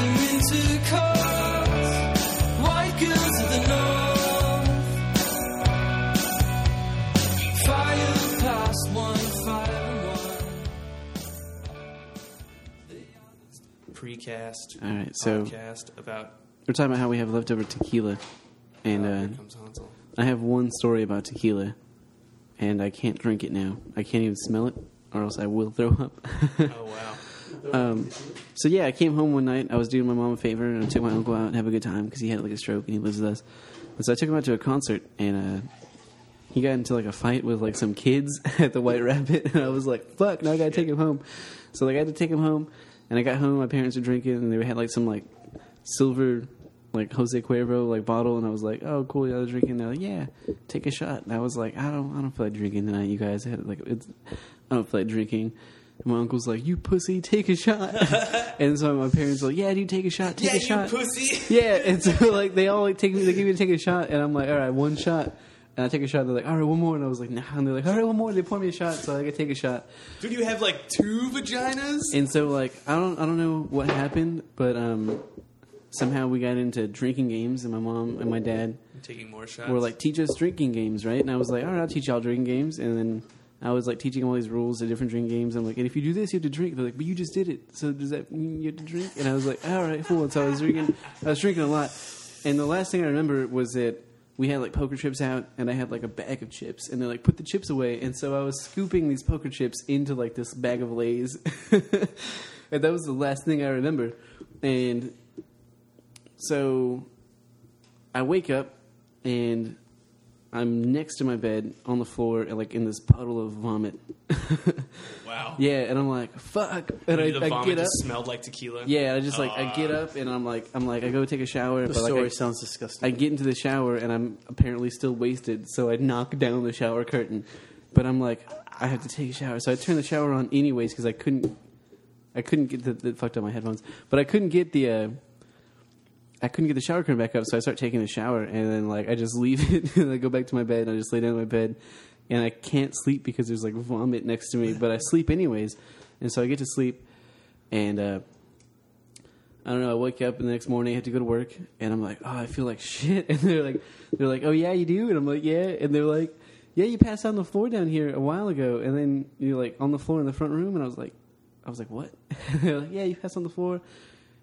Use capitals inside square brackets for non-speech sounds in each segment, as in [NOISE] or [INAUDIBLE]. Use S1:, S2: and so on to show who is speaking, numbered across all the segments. S1: fancy cars, white girls of the north. Fire past one, fire and one. Precast.
S2: All right, so
S1: podcast about
S2: we're talking about how we have leftover tequila, and
S1: here
S2: uh,
S1: comes Hansel.
S2: I have one story about tequila, and I can't drink it now. I can't even smell it, or else I will throw up. [LAUGHS]
S1: Oh wow.
S2: so yeah, I came home one night. I was doing my mom a favor, and I took my uncle out and have a good time because he had like a stroke and he lives with us. And so I took him out to a concert, and uh, he got into like a fight with like some kids [LAUGHS] at the White Rabbit, and I was like, "Fuck! Now I gotta take him home." So like I had to take him home, and I got home. My parents were drinking, and they had like some like silver like Jose Cuervo like bottle, and I was like, "Oh, cool, y'all are drinking." They're like, "Yeah, take a shot." And I was like, "I don't, I don't feel like drinking tonight, you guys." I had like, it's, I don't feel like drinking. And my uncle's like, "You pussy, take a shot," [LAUGHS] and so my parents were like, "Yeah, dude, take a shot, take
S1: Yeah,
S2: a shot."
S1: you pussy.
S2: Yeah, and so like they all like take me, they give me to take a shot, and I'm like, all right, one shot. And I take a shot. They're like, all right, one more. And I was like, nah. And they're like, all right, one more. They pour me a shot, so I could take a shot.
S1: Dude, you have like two vaginas?
S2: And so like I don't I don't know what happened, but um somehow we got into drinking games, and my mom and my dad
S1: Taking more shots.
S2: were like, teach us drinking games, right? And I was like, all right, I'll teach y'all drinking games. And then I was like teaching all these rules to different drinking games. I'm like, and if you do this, you have to drink. They're like, but you just did it, so does that mean you have to drink? And I was like, all right, cool. And so I was drinking, I was drinking a lot. And the last thing I remember was that we had like poker chips out, and I had like a bag of chips, and they're like, put the chips away. And so I was scooping these poker chips into like this bag of Lay's, [LAUGHS] and that was the last thing I remember. And so I wake up and I'm next to my bed on the floor, like in this puddle of vomit. [LAUGHS]
S1: wow.
S2: yeah, and I'm like, fuck. And
S1: Maybe the
S2: I, I
S1: vomit
S2: get up.
S1: just smelled like tequila.
S2: Yeah, I just like I
S1: Ah.
S2: get up and I'm like I'm like I go take a shower.
S3: The
S2: but, like,
S3: story
S2: I-
S3: sounds
S2: I
S3: disgusting.
S2: get into the shower and I'm apparently still wasted, so I knock down the shower curtain. But I'm like, I have to take a shower, so I turn the shower on anyways because I couldn't, I couldn't get the, the fucked up my headphones, but I couldn't get the, uh, I couldn't get the shower curtain back up, so I start taking the shower and then like I just [LAUGHS] leave it and I go back to my bed and I just lay down in my bed and I can't sleep because there's like vomit next to me, but I sleep anyways, and so I get to sleep and. uh I don't know. I wake up and the next morning, I had to go to work, and I'm like, oh, I feel like shit. [LAUGHS] And they're like, they're like, oh yeah, you do. And I'm like, yeah. And they're like, yeah, you passed out on the floor down here a while ago, and then you're like on the floor in the front room. And I was like, I was like, what? [LAUGHS] they're like, yeah, you passed on the floor.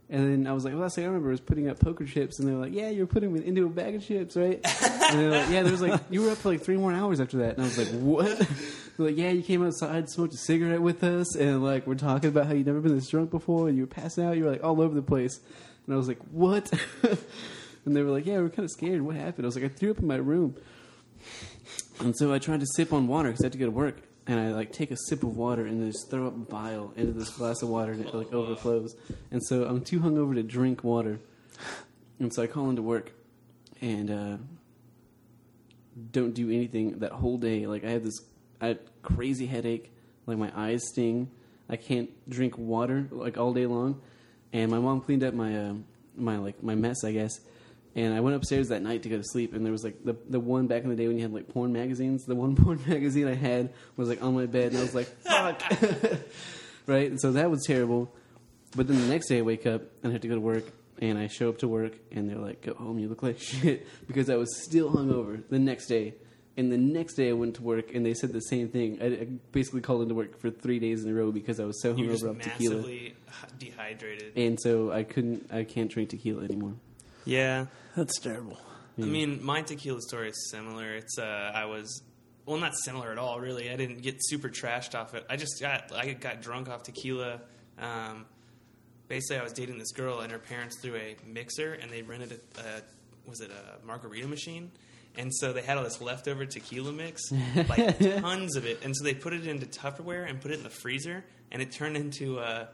S2: And then I was like, last thing I remember was putting up poker chips, and they were like, yeah, you were putting them into a bag of chips, right? and they're like, yeah, there was like, you were up for like three more hours after that. And I was like, what? They're like, yeah, you came outside, smoked a cigarette with us, and like, we're talking about how you'd never been this drunk before, and you were passing out, you were like all over the place. And I was like, what? [LAUGHS] and they were like, yeah, we are kind of scared. What happened? I was like, I threw up in my room. And so I tried to sip on water because I had to go to work. And I like take a sip of water and just throw up bile into this glass of water and it like overflows. And so I'm too hungover to drink water. And so I call into work and uh, don't do anything that whole day. Like I have this I had crazy headache. Like my eyes sting. I can't drink water like all day long. And my mom cleaned up my uh, my like my mess, I guess. And I went upstairs that night to go to sleep, and there was like the the one back in the day when you had like porn magazines. The one [LAUGHS] porn magazine I had was like on my bed, and I was like, "Fuck!" [LAUGHS] right? And so that was terrible. But then the next day I wake up and I have to go to work and I show up to work and they're like, go home, you look like [LAUGHS] shit because I was still hungover the next day. And the next day I went to work and they said the same thing. I, I basically called into work for three days in a row because I was so
S1: You're
S2: hungover
S1: Oh, just
S2: off tequila.
S1: massively dehydrated.
S2: And so I couldn't, I can't drink tequila anymore.
S1: Yeah.
S3: That's terrible.
S1: I mean, my tequila story is similar. It's uh, I was well, not similar at all, really. I didn't get super trashed off it. I just got I got drunk off tequila. Um, basically, I was dating this girl, and her parents threw a mixer, and they rented a, a was it a margarita machine. And so they had all this leftover tequila mix, like tons of it. And so they put it into Tupperware and put it in the freezer, and it turned into uh,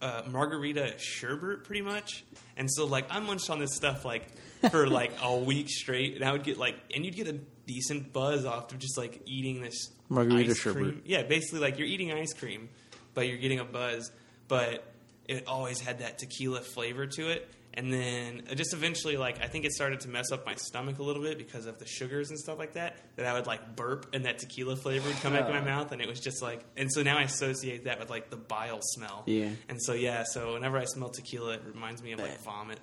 S1: uh, margarita sherbet, pretty much. And so, like, I munched on this stuff like for like a week straight, and I would get like, and you'd get a decent buzz off of just like eating this
S3: Margarita
S1: ice cream.
S3: sherbet.
S1: Yeah, basically, like you're eating ice cream, but you're getting a buzz. But it always had that tequila flavor to it, and then uh, just eventually like i think it started to mess up my stomach a little bit because of the sugars and stuff like that that i would like burp and that tequila flavor would come back in my
S2: Oh.
S1: mouth and it was just like and so now i associate that with like the bile smell
S2: Yeah.
S1: and so yeah so whenever i smell tequila it reminds me of like vomit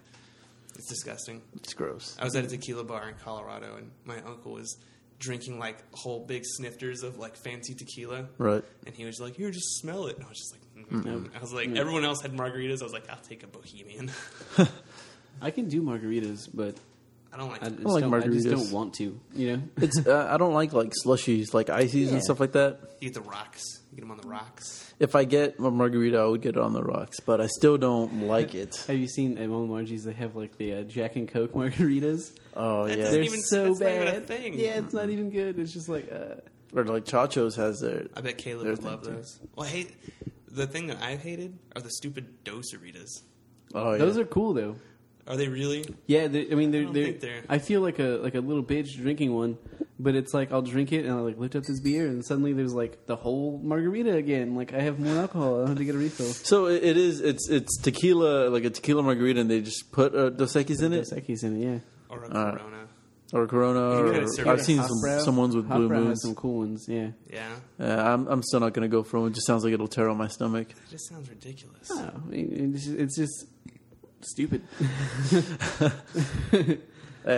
S1: it's disgusting
S2: It's gross.
S1: I was at a tequila bar in Colorado, and my uncle was drinking like whole big snifters of like fancy tequila,
S3: Right.
S1: and he was like, "Here, just smell it." And I was just like, mm
S3: Mm-hmm.
S1: "I was like, everyone else had margaritas. I was like, I'll take a Bohemian. [LAUGHS]
S2: I can do margaritas, but
S1: I don't like.
S2: I just,
S3: like
S2: don't, I just
S3: margaritas.
S2: don't want to. You know,
S3: It's uh, [LAUGHS] I don't like like slushies, like ices
S2: Yeah.
S3: and stuff like that.
S1: you get the rocks. You get them on the rocks.
S3: If I get a margarita, I would get it on the rocks, but I still don't
S2: [LAUGHS]
S3: like it.
S2: have you seen at Mama Margie's? They have like the uh, Jack and Coke [LAUGHS] margaritas.
S3: Oh
S1: That
S3: yeah,
S1: doesn't
S2: They're
S1: even-
S2: so
S1: that's not
S2: bad.
S1: even a thing.
S2: Yeah, it's not even good. It's just like uh,
S3: or like Chacho's has their.
S1: I bet Caleb
S3: There's
S1: would love
S3: that, too.
S1: those. Well, I hate the thing that I've hated are the stupid dosaritas.
S3: Oh yeah,
S2: those are cool though.
S1: Are they really?
S2: Yeah, they, I mean, they're,
S1: don't
S2: they're,
S1: think they're-
S2: I feel like a like a little bitch drinking one, but it's like I'll drink it and I will like lift up this beer and suddenly there's like the whole margarita again. Like I have more alcohol. I don't have to get a refill.
S3: So it it is. It's it's tequila, like a tequila margarita, and they just put uh, Dos Equis in it
S2: Dos Equis in it, yeah.
S1: Or a
S3: Uh,
S1: Corona?
S3: or Corona.
S1: You
S3: Or,
S1: can get it
S3: I've seen
S1: served.
S3: some,
S2: Hofbrau-
S3: some ones with blue
S2: Hofbrau has
S3: moons.
S2: some cool ones, yeah.
S1: Yeah,
S3: Uh, I'm I'm still not gonna go for one. It just sounds like it'll tear on my stomach.
S1: it just sounds ridiculous.
S3: uh,
S2: Oh, I mean, it's just, it's just [LAUGHS] stupid.
S3: Hey,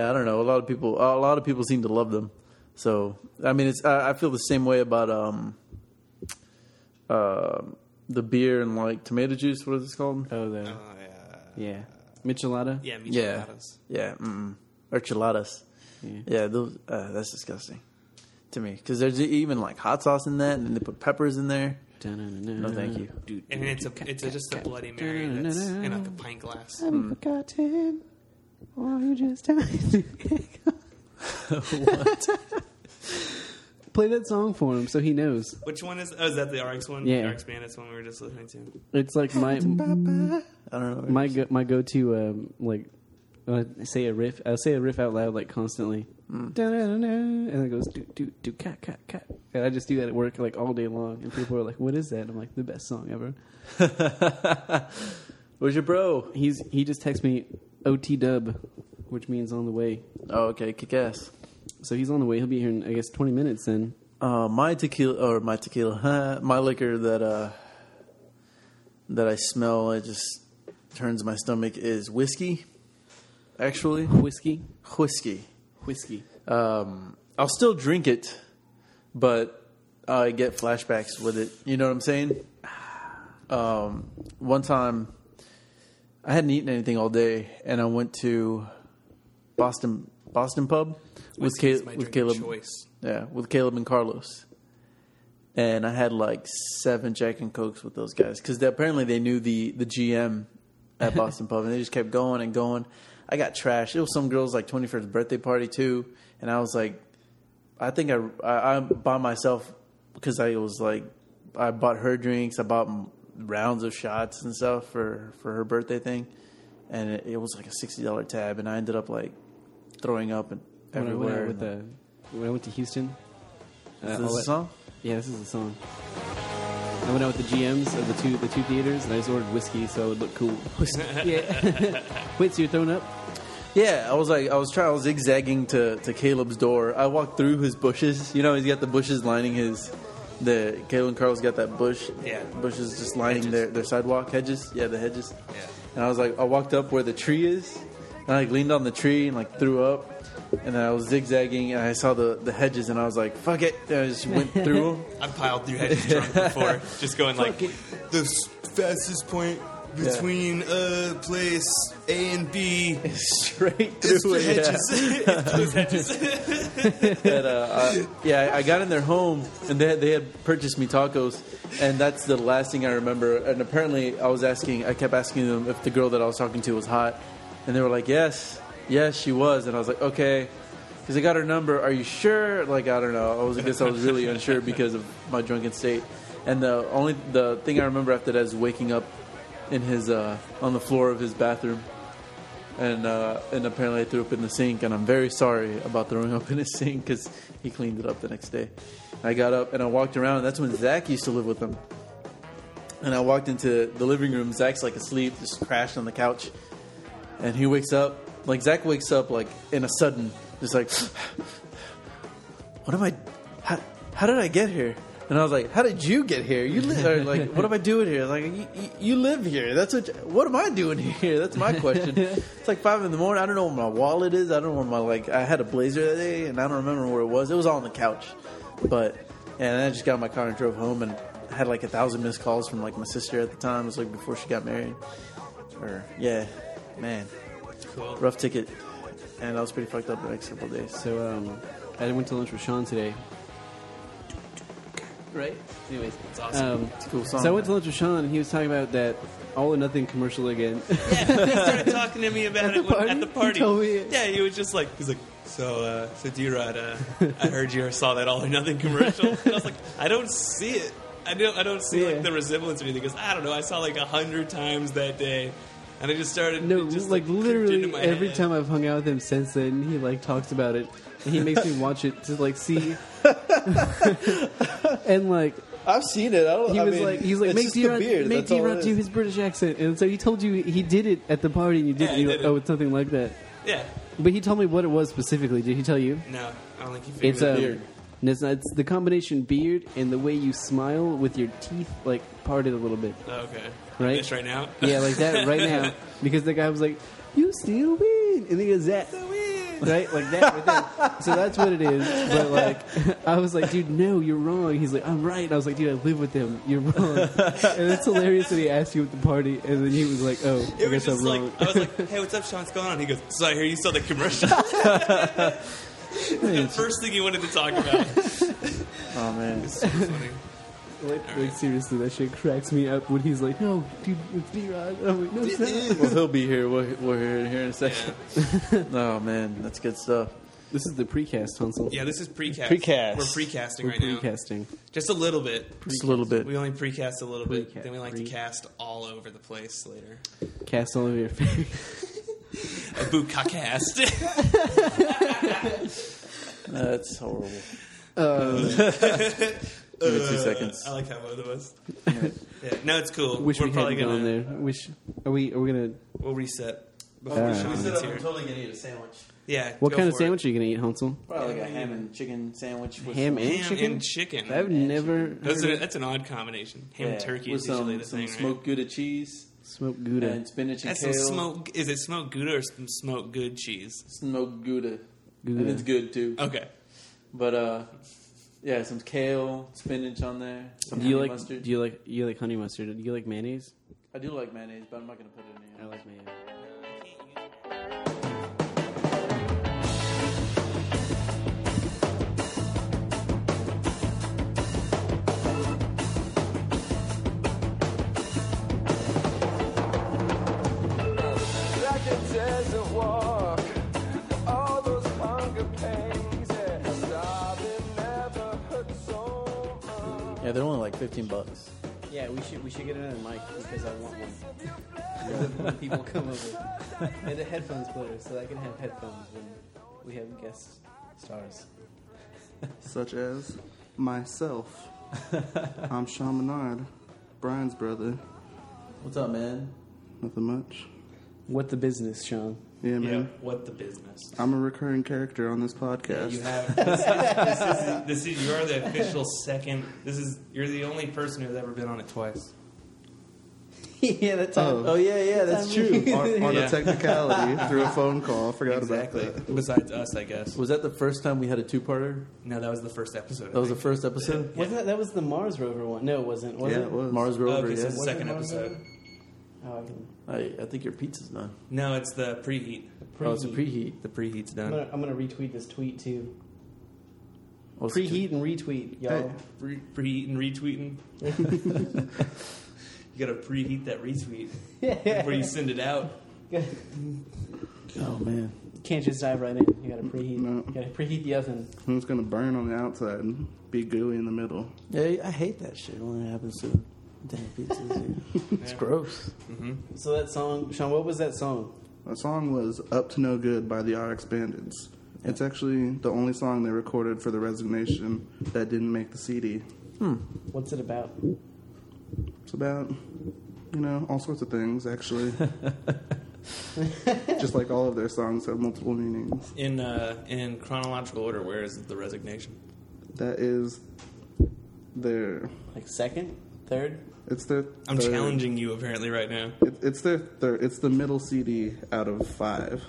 S3: I don't know. A lot of people, a lot of people seem to love them. So I mean, it's I, I feel the same way about um, uh, the beer and like tomato juice. What is this called?
S2: Oh, though,
S1: Oh, yeah,
S2: yeah, michelada.
S1: yeah, me
S3: Yeah.
S1: gelatos.
S3: Yeah, mm-mm. enchiladas.
S2: Yeah.
S3: Yeah, those uh, that's disgusting to me because there's even like hot sauce in that, and then they put peppers in there.
S2: No,
S3: thank you.
S1: And it's a it's a, just a Bloody Mary that's in like a pint glass.
S2: Have you forgotten? Or you just [LAUGHS] having Play that song for him so he knows.
S1: Which one is? Oh, is that the RX one?
S2: Yeah.
S1: the RX Bandits one we were just listening to.
S2: It's like my
S3: I don't know.
S2: my go, my go to um, like when I say a riff. I'll say a riff out loud like constantly, Da-na-na-na, and it goes do do do cat cat cat, and I just do that at work like all day long. And people are like, "What is that?" And I'm like, "The best song ever."
S3: [LAUGHS] Where's your bro?
S2: He's he just texts me OT dub, which means on the way.
S3: Oh, okay, kick ass.
S2: So he's on the way. He'll be here in I guess 20 minutes. Then
S3: Uh, my tequila or my tequila, [LAUGHS] huh, my liquor that uh, that I smell, it just turns my stomach is whiskey. Actually,
S2: whiskey,
S3: whiskey.
S2: whiskey.
S3: Um, I'll still drink it, but I get flashbacks with it. You know what I'm saying? Um, one time, I hadn't eaten anything all day, and I went to Boston Boston Pub with,
S1: Whiskey is
S3: Caleb,
S1: my
S3: with
S1: drink of
S3: Caleb.
S1: choice.
S3: Yeah, with Caleb and Carlos. And I had like seven Jack and Cokes with those guys because apparently they knew the, the GM at Boston Pub and they just kept going and going. I got trashed. It was some girl's like 21st birthday party too. And I was like, I think I, I, I'm by myself because I was like, I bought her drinks, I bought m- rounds of shots and stuff for, for her birthday thing. And it, it was like a $60 tab. And I ended up like throwing up and
S2: When I went
S3: everywhere. oh,
S2: out with the when I went to Houston. Uh,
S3: Is
S2: I'll
S3: this a
S2: let-
S3: song?
S2: Yeah, this is the song. I went out with the GMs of the two the two theaters, and I just ordered whiskey so I would look
S3: [LAUGHS]
S2: cool. [LAUGHS] yeah. Wait, so you're throwing up?
S3: Yeah, I was like, I was trying, I was zigzagging to, to Caleb's door. I walked through his bushes. You know, he's got the bushes lining his. The Caleb and Carl's got that bush.
S1: Yeah.
S3: bushes just lining
S1: Hedges.
S3: their their sidewalk hedges. Yeah, the hedges.
S1: Yeah.
S3: And I was like, I walked up where the tree is, and I like leaned on the tree and like threw up, and then I was zigzagging and I saw the the hedges and I was like, fuck it, and I just went
S1: [LAUGHS]
S3: through them.
S1: I've piled through hedges drunk [LAUGHS] before, just going like the s- fastest point between uh place A and [LAUGHS] B.
S3: [LAUGHS] Straight
S1: It's
S3: through
S1: the
S3: it, yeah.
S1: hedges. [LAUGHS] It's those hedges.
S3: But, uh, I, yeah, I got in their home and they had, they had purchased me tacos, and that's the last thing I remember. And apparently, I was asking, I kept asking them if the girl that I was talking to was hot, and they were like, "Yes, yes, she was." And I was like, "Okay," because I got her number. Are you sure? Like, I don't know. I was, I guess, I was really unsure because of my drunken state. And the only the thing I remember after that is waking up in his uh, on the floor of his bathroom. And uh, and apparently I threw up in the sink, and I'm very sorry about throwing up in the [LAUGHS] sink because he cleaned it up the next day. I got up and I walked around. That's when Zach used to live with him. And I walked into the living room. Zach's like asleep, just crashed on the couch. and he wakes up. Like Zach wakes up like in a sudden, just like, what am I? How, how did I get here? And I was like, how did you get here? You live or like, what am I doing here? Like, you, you- you live here. That's what. What am I doing [LAUGHS] here? That's my question. it's like five in the morning. I don't know where my wallet is. I don't know where my like. I had a blazer that day, and I don't remember where it was. It was all on the couch, but and I just got in my car and drove home and had like a thousand missed calls from like my sister at the time. It was like before she got married. Or yeah, man,
S1: Cool.
S3: rough ticket. And I was pretty fucked up the next couple of days.
S2: So um, I went to lunch with Sean today. Right. Anyways,
S1: That's awesome.
S2: Um,
S3: Cool song.
S2: so I went to lunch with Sean, and he was talking about that all or nothing commercial again.
S1: he started talking to me about
S2: At
S1: it
S2: the
S1: when-
S2: party?
S1: at the
S2: He
S1: party.
S2: told me it.
S1: yeah, he was just like, he's like, so, uh, so D-Rod, uh,
S2: [LAUGHS]
S1: I heard you or saw that All or Nothing commercial. And I was like, I don't see it. I don't, I don't see
S2: Yeah.
S1: like the resemblance or anything. Because I don't know, I saw like a hundred times that day, and I just started.
S2: No,
S1: it just,
S2: like,
S1: creeped into
S2: literally
S1: my
S2: every
S1: head.
S2: time I've hung out with him since then, he like talks about it, and he makes me watch it to like see. [LAUGHS] and like
S3: I've seen it. I don't.
S2: he
S3: I
S2: was
S3: mean,
S2: like, he's like,
S3: it's
S2: make
S3: just the
S2: D-Rod,
S3: beard.
S2: make
S3: That's all
S2: D-Rod
S3: it
S2: do
S3: is.
S2: his British accent, and so he told you he did it at the party, and you didn't.
S1: Yeah, I
S2: You're
S1: did
S2: like,
S1: it.
S2: oh, it's something like that.
S1: Yeah,
S2: But he told me what it was specifically. Did he tell you?
S1: no, I don't think he figured
S2: It's um,
S1: it
S2: a.
S1: out.
S3: beard.
S2: It's, not, it's the combination beard and the way you smile with your teeth like parted a little bit.
S1: Oh, okay,
S2: Right?
S1: This right now.
S2: Yeah, like
S1: [LAUGHS]
S2: that right now. Because the guy was like, "You still win," and he goes that right like that. Right there. So that's what it is. But like, I was like, "Dude, no, you're wrong." He's like, "I'm right." And I was like, "Dude, I live with him. You're wrong." And it's hilarious that he asked you at the party, and then he was like, "Oh, I
S1: It was
S2: guess
S1: just
S2: I'm
S1: like
S2: wrong."
S1: I was like, "Hey, what's up, Sean? What's going on?" He goes, "So I hear you saw the
S2: [LAUGHS]
S1: commercial." [LAUGHS] the first thing he wanted to talk about.
S3: Oh man.
S1: It's so funny.
S2: like, like, seriously, that shit cracks me up when he's like, "No, dude, it's D-Rod." I'm like, "No, it's not."
S3: well, he'll be here. We're, we're here, here in a second. [LAUGHS] oh man, that's good stuff.
S2: This is the precast, Hansel.
S1: Yeah, this is precast.
S3: Precast.
S1: We're precasting
S2: We're
S1: right now.
S2: precasting.
S1: Just a little bit.
S3: Just a little bit.
S1: We only precast a little
S2: Precast.
S1: bit. Then we like to
S2: Pre-
S1: cast all over the place later.
S2: Cast all over your face.
S1: A
S2: [LAUGHS]
S1: bootcast.
S3: That's horrible.
S2: Um,
S3: Give me two seconds.
S1: Uh, I like how both of
S2: [LAUGHS]
S1: us. Yeah, no, it's cool.
S2: wish
S1: We're
S2: we
S1: probably
S2: hadn't gone
S1: gonna
S2: there. Wish are we? Are we gonna?
S1: we'll reset before
S2: Uh,
S1: Sean gets here.
S3: totally gonna eat a sandwich.
S1: Yeah.
S2: What
S1: go
S2: kind of
S1: for it.
S2: sandwich are you gonna eat, Hansel?
S3: Probably like a ham and chicken sandwich. With
S2: Ham and
S1: Ham
S2: chicken.
S1: and chicken.
S2: I've never
S1: Those
S2: heard
S1: are,
S2: of
S1: that's an odd combination. Ham and
S3: Yeah,
S1: turkey
S3: with
S1: is usually
S3: some,
S1: the
S3: some
S1: thing, right?
S3: smoked Gouda cheese
S2: smoked gouda.
S3: and spinach and
S1: That's
S3: kale.
S1: some smoke. Is it smoked Gouda or some smoked good cheese?
S3: smoked Gouda. And
S2: Gouda.
S3: it's good too.
S1: Okay.
S3: But uh, yeah, some kale, spinach on there. Some
S2: do you
S3: honey
S2: like?
S3: mustard.
S2: Do you like? You like honey mustard? Do you like mayonnaise?
S3: I do like mayonnaise, but I'm not gonna put it in.
S2: I like mayonnaise.
S4: like a desert walk. All those hunger pains and starving never hurt so much.
S3: Yeah, they're only like 15 bucks.
S2: Yeah, we should we should get another mic because I want one. when [LAUGHS] people come over, and a headphones player so I can have headphones when we have guest stars.
S5: such as
S3: [LAUGHS]
S5: myself. I'm Sean Menard, Brian's brother.
S3: What's up, man?
S5: Nothing much.
S2: What the business, Sean?
S5: Yeah, man.
S1: Yeah. What the
S3: [LAUGHS]
S1: business?
S5: I'm a recurring character on this podcast.
S1: You have this is, this is, this is you are the official second. This is you're the only person who's ever been on it twice.
S2: [LAUGHS] yeah, that's
S5: all.
S3: Oh yeah, yeah,
S5: [LAUGHS]
S3: that's true.
S2: [LAUGHS]
S5: on on
S1: Yeah.
S5: a technicality through a phone call. I forgot about that.
S1: Besides us, I guess.
S3: Was that the first time we had a two-parter?
S1: No, that was the first episode. I
S3: That was the
S1: think.
S3: first [LAUGHS] episode.
S2: Wasn't that, that was the Mars rover one? No, it wasn't. Was
S5: yeah,
S2: it?
S5: it was.
S3: Mars
S1: Oh,
S3: Rover.
S1: okay, so
S3: yeah.
S1: it's the second episode.
S2: Oh, I can,
S3: I, I think your pizza's done.
S1: No, it's the preheat.
S3: Oh, it's a preheat.
S1: The preheat's
S2: I'm
S1: done.
S2: gonna, I'm gonna retweet this tweet too.
S3: What's the
S2: Preheat and retweet, y'all.
S5: Hey,
S1: Pre- preheating,
S3: [LAUGHS]
S1: retweeting. you gotta preheat that retweet before you send it out.
S3: two- Oh man,
S2: [LAUGHS] Can't just dive right in. You gotta preheat.
S5: No.
S2: You gotta preheat the oven.
S5: it's gonna burn on the outside and be gooey in the middle.
S3: yeah, I hate that shit when it happens to damn pizzas. dude. [LAUGHS] it's gross.
S2: So that song, Sean, what was that song?
S5: The song was "Up to No Good" by the RX Bandits. It's actually the only song they recorded for the resignation that didn't make the CD.
S2: What's it about?
S5: It's about, you know, all sorts of things, actually. Just like all of their songs have multiple meanings.
S1: In uh, in chronological order, where is the resignation?
S5: That is their.
S2: Like second, third.
S5: It's their.
S1: I'm
S5: third-
S1: challenging you apparently right now.
S5: It, it's their third. It's the middle CD out of five.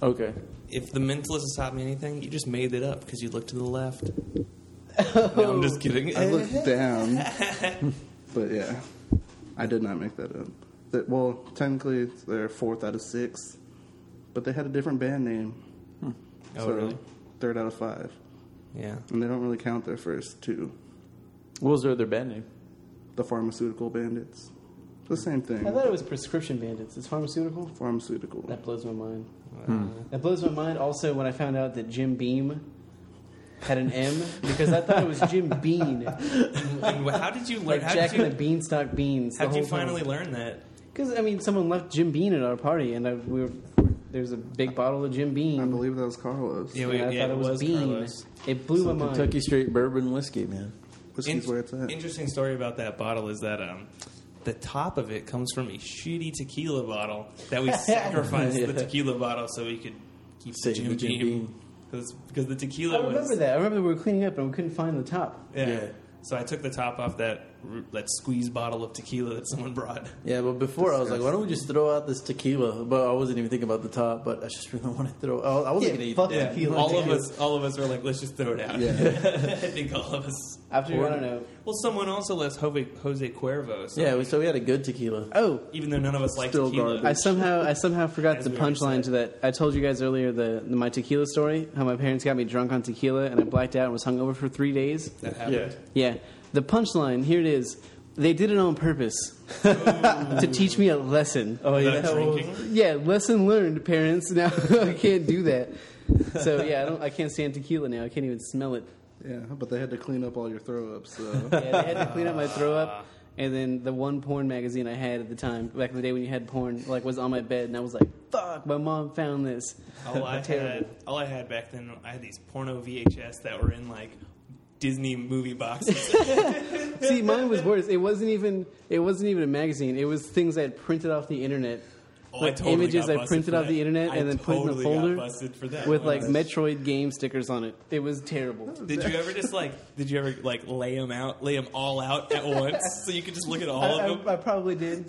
S3: Okay.
S1: If the mentalist has taught me anything, you just made it up because you looked to the left. No, I'm just kidding.
S5: I looked down, but yeah, I did not make that up. That well, technically it's their fourth out of six, but they had a different band name.
S1: [LAUGHS] oh, really?
S5: Third out of five,
S1: Yeah.
S5: and they don't really count their first two,
S3: What was their other band name?
S5: the Pharmaceutical Bandits. The same
S2: I
S5: thing.
S2: thought it was prescription bandits. It's pharmaceutical.
S5: Pharmaceutical.
S2: That blows my mind.
S1: Uh,
S2: That blows my mind. Also, when I found out that Jim Beam had an M, because I thought it was Jim Bean,
S1: and wh- how did you learn?
S2: like
S1: How
S2: Jack
S1: did you,
S2: and the Beanstalk Beans.
S1: how did you finally learn that?
S2: Because I mean, someone left Jim Bean at our party, and I, we were there's a big bottle of Jim Bean.
S5: I believe that was Carlos.
S1: Yeah,
S2: and I thought it was, Bean.
S1: Carlos.
S2: It blew my mind.
S3: Kentucky Straight Bourbon Whiskey, man.
S5: Which is where it's at.
S1: Interesting story about that bottle is that um, the top of it comes from a shitty tequila bottle that we sacrificed the tequila bottle so we could keep
S3: Save
S1: the
S3: the
S1: Jim
S3: Jim
S1: Beam because the tequila
S2: I remember
S1: was
S2: that. I remember we were cleaning up and we couldn't find the top.
S1: Yeah.
S3: Yeah.
S1: So I took the top off that r- that squeeze bottle of tequila that someone
S2: [LAUGHS]
S1: brought.
S3: Yeah, but before I was like, why don't we just throw out this tequila? But I wasn't even thinking about the top. But I just [LAUGHS] really want to throw. I I wasn't
S2: Yeah,
S3: gonna eat
S2: fuck
S3: it.
S2: Yeah. Tequila,
S1: All of
S2: tequila.
S1: us, all of us were like, let's just throw it out. [LAUGHS] I think all of us.
S2: After I don't know.
S1: Well, someone also left Jose, Jose Cuervo. So
S3: Yeah, we- so we had a good tequila.
S2: Oh,
S1: Even though none of us like
S5: Still
S1: tequila,
S5: garbage.
S2: I somehow I somehow forgot
S1: As
S2: the
S1: we already
S2: punchline to that. I told you guys earlier the, the my tequila story. How my parents got me drunk on tequila and I blacked out and was hungover for three days.
S1: that happened.
S2: Yeah, the punchline here it is. They did it on purpose [LAUGHS] to teach me a lesson.
S3: Oh yeah,
S1: Without
S3: that was-
S1: drinking.
S2: Yeah, lesson learned, parents. [LAUGHS] Now I can't do that. So yeah, I don't. I can't stand tequila now. I can't even smell it.
S5: Yeah, but they had to clean up all your throw ups.
S1: [LAUGHS]
S5: So.
S2: Yeah, they had to clean up my throw up. And then the one porn magazine I had at the time, back in the day when you had porn, like was on my bed, and I was like, "Fuck!" My mom found this.
S1: All
S2: [LAUGHS]
S1: I had,
S2: Terrible.
S1: all I had back then, I had these porno VHS that were in like Disney movie
S2: [LAUGHS]
S1: boxes.
S2: See, mine was worse. It wasn't even. It wasn't even a magazine. It was things I had printed off the internet.
S1: Oh,
S2: Like
S1: totally
S2: images
S1: got
S2: I
S1: busted
S2: printed
S1: for
S2: off the
S1: that.
S2: internet
S1: I
S2: and then put in a
S1: totally got
S2: folder
S1: busted for that
S2: with
S1: one.
S2: like Metroid game stickers on it. It was terrible.
S1: Did you ever just like? Did you ever like lay them out, lay them all out at once, so you could just look at all
S2: I,
S1: of them?
S2: I, I probably did.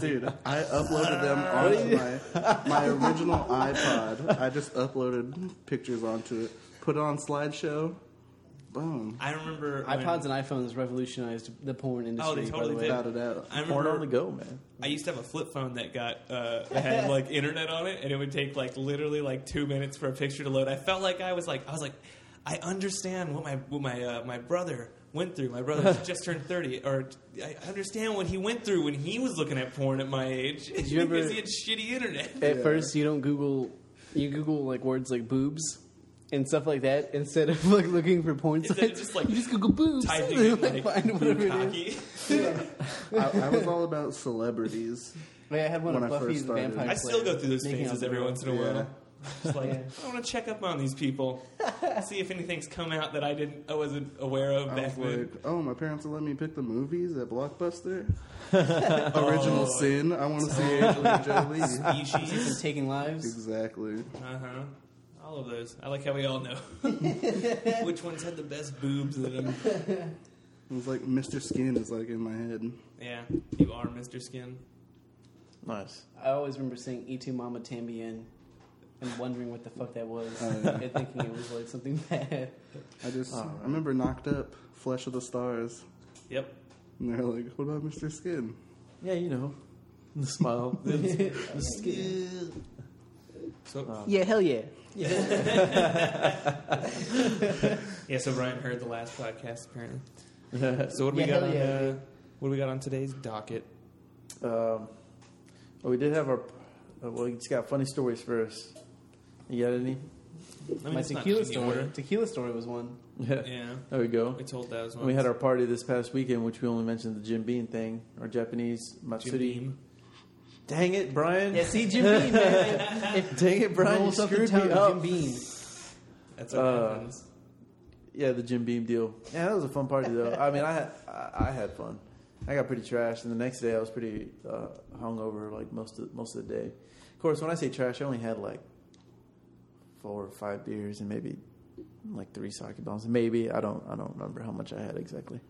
S5: Dude, I uploaded
S1: [LAUGHS]
S5: them onto my, my original iPod. I just uploaded pictures onto it, put it on slideshow, boom,
S1: I remember when-
S2: iPods and iPhones revolutionized the porn industry.
S1: Oh, they totally
S2: by the way.
S1: did.
S5: without a doubt.
S1: I
S3: Porn on the
S1: remember
S3: go, man.
S1: I used to have a flip phone that got uh, that had like internet on it, and it would take like literally like two minutes for a picture to load. I felt like I was like I was like I understand what my what my uh, my brother went through. My
S2: [LAUGHS]
S1: brother just turned thirty, or I understand what he went through when he was looking at porn at my age [LAUGHS]
S2: you ever-
S1: because he had shitty internet.
S2: At first, you don't Google. You Google like words like boobs and stuff like that instead of like looking for porn
S1: Instead of
S2: sites.
S1: just, like,
S2: you just Google boobs. [LAUGHS]
S1: Typing
S2: and,
S1: in, like,
S2: find whatever it is.
S1: Bukaki.
S5: I, I was all about celebrities.
S2: Wait, I had one
S5: When
S2: of
S5: I first
S2: Buffy's
S5: started.
S2: vampire.
S1: I still go through those
S2: Making
S1: phases
S2: out
S1: every
S2: the
S1: once in a while.
S5: Yeah.
S1: Just like
S2: Yeah.
S1: [LAUGHS] I want to check up on these
S2: [LAUGHS]
S1: people, see if anything's come out that I didn't, I wasn't aware of
S5: I
S1: back
S5: was
S1: then.
S5: like, oh, my parents will let me pick the movies at Blockbuster. Original Sin. I want to see Angelina Jolie.
S1: Species,
S2: taking lives.
S5: Exactly.
S1: uh huh, all of those. I like how we all
S2: [LAUGHS]
S1: know which ones had the best boobs. That I'm,
S5: It was like Mr. Skin is like in my head.
S1: yeah, you are Mr. Skin.
S3: Nice.
S2: I always remember saying "E2 Mama Tambien" and wondering what the fuck that was,
S5: Oh, yeah.
S2: and thinking it was like something bad.
S5: I just I remember knocked up Flesh of the Stars,
S1: Yep.
S5: and they're like, what about Mr. Skin?
S3: Yeah, you know, [LAUGHS] the smile.
S1: So
S2: yeah, hell yeah.
S1: [LAUGHS] yeah, so Ryan heard the last podcast apparently. So what do we
S2: Yeah,
S1: got
S2: hell
S1: on?
S2: yeah.
S1: Uh, what do we got on today's docket?
S3: [LAUGHS] Um, well, we did have our. Uh, well, it's got funny stories first. You got
S1: I
S3: any?
S1: mean,
S2: My
S1: it's not
S2: tequila
S1: in the
S2: story.
S1: order.
S2: Tequila story was one.
S3: Yeah.
S1: Yeah,
S3: There we go.
S1: we told those ones.
S3: And we had our party this past weekend, which we only mentioned the Jim Bean thing, our Japanese
S1: Jim
S3: Matsuri.
S1: Beam.
S3: Dang it, Brian!
S2: Yeah, see, Jim [LAUGHS]
S1: [LAUGHS]
S2: Beam, man. If
S3: Dang it, Brian! You
S2: rolls off the
S3: screwed me
S2: tongue, Jim
S3: up.
S2: Beam.
S1: That's what
S3: Uh,
S1: happens.
S2: [LAUGHS]
S3: Yeah, the Jim Beam deal. Yeah, that was a fun party though. I mean, I I, I had fun. I got pretty trashed, and the next day I was pretty uh, hungover, like most of most of the day. Of course, when I say trash, I only had like four or five beers and maybe like three sake bombs. Maybe I don't. I don't remember how much I had exactly.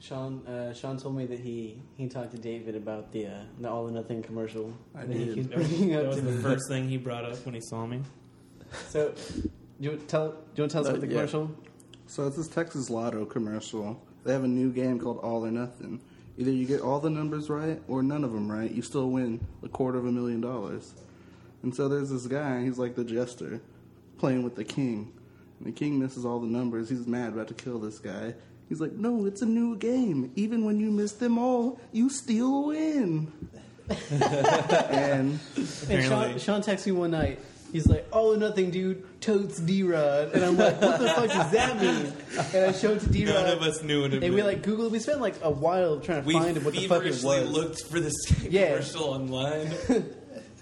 S2: Sean uh, Sean told me that he he talked to David about the uh, the all or nothing commercial.
S5: I
S2: that he
S5: did.
S2: keeps
S1: That was,
S2: bringing up
S1: that was
S2: to
S1: the
S2: me.
S1: first thing he brought up when he saw me.
S2: So, do you want to tell do you want to tell us
S3: Uh,
S2: about the
S3: yeah.
S2: commercial?
S5: So it's this Texas Lotto commercial. They have a new game called All or Nothing. Either you get all the numbers right or none of them right, you still win a quarter of a million dollars. And so there's this guy, he's like the jester, playing with the king. And the king misses all the numbers, he's mad about to kill this guy. He's like, No, it's a new game. Even when you miss them all, you still win. and
S2: And Sean,
S1: Apparently.
S2: Sean texted me one night. He's like, "All or nothing, dude. Totes D Rod," and I'm like, "What the fuck does that mean?" And I showed it to D
S1: None of
S2: Rod,
S1: us knew what it
S2: and we
S1: meant.
S2: like Googled. We spent like a while trying to
S1: we
S2: find what the fuck it was,
S1: feverishly looked for this
S2: Yeah.
S1: commercial online.
S2: and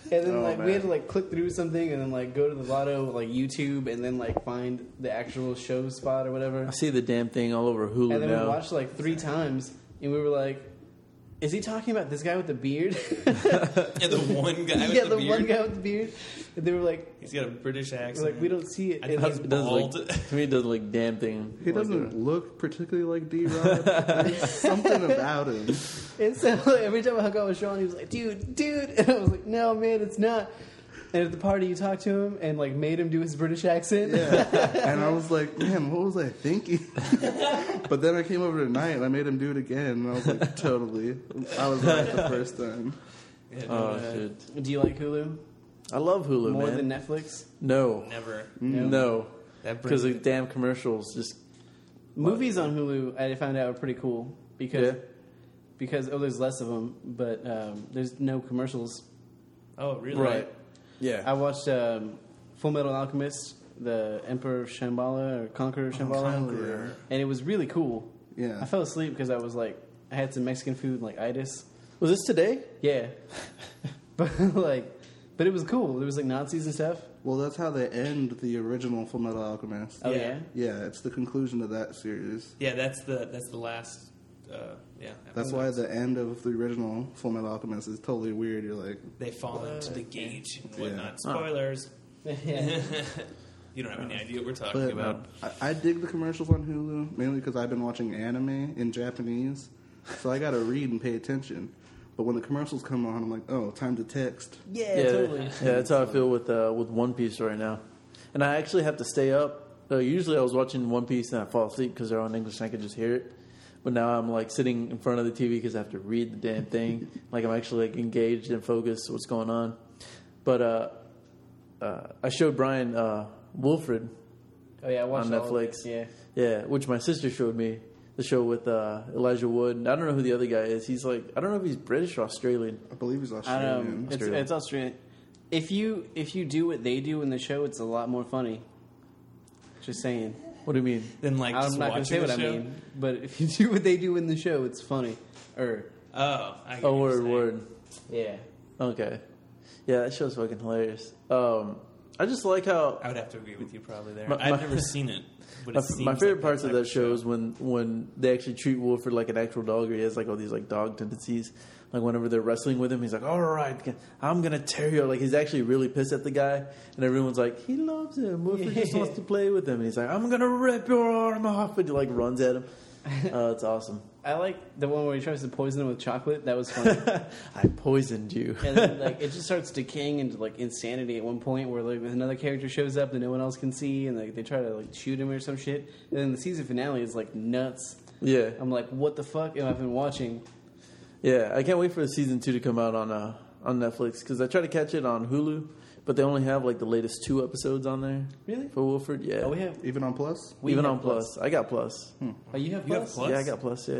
S2: then
S5: Oh,
S2: like we had
S5: man.
S2: to like click through something, and then like go to the Lotto like YouTube, and then like find the actual show spot or whatever.
S3: I see the damn thing all over Hulu
S2: And then
S3: now.
S2: we watched like three times, and we were like, "Is he talking about this guy with the beard?"
S1: Yeah, the
S2: [LAUGHS]
S1: one guy with
S2: yeah,
S1: the,
S2: the,
S1: beard.
S2: one guy with the beard. And they were like,
S1: He's got a British
S2: we're
S1: accent.
S2: like, we don't see it.
S1: I think
S2: And he's-
S1: he's
S3: It doesn't look-
S1: bald.
S3: to me, it doesn't look damn thing.
S2: [LAUGHS]
S5: he
S3: like
S5: doesn't
S3: it.
S5: look particularly like D Rod. There's something about him.
S2: and so [LAUGHS] like, every time I hung out with Sean, he was like, dude, dude. [LAUGHS] And I was like, no, man, it's not. And at the party, you talked to him and like made him do his British accent.
S5: Yeah. And I was like, man, what was I
S1: [LAUGHS]
S5: thinking? but then I came over tonight and I made him do it again. And I was like, totally. I was right the first time.
S1: Yeah, no,
S3: Oh
S2: Uh, [LAUGHS]
S3: shit!
S2: Do you like Hulu
S3: I love Hulu,
S2: more
S3: man.
S2: than Netflix?
S3: no,
S1: never.
S3: no,
S1: That
S3: because
S1: brings
S3: the damn commercials just
S2: Movies on Hulu, I found out, are pretty cool because
S3: Yeah.
S2: because oh, there's less of them, but um, there's no commercials.
S1: Oh, really?
S3: right. Yeah,
S2: I watched um, Full Metal Alchemist, the Emperor Shambhala or
S3: Oh,
S2: Conqueror Shambhala,
S5: Conqueror.
S2: and it was really cool.
S5: Yeah.
S2: I fell asleep because I was like, I had some Mexican food like itis.
S3: was this today?
S2: Yeah, [LAUGHS] but like, but it was cool. There was like Nazis
S1: [LAUGHS]
S2: and stuff.
S5: well, that's how they end the original Full Metal Alchemist.
S2: Oh yeah,
S1: Yeah.
S5: Yeah, it's the conclusion of that series.
S1: Yeah, that's the that's the last. Uh, yeah,
S2: Oh,
S5: That's why the end of the original Full Metal Alchemist is totally weird. You're like,
S1: they fall into the gauge and whatnot.
S5: Yeah.
S1: Spoilers.
S2: yeah.
S1: You don't have any idea what we're talking
S5: but
S1: about.
S5: I, I dig the commercials on Hulu mainly because I've been watching anime in Japanese, so I gotta read and pay attention. But when the commercials come on, I'm like, oh, time to text.
S2: yeah,
S3: yeah,
S2: totally.
S3: yeah, that's how I feel with uh, with One Piece right now, and I actually have to stay up. Uh, usually, I was watching One Piece and I fall asleep because they're on English and I can just hear it. But now I'm like sitting in front of the TV because I have to read the damn thing. like I'm actually like engaged and focused what's going on. But uh, uh, I showed Brian uh, Wilfred,
S2: Oh yeah, I watched
S3: On
S2: all of
S3: Netflix.
S2: it, Yeah,
S3: yeah, which my sister showed me the show with uh, Elijah Wood. And I don't know who the other guy is. He's like I don't know if he's British or Australian.
S5: I believe he's
S2: I
S5: Australian.
S2: don't. Um, It's,
S3: Australia.
S2: it's Australian. If you if you do what they do in the show, it's a lot more funny. Just saying.
S3: What do you mean?
S1: Then like
S2: I'm
S1: just
S2: not gonna
S1: watching
S2: say what
S1: the
S2: I
S1: show?
S2: mean, but if you [LAUGHS] do what they do in the show, it's funny. Er, Or
S1: Oh, I get
S3: Oh,
S1: what you're
S3: word,
S1: saying.
S3: word.
S2: yeah,
S3: Okay. Yeah, that show's fucking hilarious. Um, I just like how
S1: I would have to agree with you probably there.
S3: My-
S1: I've
S3: my-
S1: never seen it. But
S3: my,
S1: it seems
S3: my favorite
S1: like
S3: parts of
S1: type
S3: that show is when when they actually treat Wolford like an actual dog, or he has like all these like dog tendencies. Like whenever they're wrestling with him, he's like, "All right, I'm gonna tear you." Like he's actually really pissed at the guy, and everyone's like, "He loves him. Wolford just wants to play with him." And he's like, "I'm gonna rip your arm off," and he like runs [LAUGHS] at him. Uh, it's awesome.
S2: I like the one where he tries to poison him with chocolate. That was funny.
S3: I poisoned you.
S2: and then like it just starts decaying into like insanity at one point where like another character shows up that no one else can see, and like they try to like shoot him or some shit. And then the season finale is like nuts.
S3: yeah,
S2: I'm like, what the fuck? And I've been watching.
S3: Yeah, I can't wait for the season two to come out on uh, on Netflix because I try to catch it on Hulu, but they only have like the latest two episodes on there.
S2: Really?
S3: For Wilford, yeah.
S2: Oh, we have
S5: Even on Plus?
S2: we
S3: even
S2: have
S3: on plus. I got plus.
S2: Oh, you have
S1: You
S2: plus.
S1: have Plus?
S3: Yeah, I got plus. Yeah.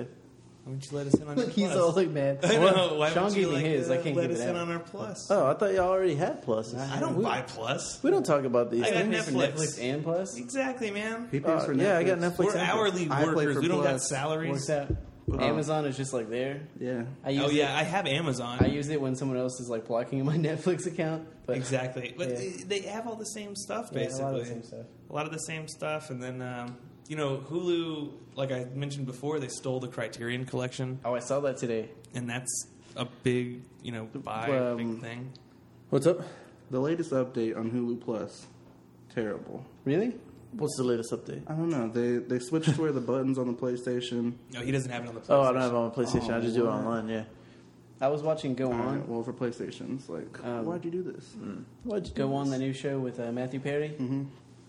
S1: Why would you let us in on
S2: Look,
S1: your
S2: he's
S1: plus? [LAUGHS]
S2: all like, man.
S1: I know. Why
S2: Sean
S1: would you
S2: gave me
S1: like,
S2: his.
S1: uh,
S2: I can't
S1: let
S2: give
S1: us
S2: it Uh,
S1: in
S2: out.
S1: on our plus.
S3: Oh, I thought y'all already had pluses.
S1: I don't
S3: we,
S1: buy plus.
S3: We don't talk about these.
S1: I got
S3: things.
S2: Pay for
S1: Netflix.
S2: Netflix and plus.
S1: Exactly, man.
S5: He pays
S3: Uh,
S5: for Netflix.
S3: yeah, I got Netflix.
S1: We're
S3: and-
S1: hourly
S5: I play
S1: workers.
S5: for
S1: We don't got
S5: Plus.
S1: salaries.
S2: Works out. Amazon is just like there.
S5: Yeah.
S2: I use
S1: Oh
S2: it.
S1: yeah, I have Amazon.
S2: I use it when someone else is like blocking [LAUGHS] my Netflix account. But
S1: Exactly, but
S2: Yeah.
S1: they- they have all the same stuff
S2: Yeah, a
S1: basically.
S2: lot of the same stuff.
S1: A lot of the same stuff, and then um, you know Hulu. Like I mentioned before, they stole the Criterion Collection,
S2: Oh, I saw that today.
S1: and that's a big you know buy
S2: Um,
S1: big thing.
S3: What's up?
S5: The latest update on Hulu Plus, terrible.
S2: Really?
S3: What's the latest update?
S5: I don't know. They they switched where the buttons on the PlayStation.
S1: No, he doesn't have it on the PlayStation.
S3: Oh, I don't have it on PlayStation. I just do it
S5: Oh, wow.
S3: online. Yeah.
S2: I was watching Go
S5: All
S2: On.
S5: right, well, for PlayStations, like,
S2: Um,
S5: why'd you do this?
S3: Why'd you Mm-hmm.
S2: Go On, the new show with uh, Matthew Perry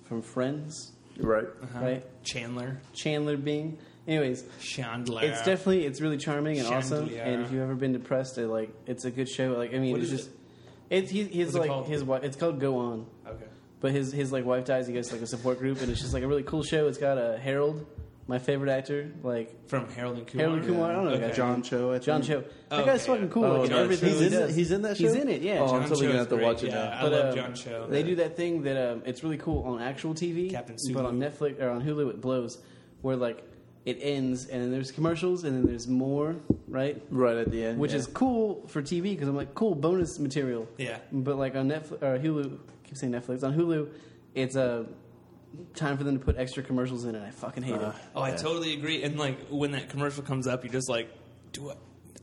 S2: from Friends,
S3: Right.
S1: Uh-huh.
S2: right?
S1: Chandler.
S2: Chandler Bing. Anyways,
S1: Chandler.
S2: it's definitely it's really charming and awesome.
S1: Chandelier.
S2: And if you've ever been depressed, it, like it's a good show. Like I mean,
S1: What
S2: it's
S1: is
S2: just it's he, his
S1: What's it
S2: like
S1: called?
S2: his wife. It's called Go On.
S1: Okay.
S2: But his his like wife dies. He goes to like a support group, and it's just like a really cool show. It's got a Harold, my favorite actor, like
S1: From Harold and Kumar.
S2: Harold Kumar. I don't know.
S1: Okay.
S2: That guy.
S5: John Cho, I think.
S2: John Cho. That
S1: Oh,
S2: guy's
S1: okay,
S2: fucking cool.
S3: yeah.
S2: like, in
S1: Oh, John
S2: everything
S1: Cho.
S2: he
S3: He's in-
S2: does.
S3: he's in that
S2: He's
S3: show?
S2: in it. Yeah.
S3: Oh,
S2: John
S3: I'm totally
S1: Cho's
S3: gonna have to
S1: great,
S3: watch it
S1: yeah.
S3: now.
S1: I love
S2: um,
S1: John Cho.
S2: They do that thing that um, it's really cool on actual TV,
S1: Captain
S2: but
S1: Sulu.
S2: on Netflix or on Hulu it blows, where like it ends and then there's commercials and then there's more, right?
S3: Right at the end.
S2: Which
S3: yeah.
S2: is cool for TV because I'm like cool bonus material.
S1: Yeah.
S2: But like on Netflix or Hulu, I keep saying Netflix on Hulu, it's a time for them to put extra commercials in, and I fucking hate
S3: Uh,
S2: it.
S1: Oh, I
S3: yeah.
S1: totally agree. And like when that commercial comes up, you're just like, do I,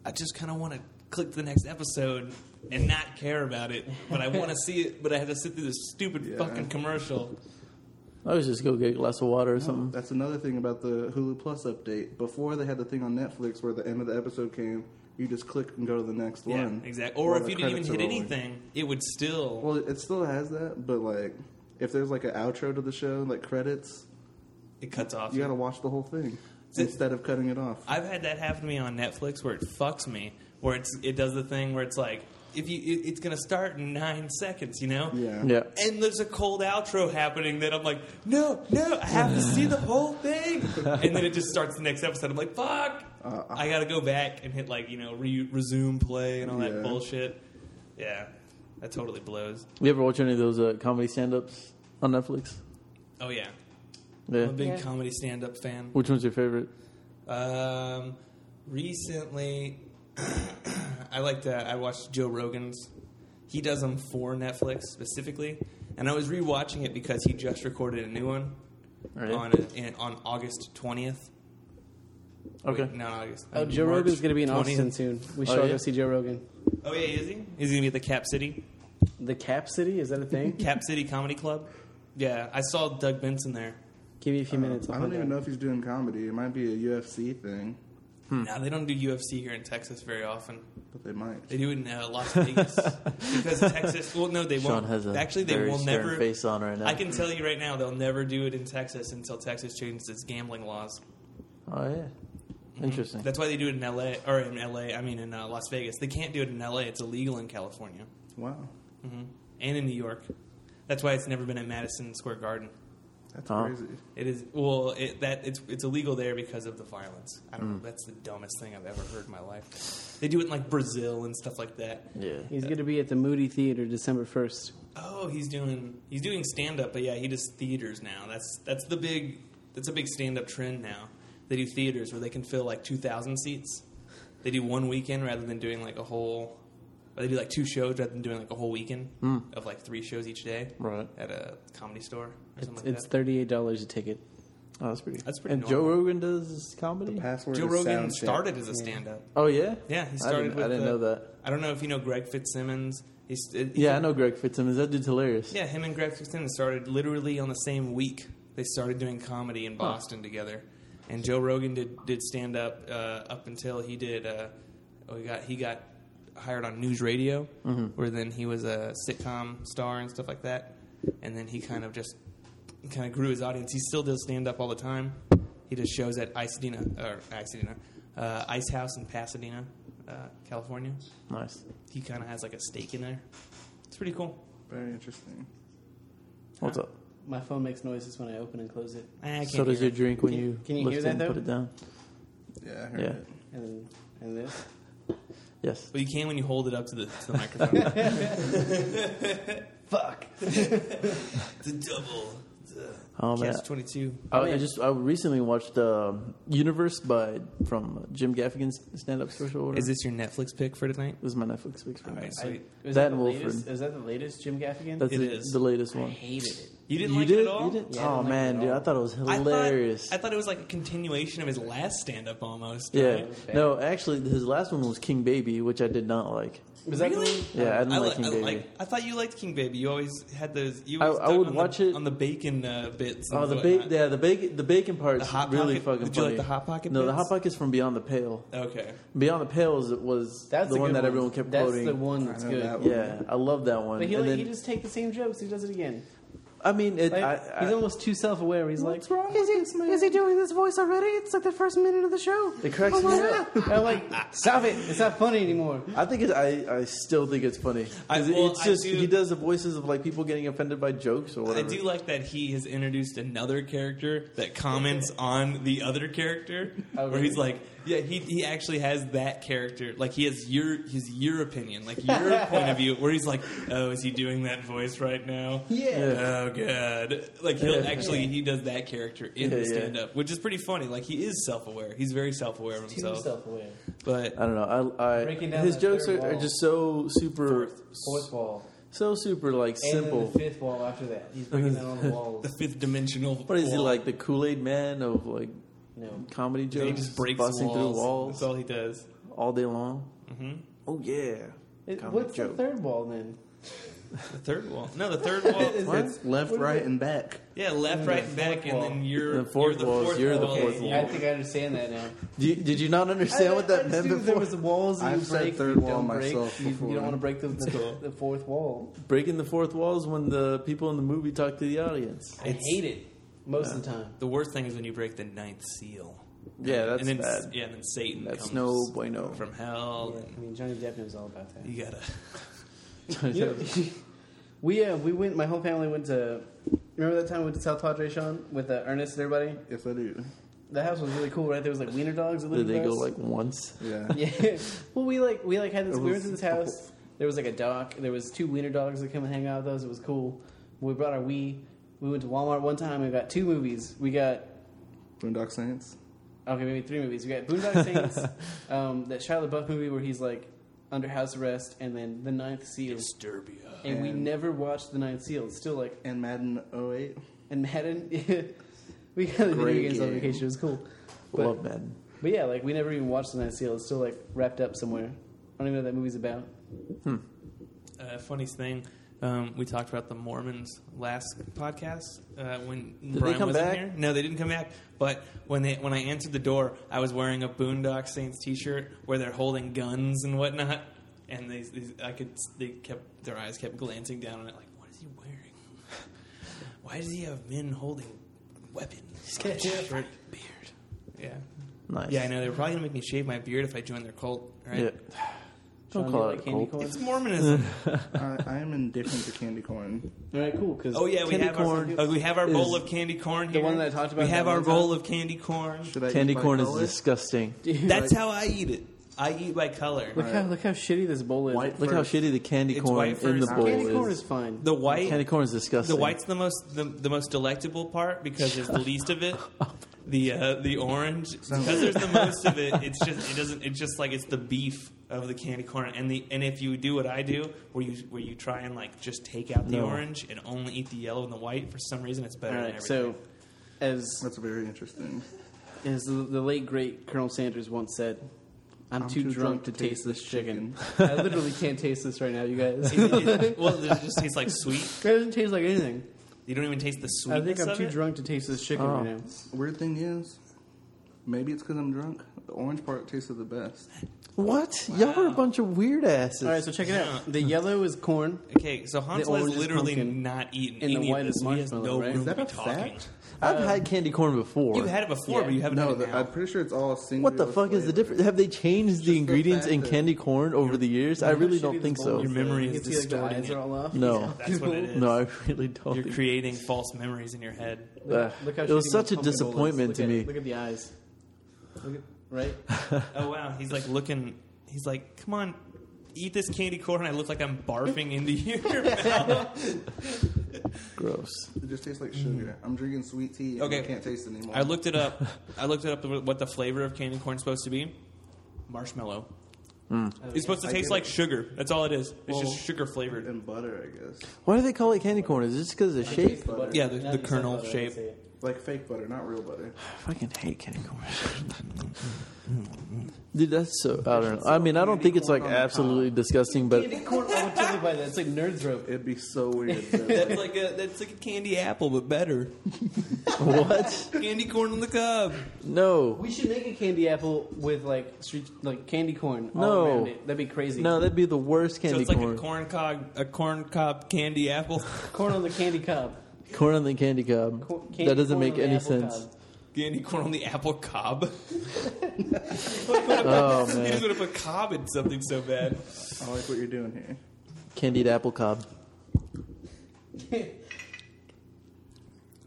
S1: I just kind of want to click the next episode and not care about it, but I want to see it, but I have to sit through this stupid
S5: Yeah.
S1: fucking commercial.
S3: I was just go get a glass of water or something.
S5: That's another thing about the Hulu Plus update. Before they had the thing on Netflix where the end of the episode came, you just click and go to the next one.
S1: Yeah, exactly. Or
S5: while
S1: if
S5: the
S1: you didn't even
S5: credits
S1: hit
S5: are rolling.
S1: anything, it would still.
S5: Well, it still has that, but like, if there's like an outro to the show, like credits,
S1: it cuts off.
S5: you gotta watch the whole thing
S1: Is it-
S5: instead of cutting it off.
S1: I've had that happen to me on Netflix where it fucks me, where it's it does the thing where it's like if you it, it's gonna start in nine seconds, you know?
S5: Yeah.
S3: Yeah.
S1: And there's a cold outro happening that I'm like, no, no, I have to see the whole
S5: [LAUGHS]
S1: thing. And then it just starts the next episode. I'm like, fuck,
S5: Uh, I-
S1: I gotta go back and hit like you know re- resume play and all
S5: Yeah.
S1: that bullshit. Yeah, that totally blows.
S3: You ever watch any of those uh, comedy stand-ups on Netflix?
S1: Oh yeah,
S3: Yeah.
S1: I'm a big
S2: Yeah.
S1: comedy stand-up fan.
S3: Which one's your favorite?
S1: Um, recently, [CLEARS THROAT] I liked uh, I watched Joe Rogan's. He does them for Netflix specifically, and I was rewatching it because he just recorded a new one
S3: Really?
S1: on a, in, on August twentieth.
S3: Okay.
S1: Wait, not August.
S2: Oh, Joe
S1: March
S2: Rogan's gonna be in
S1: 20th.
S2: Austin soon. We
S3: Oh,
S2: shall
S3: yeah?
S2: go see Joe Rogan.
S1: Oh yeah, is he? Is he gonna be at the Cap City
S2: The Cap City is that
S1: [LAUGHS]
S2: a thing?
S1: Cap City Comedy Club? Yeah, I saw Doug Benson there.
S2: Give me a few minutes. I'll
S5: Uh, I don't
S2: find
S5: even
S2: out.
S5: know if he's doing comedy. It might be a UFC thing,
S3: Hmm.
S1: Now they don't do UFC here in Texas very often.
S5: but they might.
S1: They do it in uh, Las
S3: [LAUGHS]
S1: Vegas because Texas. Well, no, they
S3: Sean
S1: won't.
S3: has a
S1: Actually, they
S3: very
S1: will
S3: stern
S1: never.
S3: face on right now.
S1: I can tell you right now, they'll never do it in Texas until Texas changes its gambling laws.
S3: Oh
S1: Mm-hmm.
S3: yeah. Interesting.
S1: That's why they do it in LA or in LA. I mean, in uh, Las Vegas, they can't do it in LA. It's illegal in California
S5: Wow.
S1: hmm and in New York. That's why it's never been at Madison Square Garden.
S5: That's
S3: Huh.
S5: crazy.
S1: It is well, it, that it's it's illegal there because of the violence. I
S3: Mm.
S1: don't know. That's the dumbest thing I've ever heard in my life. They do it in like Brazil and stuff like that.
S3: yeah.
S2: He's going to be at the Moody Theater December 1st.
S1: Oh, he's doing he's doing stand up, but yeah, he does theaters now. That's that's the big that's a big stand up trend now. They do theaters where they can fill like two thousand seats. They do one weekend rather than doing like a whole. Or they do like two shows rather than doing like a whole weekend of like three shows each day.
S3: Right.
S1: at a comedy store or something like
S2: It's
S1: that.
S2: $38 a ticket.
S3: Oh, that's pretty.
S1: That's pretty
S3: And
S1: normal.
S3: Joe Rogan does comedy.
S5: Password
S1: Joe
S5: is
S1: Rogan
S5: sound check.
S1: started as a stand up.
S3: Oh yeah.
S1: Yeah, he
S3: I
S1: started.
S3: didn't,
S1: with
S3: I didn't
S1: uh,
S3: know that.
S1: I don't know if you know Greg Fitzsimmons. He's he-
S3: Yeah, I know Greg Fitzsimmons. That dude's hilarious.
S1: Yeah, him and Greg Sexton started literally on the same week. They started doing comedy in Boston together, and Joe Rogan did did stand up uh, up until he did. Uh, oh, he got he got hired on News Radio,
S3: Mm-hmm.
S1: where then he was a sitcom star and stuff like that. And then he kind of just kind of grew his audience. He still does stand up all the time. He does shows at Icedena or Icedena, uh, Ice House in Pasadena, uh, California.
S3: Nice.
S1: He kind of has like a stake in there. It's pretty cool.
S5: Very interesting.
S3: What's up?
S2: My phone makes noises when I open and close it.
S1: I can't
S3: So does
S1: hear
S3: your
S1: him.
S3: drink when
S2: Can-
S3: you,
S2: can you
S3: lift
S2: hear that,
S3: it and
S2: though?
S3: put it down?
S5: Yeah, I heard
S3: Yeah.
S5: it.
S2: And then, and this.
S3: Yes.
S1: But you can when you hold it up to the, to the microphone.
S2: Fuck.
S1: [LAUGHS] the double. The
S3: Oh, man. Oh,
S1: Catch 22.
S2: Oh,
S3: I, I just I recently watched um, Universe by from Jim Gaffigan's stand-up special. or whatever.
S1: Is this your Netflix pick for tonight?
S3: This is my Netflix pick for
S1: All
S3: me.
S1: right, sweet.
S2: Is
S3: That
S2: that, the
S3: Wolford.
S2: latest? Is that the latest Jim Gaffigan?
S3: That's
S1: It
S3: the,
S1: is.
S3: the latest
S2: I
S3: one.
S2: hated it.
S1: You didn't
S3: You
S1: like
S3: did?
S1: it at all?
S3: You did?
S6: Yeah, I didn't
S3: oh
S6: like it
S3: man,
S6: at
S3: dude,
S6: all.
S3: I thought it was
S1: I thought-
S3: hilarious.
S1: I thought, it was like a continuation of his last stand up almost.
S3: yeah,
S1: right?
S3: no, actually, his last one was King Baby, which I did not like.
S2: Was that the
S1: Really?
S2: one?
S3: Yeah, I didn't
S1: I,
S3: like
S1: li-
S3: King
S1: I,
S3: Baby.
S1: like- I thought you liked King Baby. You always had those. You
S3: I-
S1: always
S3: I
S1: dug
S3: would
S1: on
S3: watch
S1: the,
S3: it-
S1: on the bacon uh, bits. and
S3: Oh, the
S1: whatnot.
S3: bacon, yeah, the bacon, the bacon part's
S1: The Hot
S3: really
S1: Pocket-
S3: fucking
S1: did you
S3: funny.
S1: like the Hot Pocket
S3: No, the
S1: bits?
S3: hot pocket's from Beyond the Pale.
S1: Okay.
S3: Beyond the Pale was, was
S6: That's
S3: the
S6: a
S3: one
S6: good
S3: that
S6: one.
S3: everyone kept
S2: That's
S3: quoting.
S2: the one that's
S5: I know
S2: good.
S5: that one.
S3: Yeah, I love that one.
S2: But he,
S3: and
S2: like,
S3: then,
S2: he just takes the same jokes. He does it again.
S3: I mean, it,
S2: Like,
S3: I,
S2: he's
S3: I,
S2: almost too self-aware. He's like,
S5: wrong
S2: is, he, is he doing this voice already? It's like the first minute of the show.
S3: it cracks
S2: Oh
S3: me
S2: my
S3: up.
S2: God. I'm like, stop it. It's not funny anymore.
S3: I think it, I, I still think it's funny. 'Cause
S1: I-
S3: it-
S1: well,
S3: it's
S1: I
S3: just
S1: do-
S3: he does the voices of like people getting offended by jokes or
S1: I
S3: whatever.
S1: do like that he has introduced another character that comments on the other character,
S2: Oh,
S1: where he's
S2: really?
S1: like, yeah, he, he actually has that character, like he has your his your opinion, like your point of view, where he's like, oh, is he doing that voice right now?
S3: Yeah.
S1: Oh god. Like he'll
S3: Yeah.
S1: actually he does that character in
S3: Yeah,
S1: the
S3: yeah.
S1: stand up, which is pretty funny. Like he is self aware. He's very self aware of
S2: Too
S1: himself.
S2: self-aware.
S1: But
S3: I don't know. I, I
S2: Breaking down
S3: his
S2: that
S3: jokes
S2: third
S3: are, are
S2: wall.
S3: just so super,
S2: Fourth wall.
S3: so super like
S2: And
S3: simple.
S2: then the fifth wall after that. He's breaking down all
S3: [LAUGHS]
S2: the walls.
S1: the fifth dimensional
S3: What is he
S1: wall.
S3: like? The Kool Aid Man of like
S2: No.
S3: comedy jokes,
S1: He just breaks
S3: busting
S1: walls.
S3: through walls
S1: That's all he does.
S3: all day long. Oh yeah,
S2: It,
S3: Comic
S2: what's
S3: joke.
S2: the third wall then?
S1: The third wall. No, the third wall.
S2: Is
S3: What?
S2: it-
S5: It's left,
S2: what is
S5: right,
S2: it?
S5: and back.
S1: Yeah, left,
S2: And the
S1: right, and back,
S2: fourth
S1: and
S2: wall.
S1: then you're
S3: The fourth
S1: you're the
S3: wall is
S1: fourth
S3: you're the
S1: wall.
S3: fourth
S2: Okay,
S3: wall.
S2: I think I understand that now.
S3: Do you, did you not understand what that meant
S2: assumed
S3: before?
S2: There was walls. You
S5: I've said
S2: break,
S5: third
S2: you
S5: wall
S2: don't break,
S5: myself
S2: you,
S5: before.
S2: you don't want to break the, the,
S3: [LAUGHS]
S1: cool.
S2: the fourth wall.
S3: Breaking the fourth walls when the people in the movie talk to the audience.
S2: I hate it most of the time.
S1: The worst thing is when you break the ninth seal.
S3: Yeah, that's
S1: and then,
S3: bad.
S1: Yeah, and then Satan
S3: That's
S1: comes
S3: no
S1: [LAUGHS]
S3: [LAUGHS] bueno.
S1: from hell.
S2: Yeah, I mean, Johnny Depp knows all about that.
S1: And you gotta.
S2: [LAUGHS] You know, we uh, we went. My whole family went to. Remember that time we went to South Padre, Sean, with uh, Ernest and everybody.
S5: Yes, I do.
S2: The house was really cool, right? There was like wiener dogs. that
S3: Did
S2: lived
S3: they
S2: with
S3: go
S2: us.
S3: like once?
S5: Yeah.
S2: Yeah. [LAUGHS] Well, we like we like had this.
S3: It
S2: We went
S3: was-
S2: to this house. There was like a dock. There was two wiener dogs that come and hang out with us. It was cool. We brought our Wii. We went to Walmart one time and got two movies. We got
S5: Boondock Saints.
S2: okay, maybe three movies. We got Boondock Saints, um, that Shia LaBeouf movie where he's like under house arrest, and then The Ninth Seal.
S1: Disturbia.
S2: And we
S5: And-
S2: never watched The Ninth Seal. It's still like
S5: And Madden 08.
S2: and Madden. [LAUGHS] we got the video
S5: Great
S2: games on
S5: game.
S2: vacation. It was cool. But,
S3: Love Madden.
S2: but yeah, like we never even watched The Ninth Seal. It's still like wrapped up somewhere. I don't even know what that movie's about.
S1: Uh, funny thing, um, we talked about the Mormons last podcast uh, when
S3: they
S1: Brian
S3: come
S1: wasn't
S3: back?
S1: here. No, they didn't come back. But when they when I answered the door, I was wearing a Boondock Saints T-shirt where they're holding guns and whatnot, and they, they I could they kept their eyes kept glancing down on it like, what is he wearing? [LAUGHS] Why does he have men holding weapons? He's got a short beard. Yeah,
S3: Nice.
S1: yeah, I know. They were probably gonna make me shave my beard if I joined their cult. Right? [SIGHS]
S3: Yeah. Don't
S2: Sean,
S3: call
S2: you
S3: it
S2: like
S3: a
S2: candy
S3: cult.
S2: corn?
S1: It's Mormonism.
S5: I, I am indifferent to candy corn.
S2: All right, cool. Cause
S1: Oh yeah, we
S3: Candy
S1: have
S3: corn
S1: our uh, we have our
S3: is
S1: bowl of candy corn here.
S2: one that I talked about
S1: We have
S2: that
S1: our
S2: one
S1: bowl
S2: time.
S1: of candy corn.
S5: Should I
S3: Candy
S5: eat by
S3: corn is
S5: color?
S3: disgusting.
S2: Dude,
S1: That's
S2: like,
S1: how I eat it. I eat by color.
S2: Look how look how shitty this bowl is.
S5: White
S3: Look how
S5: first.
S3: shitty the candy
S1: It's
S3: corn
S1: white
S3: in the
S1: first.
S3: bowl
S2: Candy corn
S3: is.
S2: is fine.
S1: The white
S3: Candy corn is disgusting.
S1: the white's the most the, the most delectable part because there's
S2: [LAUGHS]
S1: the least of it. The uh, the orange because there's the most of
S2: [LAUGHS]
S1: it. It's just it doesn't it's just like it's the beef of the candy corn and the and if you do what I do where you where you try and like just take out the
S3: No.
S1: orange and only eat the yellow and the white for some reason it's better
S2: All
S1: than
S2: right,
S1: everything.
S2: so as
S5: That's very interesting.
S2: as the, the late great Colonel Sanders once said, "I'm, too, drunk, to taste this chicken."
S3: [LAUGHS]
S2: I literally can't taste this right now, you guys.
S1: It- it-
S2: [LAUGHS] it
S1: it- [LAUGHS] well, it just tastes like sweet.
S2: doesn't taste like anything.
S1: You don't even taste the
S2: I
S1: sweetness
S2: think I'm
S1: of
S2: too
S1: it.
S2: drunk to taste this chicken
S3: Oh.
S2: right now.
S5: Weird thing is, maybe it's because I'm drunk. The orange part tasted the best.
S3: what? Y'all are a bunch of weird asses.
S2: All right, so check it out. The yellow is corn.
S1: Okay, so Hansel has
S2: orange is
S1: literally
S2: pumpkin.
S1: not eaten
S2: And the
S1: any
S2: white
S1: of
S2: is
S1: this. He has
S2: marshmallow,
S1: no
S2: right?
S1: room
S2: Is
S5: that
S1: to
S5: a
S1: be talking.
S5: fact?
S3: I've had candy corn before.
S1: You've had it before,
S2: Yeah.
S1: but you haven't
S5: No,
S1: had it
S5: the,
S1: now.
S5: I'm pretty sure it's all single.
S3: what the fuck is the difference? Have they changed the ingredients
S5: fact
S3: in
S5: that-
S3: candy corn over the years? I really don't think so.
S1: Your memory is distorting
S2: Like the eyes
S1: it.
S2: are all off.
S3: No.
S1: That's what it is.
S3: No, I really don't.
S1: You're
S3: think-
S1: creating false memories in your head.
S3: Ugh. uh, it
S2: shitty
S3: was such
S2: my pumpkin
S3: a
S2: bowl is.
S3: disappointment
S2: Look
S3: to
S2: at
S3: me.
S2: it. Look at the eyes. Look at, right?
S1: [LAUGHS] Oh wow, he's like looking. He's like, come on, eat this candy corn. I look like I'm barfing into [LAUGHS] your mouth.
S3: Gross.
S5: It just tastes like sugar. I'm drinking sweet tea. And
S1: Mm. Okay.
S5: I can't taste it anymore.
S1: I looked it up. I looked it up what the flavor of candy corn is supposed to be. Marshmallow.
S2: Hmm.
S6: It's supposed to
S5: I
S6: taste
S5: get
S6: like
S5: it.
S6: sugar. That's all it is. It's
S5: Well-
S6: just sugar flavored.
S5: And butter, I guess.
S3: Why do they call it candy corn? Is it just because of the shape?
S5: Butter.
S6: Yeah, the, the kernel shape.
S5: Like fake butter, not real butter.
S3: I fucking hate candy corn. Dude, that's so. I don't know. I mean, I don't think it's like absolutely disgusting, but
S2: It's like Nerds Rope.
S5: It'd
S1: [LAUGHS]
S5: be so weird. if it was, like,
S6: like a that's like a candy apple, but better.
S3: [LAUGHS] what?
S6: candy corn on the cob.
S3: No.
S2: We should make a candy apple with like street, like candy corn all
S3: No.
S2: around it. That'd be crazy.
S3: No, that'd be the worst
S6: So
S3: candy
S6: it's like
S3: corn.
S6: a corn cog, a corn cob candy apple, [LAUGHS]
S2: corn on the candy cob.
S3: Corn on the candy cob.
S2: Cor- candy
S3: that doesn't
S2: corn
S3: make
S2: on the
S3: any
S2: apple
S3: sense.
S2: cob.
S6: candy corn on the apple cob. [LAUGHS]
S3: Oh
S6: You just
S3: man,
S6: want to put cob in something so bad.
S5: I like what you're doing here.
S3: candied apple cob.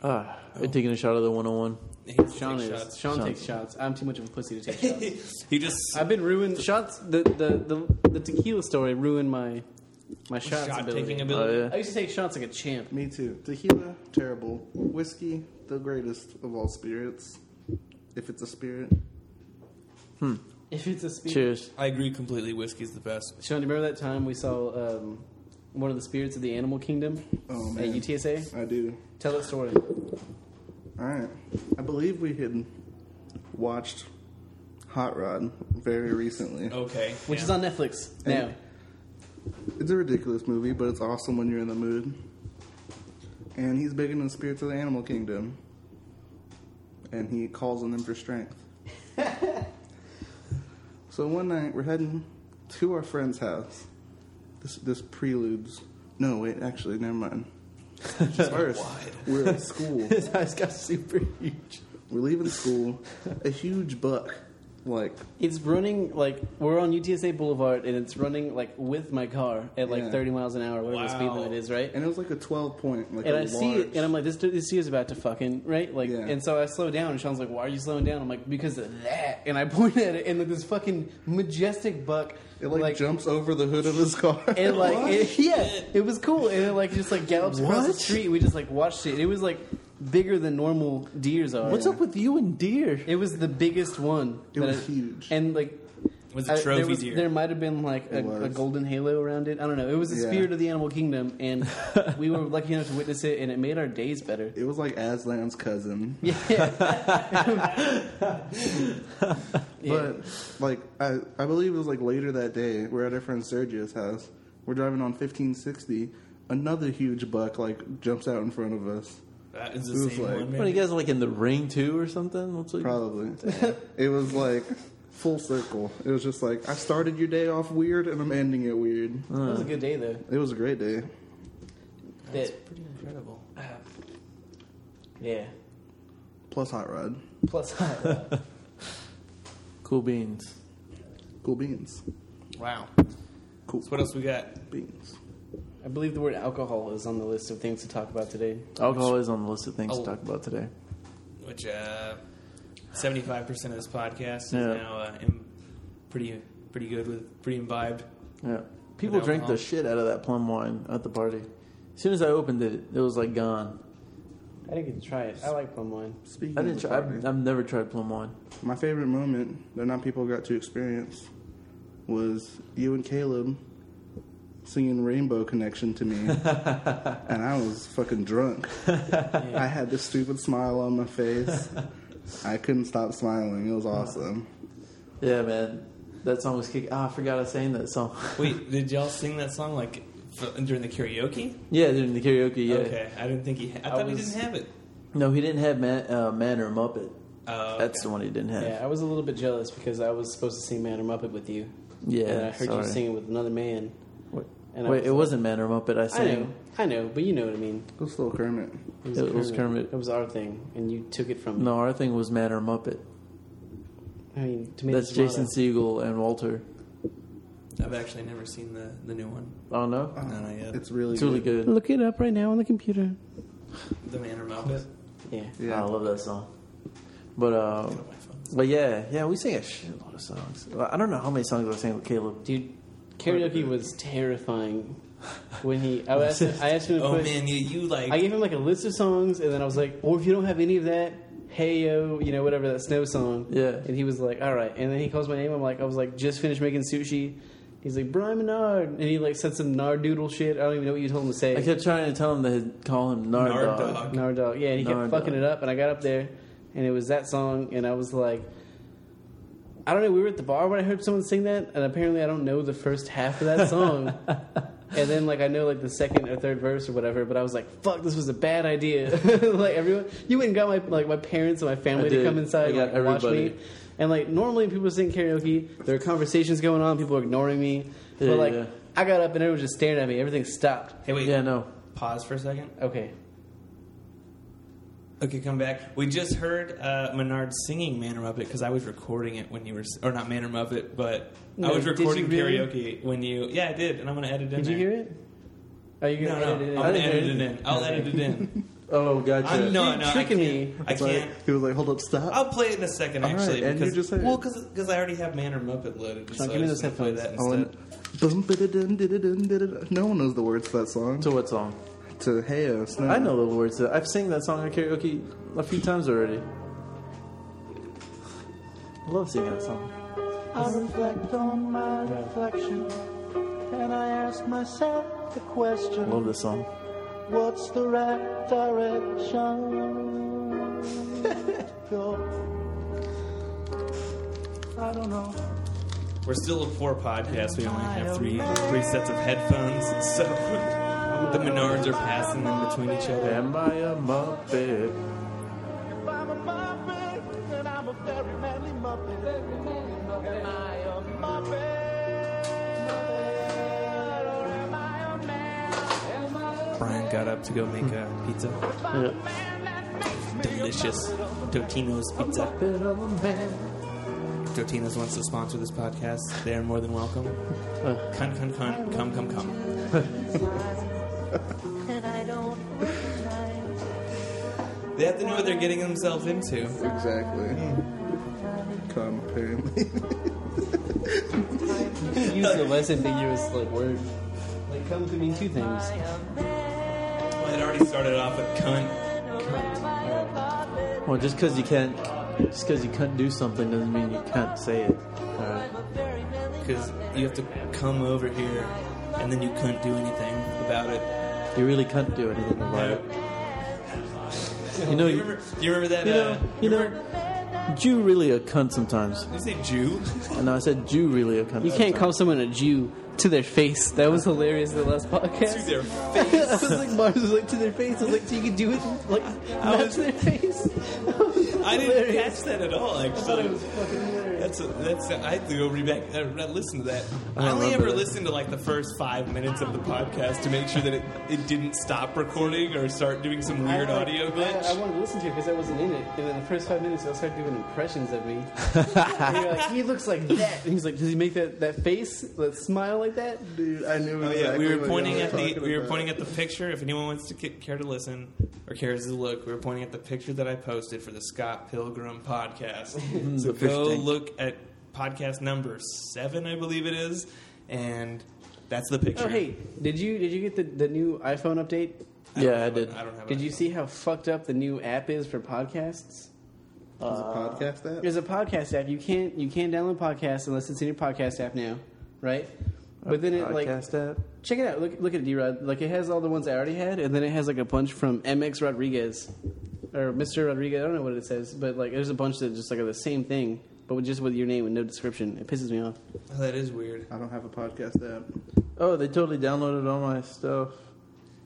S3: Ah, I'm taking a shot of the 101.
S6: He hates
S2: [LAUGHS]
S6: to
S2: Sean
S6: take
S2: is.
S6: shots.
S2: Sean
S3: Shots.
S2: takes shots. I'm too much of a pussy [LAUGHS] to take shots.
S6: He just
S2: I've been ruined. Shots. The the, the, the tequila story ruined my my shots
S6: shot
S2: ability.
S6: taking ability.
S3: Oh
S2: I
S3: yeah.
S2: used to take shots like a champ.
S5: Me too. Tequila, terrible. Whiskey, the greatest of all spirits. If it's a spirit.
S2: If it's a speed.
S3: Cheers.
S6: I agree completely. Whiskey's the best.
S2: Sean, do you remember that time we saw um, one of the spirits of the animal kingdom
S5: Oh,
S2: at
S5: man.
S2: UTSA?
S5: I do.
S2: Tell that story.
S5: All right. I believe we had watched Hot Rod very recently.
S6: Okay,
S2: Which
S6: yeah.
S2: is on Netflix now.
S5: It's a ridiculous movie, but it's awesome when you're in the mood. And he's big into the spirits of the animal kingdom. And he calls on them
S2: [LAUGHS]
S5: for strength. so one night we're heading to our friend's house. This this preludes. No, wait, actually, never mind. First, we're at school.
S3: His [LAUGHS] eyes got super huge.
S5: We're leaving school. A huge buck, like
S2: It's running like we're on UTSA Boulevard and it's running like with my car at like
S5: Yeah.
S2: 30 miles an hour, whatever the speed
S6: Wow.
S2: limit is, right?
S5: and it was like a twelve point, like
S2: And
S5: a
S2: I see it,
S5: large-
S2: and I'm like, this dude, this dude's about to fucking right, like.
S5: Yeah.
S2: And so I slow down, and Sean's like, "Why are you slowing down?" I'm like, "Because of that." And I [LAUGHS] point at it, and like this fucking majestic buck,
S5: it like, jumps over the hood of his car.
S2: and
S5: [LAUGHS]
S2: like it, [LAUGHS] yeah, it was cool, and it like just like gallops across the
S3: What?
S2: street. We just like watched it. It was like bigger than normal deers are.
S3: What's up with you and deer?
S2: It was the biggest one.
S5: It
S2: that
S5: was huge.
S2: and like
S6: It was
S2: I-
S6: a trophy
S2: there, was-
S6: deer.
S2: there might have been like a,
S5: It was.
S2: a golden halo around it. I don't know. It was the
S5: Yeah.
S2: spirit of the animal kingdom, and we were lucky enough to witness it, and it made our days better.
S5: [LAUGHS] It was like
S3: [LAUGHS]
S5: Aslan's cousin.
S2: Yeah.
S5: But like I, I believe it was like later that day, we're at our friend Sergio's house. We're driving on fifteen sixty. Another huge buck like jumps out in front of us.
S6: that is
S5: it
S6: the
S5: was
S6: same
S5: like-
S6: one.
S3: What are
S6: man.
S3: you guys like in the ring too or something? What's like?
S5: Probably. it was like full circle. It was just like I started your day off weird and I'm ending it weird.
S3: Uh.
S2: it was a good day though.
S5: It was a great day.
S2: That,
S6: Pretty incredible.
S2: [SIGHS] yeah.
S5: Plus hot rod.
S2: Plus, [LAUGHS] I,
S3: Cool beans.
S5: Cool beans.
S6: Wow.
S5: Cool
S6: So what else we got?
S5: beans.
S2: I believe the word alcohol is on the list of things to talk about today.
S3: Alcohol is on the list of things
S6: Oh.
S3: to talk about today.
S6: Which uh, seventy-five percent of this podcast is
S3: Yeah.
S6: now uh, im- pretty pretty good with pretty imbibed.
S3: Yeah. People drank
S6: alcohol.
S3: the shit out of that plum wine at the party. As soon as I opened it, it was like gone.
S2: I didn't get to try it. I like plum wine.
S5: Speaking
S3: I didn't
S5: of
S3: try.
S5: the
S3: I've,
S5: party,
S3: I've never tried plum wine.
S5: my favorite moment that not people got to experience was you and Caleb singing Rainbow Connection to me. and I was fucking drunk. I had this stupid smile on my face. I couldn't stop smiling. It was awesome.
S3: Yeah, man. That song was kick. Ah, I forgot I sang that song. [LAUGHS]
S6: Wait, did y'all sing that song like f- during the karaoke?
S3: yeah, during the karaoke. Yeah.
S6: Okay, I didn't think he. Ha- I thought he
S2: was-
S6: didn't have it.
S3: No, he didn't have man, uh, man or Muppet.
S6: Oh,
S3: That's
S6: okay.
S3: the one he didn't have.
S2: Yeah, I was a little bit jealous because I was supposed to sing Man or Muppet with you.
S3: Yeah,
S2: And I heard
S3: sorry.
S2: you singing with another man.
S3: Wait,
S2: And I
S3: wait,
S2: was
S3: it
S2: like-
S3: wasn't man or Muppet. I
S2: I know.
S3: sang.
S2: I know, but you know what I mean.
S5: It was still Kermit.
S3: It was Kermit.
S2: It was our thing, and you took it from me.
S3: No, our thing was man or Muppet.
S2: I mean, to me,
S3: That's Jason Siegel and Walter.
S6: I've actually never seen the the new one.
S3: Oh no,
S6: No, not yet.
S5: It's really
S3: it's really
S5: good.
S3: good.
S2: Look it up right now on the computer.
S6: The Man or Muppet.
S2: Yeah.
S5: Yeah.
S3: I love that song. But uh,
S6: Get on my phone.
S3: but yeah, yeah, we sang a shitload of songs. I don't know how many songs I sang with Caleb.
S2: Dude, karaoke was terrifying when he. I
S3: [LAUGHS]
S2: asked him, I asked him to
S6: Oh
S2: put.
S6: man, you you like
S2: I gave him like a list of songs, and then I was like, or if you don't have any of that, "Hey yo," you know, whatever that snow song.
S3: Yeah.
S2: And he was like, "All right." And then he calls my name. I'm like, I was like, just finished making sushi. He's like, Brian Menard, and he like said some nard doodle shit. I don't even know what you told him to say.
S3: I kept trying to tell him to call him Nard,
S1: Nard
S3: Dog.
S1: Dog.
S2: Nard Dog. Yeah, and he kept
S3: Nard
S2: fucking
S3: Dog.
S2: it up, and I got up there, and it was that song, and I was like, I don't know. We were at the bar when I heard someone sing that, and apparently I don't know the first half of that
S3: [LAUGHS]
S2: song. and then like I know like the second or third verse or whatever, but I was like, fuck, this was a bad idea. [LAUGHS] like everyone, you went and got my like my parents and my family to
S3: did.
S2: come inside,
S3: I
S2: and,
S3: got
S2: like, watch me.
S3: everybody.
S2: And like normally when people sing karaoke, there are conversations going on, people are ignoring me,
S3: Yeah,
S2: but like.
S3: yeah.
S2: I got up and everyone was just staring at me. Everything stopped.
S1: Hey, wait.
S3: Yeah, no.
S1: Pause for a second.
S2: Okay,
S1: Okay, come back. We just heard uh, Menard singing Man or Muppet because I was recording it when you were, s- or not Man or Muppet, but
S2: No,
S1: I was
S2: did
S1: recording
S2: you really?
S1: karaoke when you. Yeah, I did, and I'm gonna edit it in.
S2: did you hear it? Are you
S1: No,
S2: gonna
S1: no,
S2: edit
S1: I'm
S2: it? in?
S1: gonna
S3: didn't hear
S1: edit it in. I'll edit it
S2: [LAUGHS]
S1: in.
S3: Oh, gotcha.
S1: I'm no,
S2: You're
S1: no,
S2: tricking
S1: I can't.
S2: me.
S1: I
S5: It's like-
S1: can't.
S5: He was like, "Hold up, stop."
S1: I'll play it in a second,
S5: All right,
S1: actually.
S5: and you
S1: because,
S5: just said it.
S1: well, because I already have Man or Muppet loaded.
S2: Sean,
S1: so
S2: give me
S1: I
S2: those
S1: just wanna play that
S2: headphones.
S5: I
S1: instead.
S5: went, "Bum, ba-da-dum, da-da-dum, da-da-dum." No one knows the words to that song.
S3: To what song?
S5: To Heyo Snow.
S3: I know the words. to- I've sang that song at karaoke a few times already. I love singing that song.
S6: I reflect on my reflection and I ask myself the
S3: I
S6: question
S3: love this song.
S6: what's the right direction? to [LAUGHS] Go. I don't know.
S1: We're still a poor podcast. We only have three three sets of headphones, [LAUGHS] so the Menards are passing them between each other.
S3: Am I a Muppet?
S6: If I'm a muppet, then I'm a very manly muppet. Am I a muppet? Or am I a man? Am I a
S1: Brian got up to go make a pizza.
S6: man that makes me a
S1: Delicious Totino's pizza.
S3: Bit of a man.
S1: Totino's wants to sponsor this podcast. They are more than welcome.
S3: Uh.
S1: Cunt, cunt, cunt. Come, come, come.
S7: and I don't mind.
S1: They have to know what they're getting themselves into.
S5: exactly. Come apparently.
S2: Use the less ambiguous like word. Like come to mean two things.
S1: Well, it already started off with cunt.
S3: Well, just because you can't, just because you couldn't do something doesn't mean you can't say it. Uh, Alright.
S1: Because you have to come over here, and then you couldn't do anything about it.
S3: You really couldn't do anything about it. You know,
S1: You
S3: you,
S1: remember, you remember that?
S3: you
S1: uh,
S3: know, you know, Jew really a cunt sometimes.
S1: did you say Jew? [LAUGHS]
S3: And I said Jew really a cunt.
S2: You can't call someone a Jew to their face. That was hilarious. The last
S1: Who's
S2: podcast. [LAUGHS]
S1: there?
S2: I was like, Mars was like to their face. I was like, so you can do it like not to their face.
S1: [LAUGHS] I didn't
S2: Hilarious.
S1: catch that at all. Actually, That's a, that's. A, I have to go read back. Uh, re- listen to that. I, only
S3: remember
S1: ever
S3: that.
S1: listened to like the first five minutes of the podcast to make sure that it, it didn't stop recording or start doing some weird
S2: I, like,
S1: audio
S2: I, I
S1: glitch.
S2: wanted to listen to it because I wasn't in it. And then the first five minutes, they'll start doing impressions
S1: [LAUGHS]
S2: of me. and you're like, he looks like that. And he's like, does he make that, that face, that smile like that?
S5: Dude, I knew.
S1: Oh
S5: Exactly
S1: yeah, we
S5: what
S1: were
S5: y'all
S1: pointing at the
S5: talking
S1: we were
S5: about.
S1: pointing at the picture. If anyone wants to ca- care to listen or cares to look, we were pointing at the picture that I posted for the Scott Pilgrim podcast. so
S3: The fish
S1: go
S3: tank.
S1: look at podcast number seven, I believe it is, and that's the picture.
S2: Oh hey, did you did you get the, the new iPhone update?
S1: I don't
S3: Yeah, I
S1: have a-
S3: did.
S1: I don't have.
S2: Did
S1: an
S2: you see how fucked up the new app is for podcasts?
S5: Is it podcast app?
S2: There's a podcast app. You can't you can't download podcasts unless it's in your podcast app now, right? But then it like
S3: podcast app.
S2: check it out. Look look at D Rod. Like it has all the ones I already had, and then it has like a bunch from MX Rodriguez or Mr. Rodriguez. I don't know what it says, but like there's a bunch that just like are the same thing, but with just with your name and no description. It pisses me off.
S1: Oh, that is weird.
S5: I don't have a podcast app.
S3: Oh, they totally downloaded all my stuff.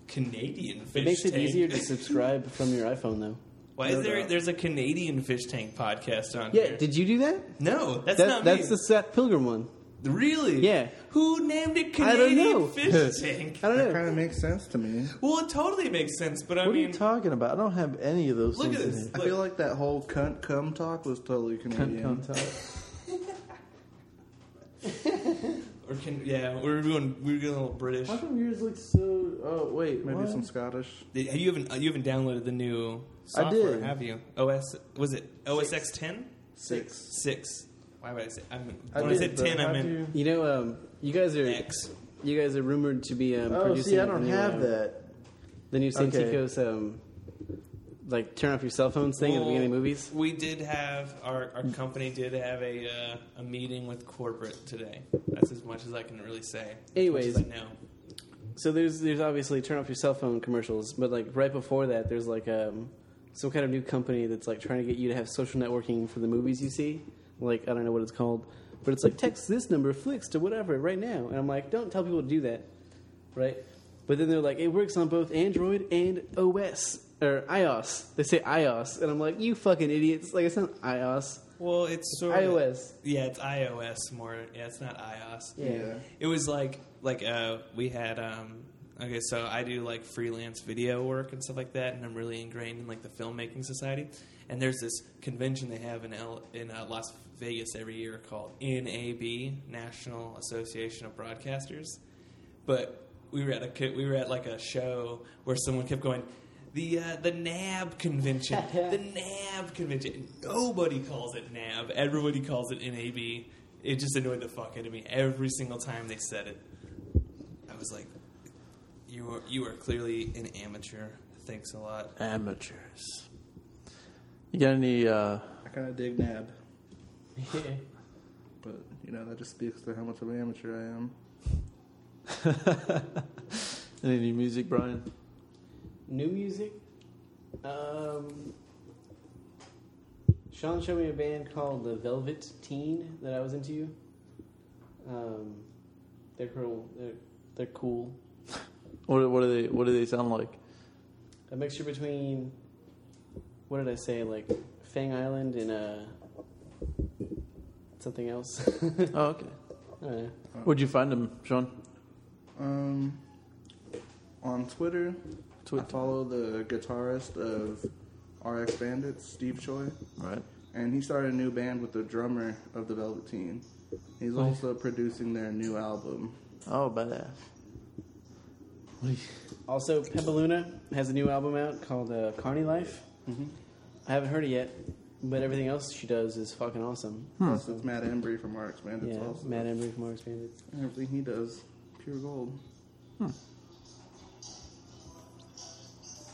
S1: Canadian fish
S2: It makes it
S1: tank.
S2: easier
S1: [LAUGHS]
S2: to subscribe from your iPhone though.
S1: Why is there? There's a Canadian fish tank podcast on
S2: Yeah,
S1: here.
S2: did you do that?
S1: no, that's
S2: That,
S1: not
S2: that's the
S1: me.
S2: Seth Pilgrim one.
S1: really.
S2: Yeah.
S1: Who named it
S2: I don't
S1: Canadian
S2: know.
S1: fish tank?
S2: I don't
S5: That
S2: know.
S5: kind of makes sense to me.
S1: Well, it totally makes sense, but I
S3: What are
S1: mean,
S3: you talking about? I don't have any of those
S1: look at
S3: things.
S1: this.
S5: I
S1: Look.
S5: feel like that whole cunt cum talk was totally
S3: In
S5: Canadian.
S3: here. Cunt, cunt,
S1: or can, yeah, we're going. We're going a little British.
S3: How come yours looks so? Oh wait,
S5: Maybe
S3: what?
S5: some Scottish.
S1: Did- Have you haven't uh, you haven't downloaded the new
S3: I
S1: software?
S3: did.
S1: Have you? OS was it OSX ten
S5: Six.
S1: six? Why would I say? I'm, when
S3: I
S1: I,
S3: did,
S1: said
S3: but
S1: ten, I
S3: how
S1: meant
S3: do you-
S2: You know, um, you guys are
S1: X.
S2: you guys are rumored to be um,
S3: Oh,
S2: producing.
S3: see, I
S2: the
S3: don't
S2: new,
S3: have
S2: um,
S3: that.
S2: The new
S3: Okay.
S2: Santikos um, like turn off your cell phones thing at the
S1: Well,
S2: beginning of movies?
S1: We did have our, our company did have a uh, a meeting with corporate today. That's as much as I can really say. As
S2: Anyways.
S1: much as I know.
S2: So there's there's obviously turn off your cell phone commercials, but like right before that, there's like um, some kind of new company that's like trying to get you to have social networking for the movies you see. Like I don't know what it's called, but it's like text this number Flix to whatever right now, and I'm like, don't tell people to do that, right? But then they're like, it works on both Android and OS or iOS. They say iOS, and I'm like, you fucking idiots! Like it's not iOS,
S1: Well, it's sort of
S2: iOS.
S1: Yeah, it's iOS more. Yeah, it's not iOS.
S2: Yeah.
S1: It was like like uh we had um okay so I do like freelance video work and stuff like that and I'm really ingrained in like the filmmaking society and there's this convention they have in L- in uh, Las Vegas every year called NAB National Association of Broadcasters but we were at a co- we were at like a show where someone kept going the uh, the NAB
S2: [LAUGHS]
S1: convention the NAB convention nobody calls it NAB everybody calls it NAB it just annoyed the fuck out of me every single time they said it I was like you are you are clearly an amateur thanks a lot
S3: Amateurs. You got any? Uh,
S5: I kind of dig Nab, but you know that just speaks to how much of an amateur I am.
S3: any new music, Brian?
S2: New music. Um, Sean showed me a band called the Velvet Teen that I was into. Um, they're cool. They're, they're cool.
S3: What what do they what do they sound like?
S2: A mixture between what did I say? Like Fang Island and uh, something else. [LAUGHS] Uh, I don't
S3: Oh, okay.
S2: know.
S3: Where'd you find them, Sean?
S5: Um, on Twitter, I
S3: Twitter.
S5: follow the guitarist of RX Bandits, Steve Choi,
S3: All right.
S5: and he started a new band with the drummer of the Velveteen. He's also producing their new album.
S3: Oh, badass. What do you-
S2: Also, Pebaluna has a new album out called uh, Carney Life. I haven't heard it yet, but everything else she does is fucking awesome.
S3: Hmm.
S5: Plus, it's Matt Embry from RX Bandits
S2: Yeah,
S5: also.
S2: Matt Embry from Mark's Bandits.
S5: Everything he does, pure gold.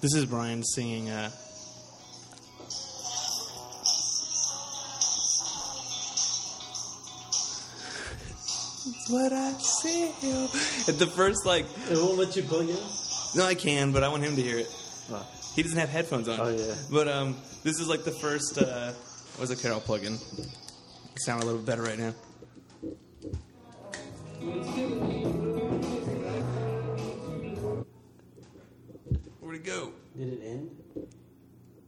S1: this is Brian singing uh It's what I see. At the first, like,
S2: It won't let you play
S1: No, I can, but I want him to hear it.
S3: Wow.
S1: He doesn't have headphones on.
S3: Oh, yeah.
S1: But um, this is like the first. Uh, what was it? Carol plug-in. Sound a little better right now. Where'd it go?
S2: Did it end?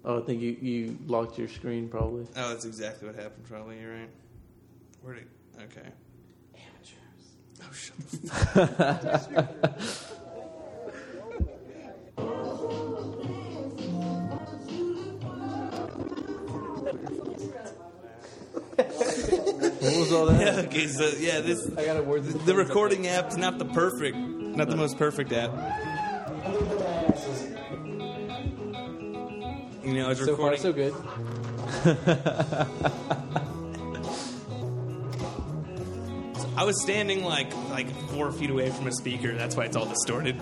S3: Oh, I think you, you locked your screen probably.
S1: Oh, that's exactly what happened. Probably you're right. Where'd it? Okay. Amateurs. Oh shut the fuck.
S3: What was all that?
S1: Yeah, okay, so yeah, this
S2: I got a word.
S1: the recording app is not the perfect, not the most perfect app. You know, it's
S2: So far,
S1: recording.
S2: so good.
S1: I was standing like like four feet away from a speaker. That's why it's all distorted.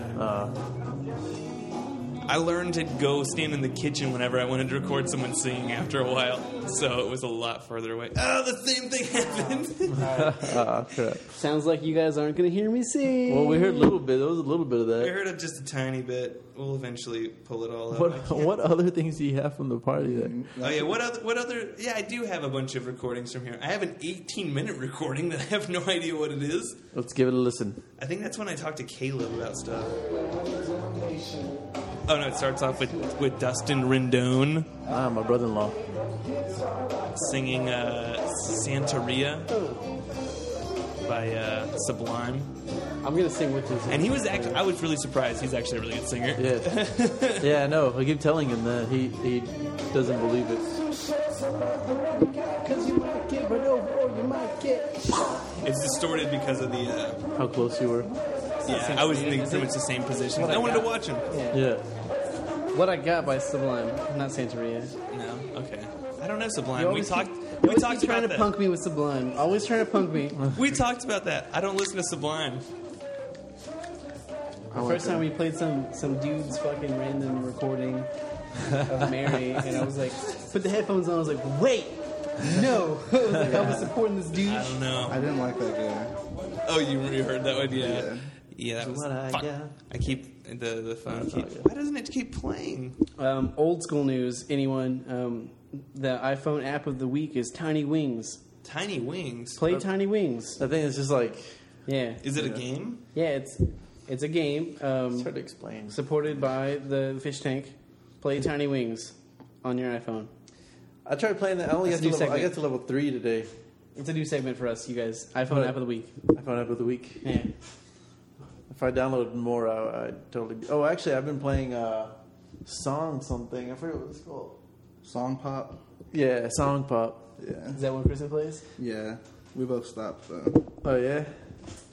S1: I learned to go stand in the kitchen whenever I wanted to record someone singing. After a while, so it was a lot further away. Oh, the same thing [LAUGHS] happened.
S3: Ah, crap.
S2: Sounds like you guys aren't gonna hear me sing.
S3: Well, we heard a little bit. There was a little bit of
S1: I
S3: that.
S1: heard it just a tiny bit. We'll eventually pull it all up. I
S3: What
S1: can't-
S3: what other things do you have from the party there?
S1: Oh yeah, what other? What other? Yeah, I do have a bunch of recordings from here. I have an 18 minute recording that I have no [LAUGHS] idea what it is.
S3: Let's give it a listen.
S1: I think that's when I talked to Caleb about stuff. Oh no, it starts off with with Dustin Rendon
S3: Ah, my brother-in-law.
S1: singing uh, "Santeria" by uh, Sublime,
S2: I'm gonna sing with you.
S1: and he was actually I was really surprised. He's actually a really good singer.
S3: [LAUGHS] Yeah, yeah, I know. I keep telling him that he he doesn't believe it.
S1: It's distorted because of the. Uh,
S3: How close you were.
S1: yeah, I was in the, pretty much the same position. I wanted to watch him.
S3: Yeah,
S2: What I got by Sublime, not Santeria.
S1: No, okay. I don't know Sublime.
S2: You
S1: we
S2: always
S1: talked.
S2: keep- you
S1: We
S2: always
S1: talked
S2: keep trying
S1: about
S2: to
S1: that.
S2: punk me with Sublime. Always trying to punk me. The
S1: We talked about that. I don't listen to Sublime.
S2: first time we played some some dude's fucking random recording, of Mary, and I was like, put the headphones on. I was like, wait, no. [LAUGHS] I was like, I was supporting this douche.
S1: I don't know.
S5: I didn't like that guy.
S1: Oh, you, you heard that one? Yeah.
S5: Yeah.
S1: Yeah, that
S2: What I
S1: was. Fuck.
S2: got.
S1: I keep the the phone. Keeps, why doesn't it keep playing?
S2: Um, old school news. Anyone? Um, the iPhone app of the week is Tiny Wings.
S1: Tiny wings.
S2: Play Tiny Wings.
S3: I think it's just like
S2: Yeah,
S1: Is it a game?
S2: yeah. It's it's a game
S3: it's
S2: um,
S3: hard to explain.
S2: supported by the Fish Tank. Play Tiny Wings on your iPhone.
S3: I tried playing that. I only
S2: That's
S3: got to
S2: a new
S3: level, I
S2: segment.
S3: got to level three today.
S2: It's a new segment for us, you guys. iPhone
S3: Right.
S2: app of the week.
S3: I found out with the week.
S2: Yeah.
S3: If I downloaded more, I, I'd totally. Be, oh, actually, I've been playing uh, song something. I forget what it's called.
S5: Song pop.
S3: Yeah, song pop.
S5: Yeah.
S2: Is that one person plays?
S5: Yeah. We both stopped though.
S3: Oh yeah,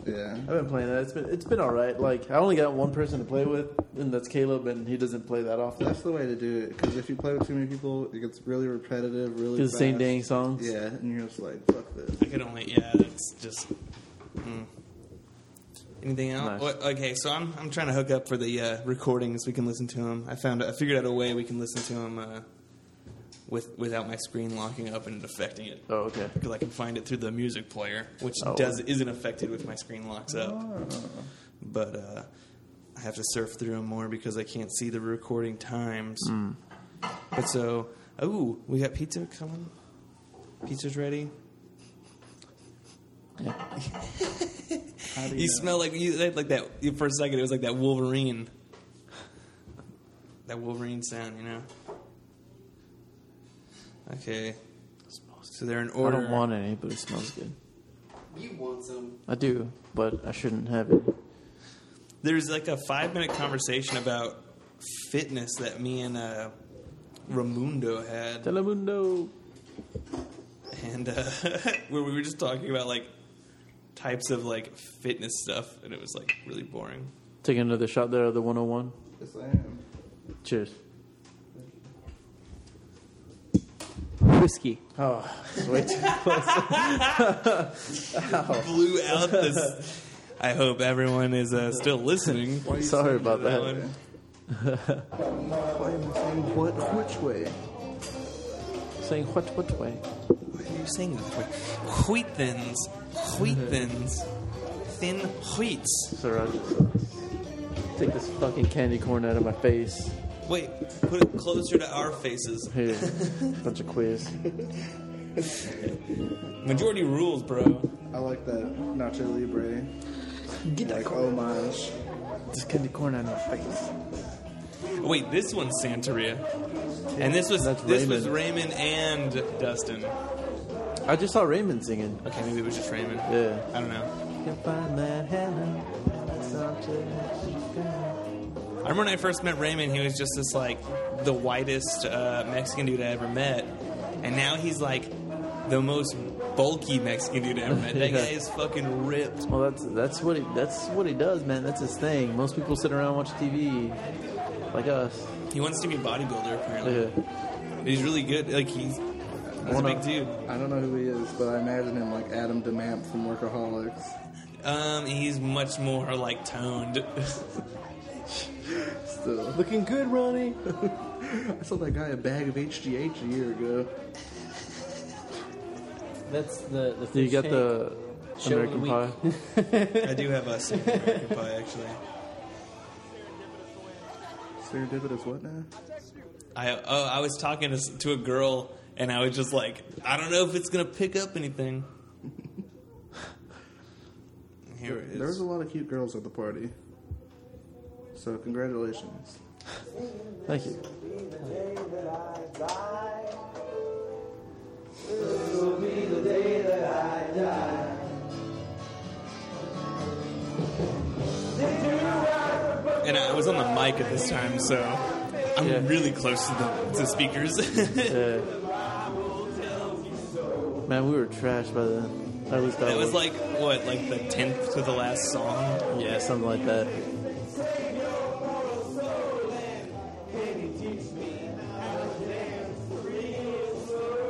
S5: Yeah.
S3: I've been playing that. It's been it's been all right. Like I only got one person to play with, and that's Caleb, and he doesn't play that often.
S5: That's the way to do it. Because if you play with too many people, it gets really repetitive. Really.
S3: Do the same
S5: fast.
S3: dang songs.
S5: Yeah, and you're just like, fuck this.
S1: I could only yeah. That's just. mm. Anything else?
S3: Nice.
S1: What- okay, so I'm I'm trying to hook up for the uh, recordings. We can listen to them. I found I figured out a way we can listen to them uh, with without my screen locking up and affecting it
S3: Oh okay.
S1: because I can find it through the music player, which
S3: Oh.
S1: does isn't affected if my screen locks up. But uh, I have to surf through them more because I can't see the recording times. But so, oh, we got pizza coming. Pizza's ready. you smell like you they- like that you- for a second. It was like that Wolverine, that Wolverine sound, you know. Okay, so they're in
S3: I
S1: order.
S3: don't want any, but it smells good.
S2: You want some?
S3: I do, but I shouldn't have it.
S1: There's like a five minute conversation about fitness that me and uh, Ramundo had,
S3: Telemundo.
S1: and uh, [LAUGHS] where we were just talking about like types of like fitness stuff, and it was like really boring.
S3: Taking another shot there of the 101.
S5: Yes, I am.
S3: Cheers.
S2: Whiskey.
S3: Oh, it's way too close.
S1: [LAUGHS] Blew out this. I hope everyone is uh, still listening. Um,
S3: Sorry about
S1: That
S3: that.
S1: one.
S5: Why am I saying what? Which way?
S3: Saying what, what way?
S1: Why are you saying that way? Wheat thins, wheat thins, thin wheats.
S3: Sriracha sauce. Take this fucking candy corn out of my face.
S1: Wait, put it closer to our faces.
S3: Here, [LAUGHS] bunch of quiz.
S1: Majority rules, bro.
S5: I like that Nacho Libre. Get that like homage.
S3: This candy corn out of my face.
S1: Wait, this one's Santeria, and this was
S3: That's
S1: this
S3: Raymond.
S1: was Raymond and Dustin.
S3: I just saw Raymond singing.
S1: Okay, maybe it was just Raymond.
S3: Yeah.
S1: I don't know.
S3: Can find that heaven. It's up to you.
S1: I remember when I first met Raymond, he was just this like the whitest uh, Mexican dude I ever met, and now he's like the most bulky Mexican dude I ever met. That
S3: [LAUGHS] Yeah.
S1: guy is fucking ripped.
S3: Well, that's that's what he that's what he does, man. That's his thing. Most people sit around and watch TV, like us.
S1: He wants to be a bodybuilder apparently.
S3: Yeah.
S1: He's really good. Like he's, he's a
S3: Wanna-
S1: big dude.
S5: I don't know who he is, but I imagine him like Adam DeMamp from Workaholics.
S1: Um, he's much more like
S3: [LAUGHS]
S1: toned.
S5: Still,
S2: Looking good, Ronnie.
S5: I saw that guy a bag of HGH a year ago.
S2: That's the the.
S3: Do you
S2: fish
S3: got
S2: tank.
S3: the
S2: Show of the
S3: American [LAUGHS] Pie?
S2: week.
S1: I do have a super American pie actually.
S5: Serendipitous what now?
S1: I oh, I was talking to, s- to a girl, and I was just like, I don't know if it's gonna pick up anything. [LAUGHS] Here it
S5: There was
S1: is.
S5: a lot of cute girls at the party. So congratulations.
S3: Thank you.
S1: And I was on the mic at this time, so I'm
S3: Yeah.
S1: really close to the to speakers. [LAUGHS] that
S3: Yeah. Man, we were trashed by then. At least I
S1: was like what, like the tenth to the last song.
S3: yeah, something like that.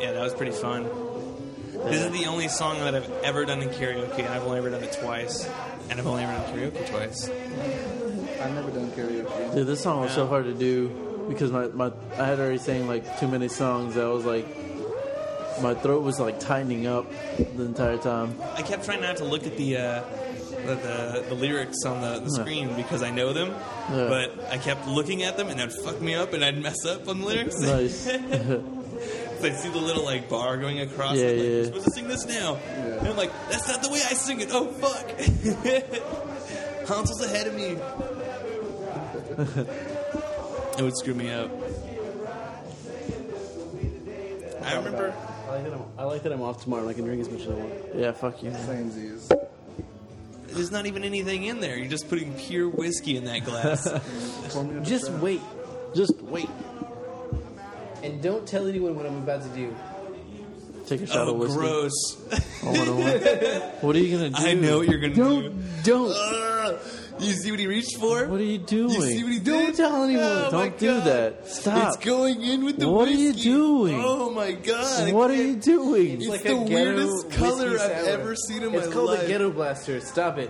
S1: Yeah, that was pretty fun. This is the only song that I've ever done in karaoke, and I've only ever done it twice. And I've only ever done karaoke twice.
S5: I've never done karaoke.
S3: Dude, this song was so hard to do. because my, my I had already sang like too many songs. I was like, my throat was like tightening up the entire time.
S1: I kept trying not to look at the uh, the, the, the lyrics on the, the screen because I know them, but I kept looking at them and that'd fuck me up and I'd mess up on the lyrics. [LAUGHS]
S3: Nice.
S1: I see the little like bar going across.
S3: Yeah,
S1: it, like,
S3: yeah.
S1: You're supposed to sing this now. And I'm like, that's not the way I sing it. Oh fuck! [LAUGHS] Hansel's ahead of
S3: [LAUGHS]
S1: me. it would screw me up. I remember.
S2: I like, that I'm, I like that I'm off tomorrow. and I can drink as much as I want.
S3: yeah, fuck you.
S5: Samesies.
S1: There's not even anything in there. You're just putting pure whiskey in that glass.
S2: Just wait.
S3: Just wait.
S2: And don't tell anyone what I'm about to do.
S3: Take a shot
S1: oh,
S3: of whiskey. Oh,
S1: gross.
S3: I wanna wa-
S1: [LAUGHS]
S3: what are you gonna do?
S1: I know what you're going to do.
S2: Don't, don't,
S1: Ugh. [LAUGHS] you see what he reached for?
S3: What are you doing?
S1: You see what he did?
S2: don't tell anyone.
S1: Oh, my
S3: Don't do
S1: God.
S3: that. Stop.
S1: It's going in with the
S3: What are
S1: whiskey.
S3: you doing?
S1: Oh my god.
S3: what are you doing?
S1: It's,
S2: like
S1: the
S2: a ghetto
S1: weirdest color I've
S2: whiskey sour.
S1: ever seen in
S2: It's
S1: my
S2: called
S1: life.
S2: a ghetto blaster. Stop it.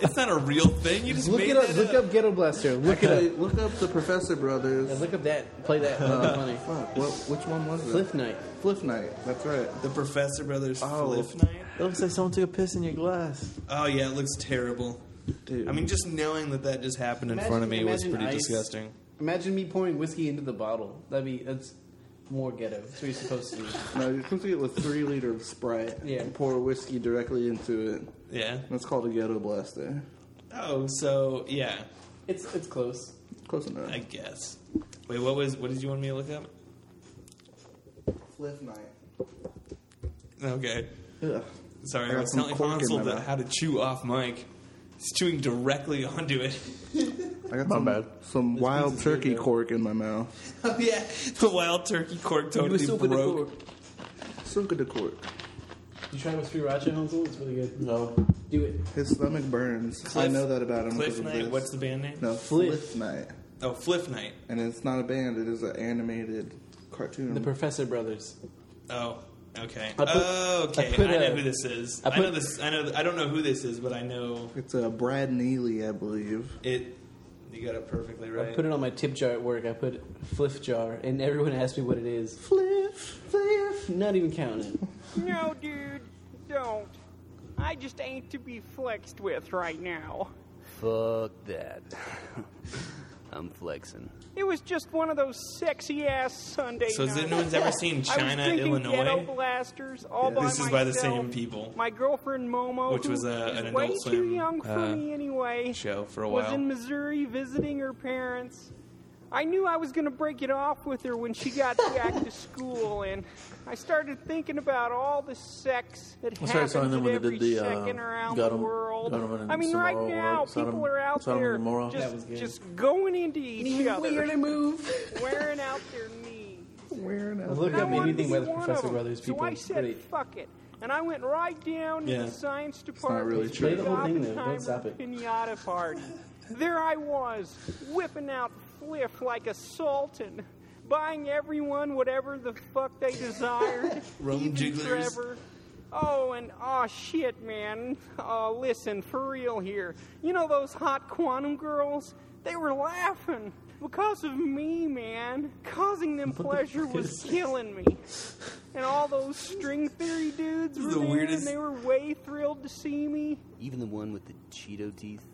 S1: It's not a real thing. You just
S2: Look
S1: made
S2: it up.
S1: that
S2: Look up ghetto blaster. Look it up.
S5: Actually, look up the Professor Brothers.
S2: And look up that. Play
S3: [LAUGHS]
S2: that. That'd be funny.
S5: Fuck, what, which one was it?
S2: Cliff Night.
S5: Cliff Night. That's right.
S1: The Professor Brothers
S5: Oh.
S1: Fliff Night.
S3: It looks like someone took a piss in your glass.
S1: Oh yeah, it looks terrible.
S5: Dude.
S1: I mean, just knowing that that just happened in
S2: Imagine-
S1: front of me was
S2: imagine
S1: pretty
S2: ice.
S1: disgusting.
S2: Imagine me pouring whiskey into the bottle. That'd be that's more ghetto. That's what you're supposed to do.
S5: No, you're supposed to get with three liter of Sprite
S2: Yeah.
S5: and pour whiskey directly into it.
S1: Yeah.
S5: That's called a ghetto blaster.
S1: Oh, so yeah,
S2: It's it's close.
S5: Close enough.
S1: I guess. Wait, what was? What did you want me to look up?
S5: Cliff Night.
S1: Okay.
S5: Ugh.
S1: Sorry,
S5: I
S1: I,
S5: got
S1: was
S5: some
S1: telling
S5: cork in
S1: Hansel
S5: my
S1: that-
S5: mouth.
S1: how to chew off Mike. He's chewing directly [LAUGHS] onto it.
S5: I got some,
S3: bad.
S5: some wild
S2: pizza's good,
S5: turkey
S2: though.
S5: cork in my mouth.
S1: oh yeah, [LAUGHS] the wild turkey cork totally broke.
S5: Suka de cork.
S2: You try with sriracha, Hansel? It's really good.
S3: No.
S2: Do it.
S5: His stomach burns. I
S1: Cliff-
S5: know that about him. because
S1: Cliff
S5: of
S1: Night.
S5: this.
S1: What's the band name?
S5: no
S2: Fliff.
S5: Cliff Night?
S1: Oh, Fliff Night.
S5: And it's not a band. It is an animated cartoon.
S2: The Professor Brothers.
S1: Oh, okay.
S2: I put-
S1: oh, okay.
S2: I
S1: I,
S2: put
S1: know
S2: a-
S1: who this is.
S2: I
S1: I, know
S2: put-
S1: this. I know. I don't know who this is, but I know
S5: it's uh, Brad Neely, I believe.
S1: it. You got it perfectly
S2: I
S1: right.
S2: put it on my tip jar at work. I put fliff jar, and everyone asked me what it is.
S5: Fliff, Fliff.
S2: Not even counting it.
S8: No, dude, don't. I just ain't to be flexed with right now.
S9: Fuck that. [LAUGHS] I'm flexing.
S8: It was just one of those sexy ass Sunday
S1: so has
S8: nights.
S1: anyone's ever seen
S8: I was
S1: China,
S8: drinking
S1: Illinois?
S8: ghetto blasters all by
S1: This is by the
S8: myself.
S1: same people.
S8: My girlfriend Momo,
S1: Which
S8: who
S1: was, uh,
S8: is
S1: an
S8: way
S1: Adult
S8: too
S1: Swim,
S8: young for
S1: uh,
S8: me anyway,
S1: Show for a
S8: was in
S1: while.
S8: Missouri visiting her parents. I knew I was going to break it off with her when she got back
S1: [LAUGHS]
S8: to school, and I started thinking about all the sex that
S3: I started
S8: happens
S3: telling them
S8: at
S3: when they
S8: every
S3: did the uh,
S8: second around
S3: got
S8: the
S3: 'em-
S8: world.
S3: got 'em in
S8: I mean, right
S3: Samara
S8: now,
S3: world, saw 'em-
S8: people are out
S3: saw 'em in
S8: there
S3: Morocco.
S2: That was
S8: just,
S2: good.
S8: just going into each other,
S2: move.
S8: wearing out their knees.
S5: Wearing out.
S2: Look
S8: I
S2: up
S8: wanted to
S2: anything
S8: be
S2: by the
S8: one of
S2: Professor
S8: them.
S2: Brothers people.
S8: So I said,
S2: Really,
S8: "Fuck it," and I went right down
S1: Yeah.
S8: to the science
S5: not
S8: department.
S5: really
S8: to
S5: true.
S2: Play the whole thing, though. Don't
S8: Oppenheimer
S2: stop it. [LAUGHS]
S8: Pinata party. there I was, whipping out fliff like a sultan, buying everyone whatever the fuck they desired.
S1: Rum
S8: even
S1: jigglers.
S8: Trevor. Oh, and oh shit, man. Oh, listen, for real here. You know those hot quantum girls? They were laughing because of me, man. Causing
S1: [LAUGHS]
S8: them pleasure was killing me. And all those string theory dudes were
S1: the
S8: there,
S1: weirdest-
S8: and they were way thrilled to see me.
S9: Even the one with the Cheeto teeth.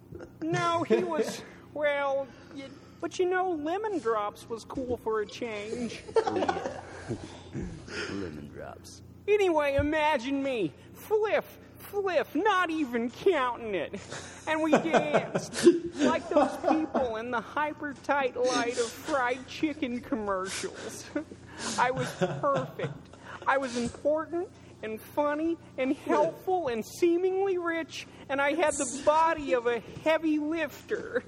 S8: No,
S9: [LAUGHS]
S8: he was. Well, y but you know, Lemon Drops was cool for a change.
S9: [LAUGHS] Lemon drops.
S8: Anyway, imagine me, fliff, fliff, not even counting it.
S9: [LAUGHS]
S8: And we danced like those people in the hyper tight light of fried chicken commercials. [LAUGHS] I was perfect. I was important and funny and helpful and seemingly rich, and I had the body of a heavy lifter.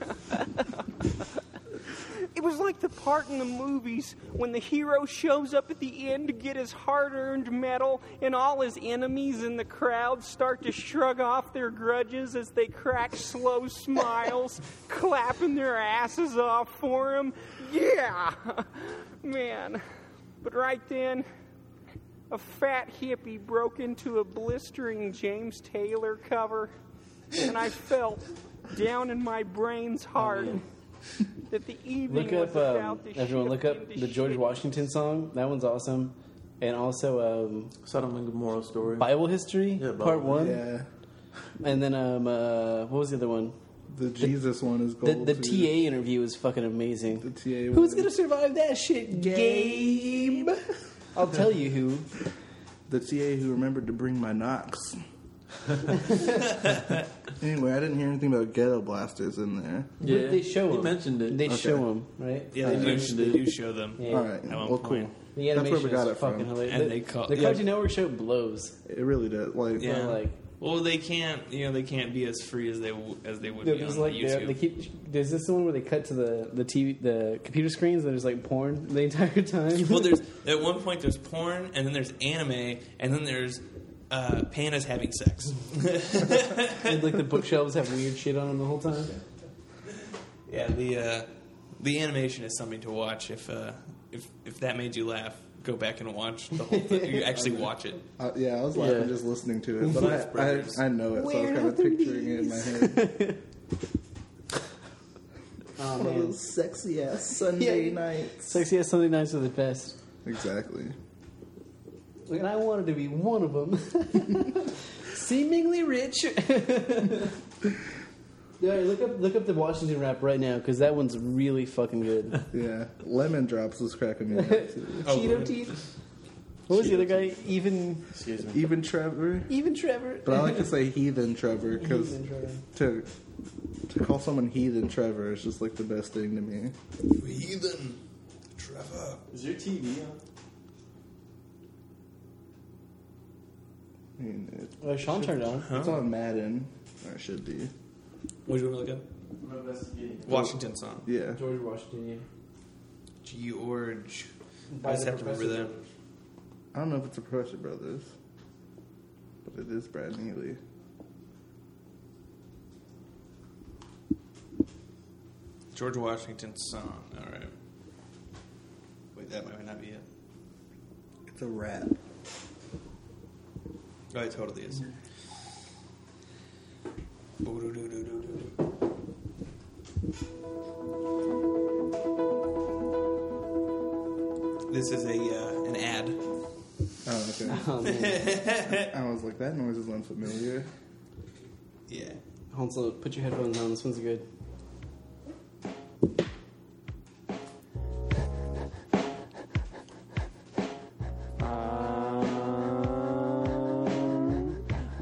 S8: It was like the part in the movies when the hero shows up at the end to get his hard earned medal, and all his enemies in the crowd start to shrug off their grudges as they crack slow smiles, [LAUGHS] clapping their asses off for him. Yeah! Man. But right then, a fat hippie broke into a blistering James Taylor cover, and I felt down in my brain's heart that the evening
S2: Oh, Look up,
S8: was about
S2: um,
S8: to
S2: everyone. Look
S8: shift
S2: up
S8: into
S2: the George
S8: shit.
S2: Washington song. That one's awesome. Um, And also um,
S3: Sodom and Gomorrah story.
S2: Bible history
S3: Yeah, Bible-
S2: part one,
S5: Yeah,
S2: and then um, uh, what was the other one?
S5: the Jesus one is
S2: The,
S5: gold.
S2: the
S5: too.
S2: TA interview is fucking amazing.
S5: The TA.
S2: Who's
S5: one.
S2: gonna survive that shit game? I'll tell you who.
S5: The TA who remembered to bring my Knox. anyway, I didn't hear anything about ghetto blasters in there.
S3: Yeah,
S2: They show
S3: He
S2: him.
S3: mentioned it.
S2: They
S5: Okay.
S2: show him right.
S1: Yeah, they, do, they do show them.
S2: Yeah.
S5: All
S1: At
S5: right,
S1: one
S5: well,
S1: point.
S2: The
S5: cool. That's where
S2: animation
S5: we got
S2: is
S5: it
S2: fucking
S5: from.
S2: hilarious.
S1: And
S2: the,
S1: they call-
S2: the
S1: yeah.
S2: Cartoon Network show blows.
S5: It really does. Like, uh,
S1: Yeah.
S2: like-
S1: well, they can't. You know, they can't be as free as they w- as they would
S2: They're
S1: be
S2: just
S1: on
S2: like they're-
S1: YouTube.
S2: they keep. There's this the one where they cut to the the TV the computer screens. There's like porn the entire [LAUGHS] time.
S1: well, there's at one point there's porn, and then there's anime, and then there's uh, pandas having sex.
S2: And, like the bookshelves have weird shit on them the whole time.
S1: yeah, the uh, the animation is something to watch. If uh, if if that made you laugh, go back and watch the whole thing. You [LAUGHS] actually watch it.
S5: Uh, yeah, I was laughing
S2: Yeah.
S5: just listening to it, but
S1: Blues Brothers.
S5: I, I, I know it, so I
S2: Where
S5: was
S2: are
S5: kind of
S2: the
S5: picturing it in my head. [LAUGHS]
S2: Oh
S5: One of
S2: man,
S5: those sexy
S6: [LAUGHS]
S5: ass Sunday
S2: Yeah.
S5: nights.
S2: sexy ass Sunday nights are the best.
S5: Exactly.
S2: And I wanted to be one of them. [LAUGHS] Seemingly [LAUGHS] rich. All right, look up look up the Washington rap right now because that one's really fucking [LAUGHS] good.
S5: Yeah, lemon drops was cracking
S2: [LAUGHS]
S5: me up. Too.
S1: Oh,
S2: Cheeto teeth. What was the other guy? Even
S3: Excuse me.
S5: Even Trevor,
S2: even Trevor.
S5: but I like to say heathen Trevor because
S2: Even Trevor.
S5: to to call someone heathen Trevor is just like the best thing to me.
S1: Heathen, Trevor.
S3: Is your TV on?
S5: I mean, it-
S2: Oh, Sean turned on.
S5: It's on Madden, or it should be.
S1: What do you want to look
S3: I'm investigating.
S1: up? Washington song.
S5: Yeah,
S2: George Washington. Yeah.
S1: George. I just have to remember that.
S5: I don't know if it's a Pressure Brothers, but it is Brad Neely.
S1: George Washington song. All right. Wait, that might not be it.
S5: It's a rap.
S1: Oh, it totally is.
S5: Mm-hmm.
S1: This is a uh, an ad.
S5: Oh, okay.
S2: [LAUGHS] Oh man,
S5: I was like, that noise
S2: [LAUGHS]
S5: is unfamiliar.
S1: Yeah.
S2: Hansel, put your headphones on. This one's good.
S10: Uh,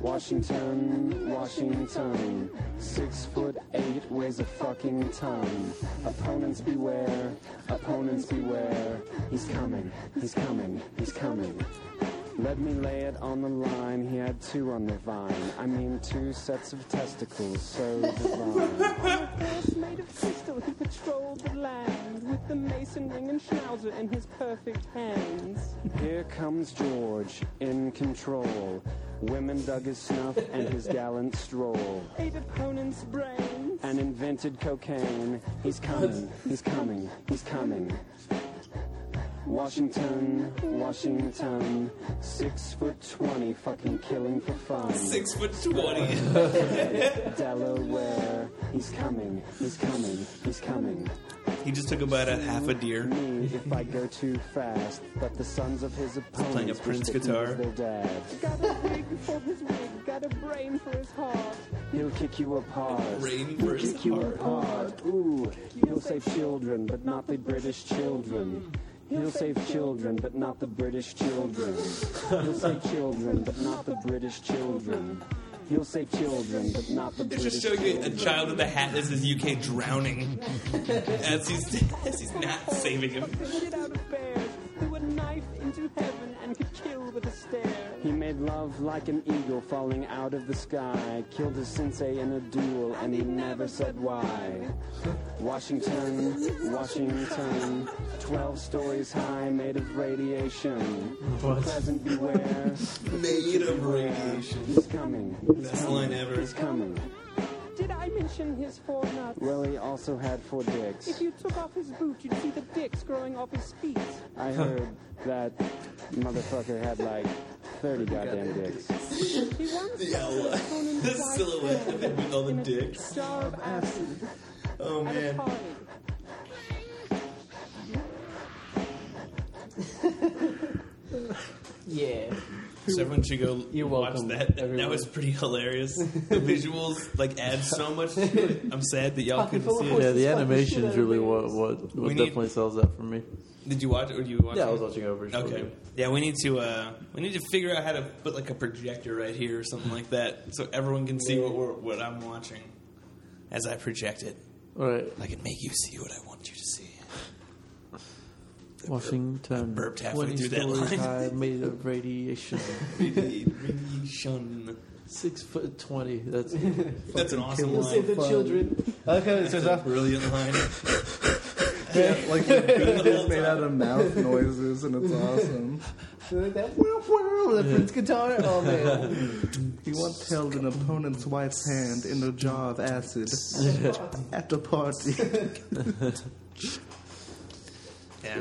S10: Washington, Washington, six foot eight, weighs a fucking ton. Opponents beware, opponents beware. He's coming, he's coming, he's coming. Let me lay it on the line. He had two on the vine. I mean, two sets of testicles, so divine.
S8: horse made of crystal, he patrolled the land with the mason ring and schnauzer in his perfect hands.
S10: Here comes George, in control. Women dug his snuff and his gallant stroll.
S8: Eight opponents' brains.
S10: and invented cocaine. He's coming, he's coming, he's coming. Washington, Washington, six foot twenty, fucking killing for fun.
S1: Six foot twenty. [LAUGHS]
S10: Delaware, he's coming, he's coming, he's coming.
S1: he just took about a half a deer.
S10: Me if I go too fast, but the sons of his opponents
S1: playing a
S10: wish
S1: Prince
S10: that he
S1: guitar.
S10: was Their dad.
S8: Got a wig for his wig, got a brain for his heart.
S10: He'll kick you apart.
S1: Rain for his
S10: Kick you
S1: heart.
S10: apart. Ooh, he'll save children, but not the British children. He'll save children, but not the British children. He'll save children, but not the British children. He'll save children, but not the
S1: It's
S10: British
S1: just showing you a
S10: children.
S1: child in the hat that says UK drowning as he's [LAUGHS] as he's not saving him.
S8: The shit out of bears, threw a knife into heaven and could kill with a stare.
S10: He made love like an eagle falling out of the sky. Killed his sensei in a duel, and he never said why. Washington, Washington, 12 stories high, made of radiation. Pleasant beware.
S1: Made of radiation.
S10: He's coming. He's
S1: Best
S10: coming.
S1: line ever.
S10: He's coming.
S8: Did I mention his four nuts?
S10: Well, he also had four
S8: If
S10: dicks.
S8: you took off his boot, you'd see the dicks growing off his feet.
S10: I heard that motherfucker had like 30 goddamn dicks.
S8: He once saw his opponent's
S1: [LAUGHS] The
S8: white
S1: silhouette
S8: tail
S1: of him with all the
S8: in a
S1: dicks.
S8: jar of acid
S1: Oh
S8: at a
S1: man.
S8: party.
S1: everyone should go
S2: You're
S1: watch
S2: welcome,
S1: that. That, that
S2: everyone.
S1: was pretty hilarious. The visuals like add so much. to it. I'm sad that y'all couldn't see it.
S3: Yeah, the animation's really what what,
S1: We
S3: what
S1: need-
S3: definitely sells that for me.
S1: Did you watch it or do you watch
S3: Yeah,
S1: it?
S3: I was watching over.
S1: Okay. Yeah, we need to uh, we need to figure out how to put like a projector right here or something like that, so everyone can see what we're, what I'm watching as I project it.
S3: All right.
S1: I can make you see what I want you to see.
S3: Washington.
S1: burped halfway
S3: 20
S1: through that
S3: stories
S1: line. [LAUGHS]
S3: high, made of radiation.
S1: Radiation.
S3: Six foot twenty. That's
S1: That's an awesome
S2: We'll save
S1: line.
S2: the children. I like how it "Ah." starts off.
S1: Brilliant line.
S5: Yeah, like the beat is made out of mouth noises, and
S2: [LAUGHS]
S5: it's awesome.
S2: Like that, wow, wow, the Prince guitar. Oh man,
S5: He once held an opponent's wife's hand in a jar
S2: [LAUGHS]
S5: of acid at the party.
S1: Yeah.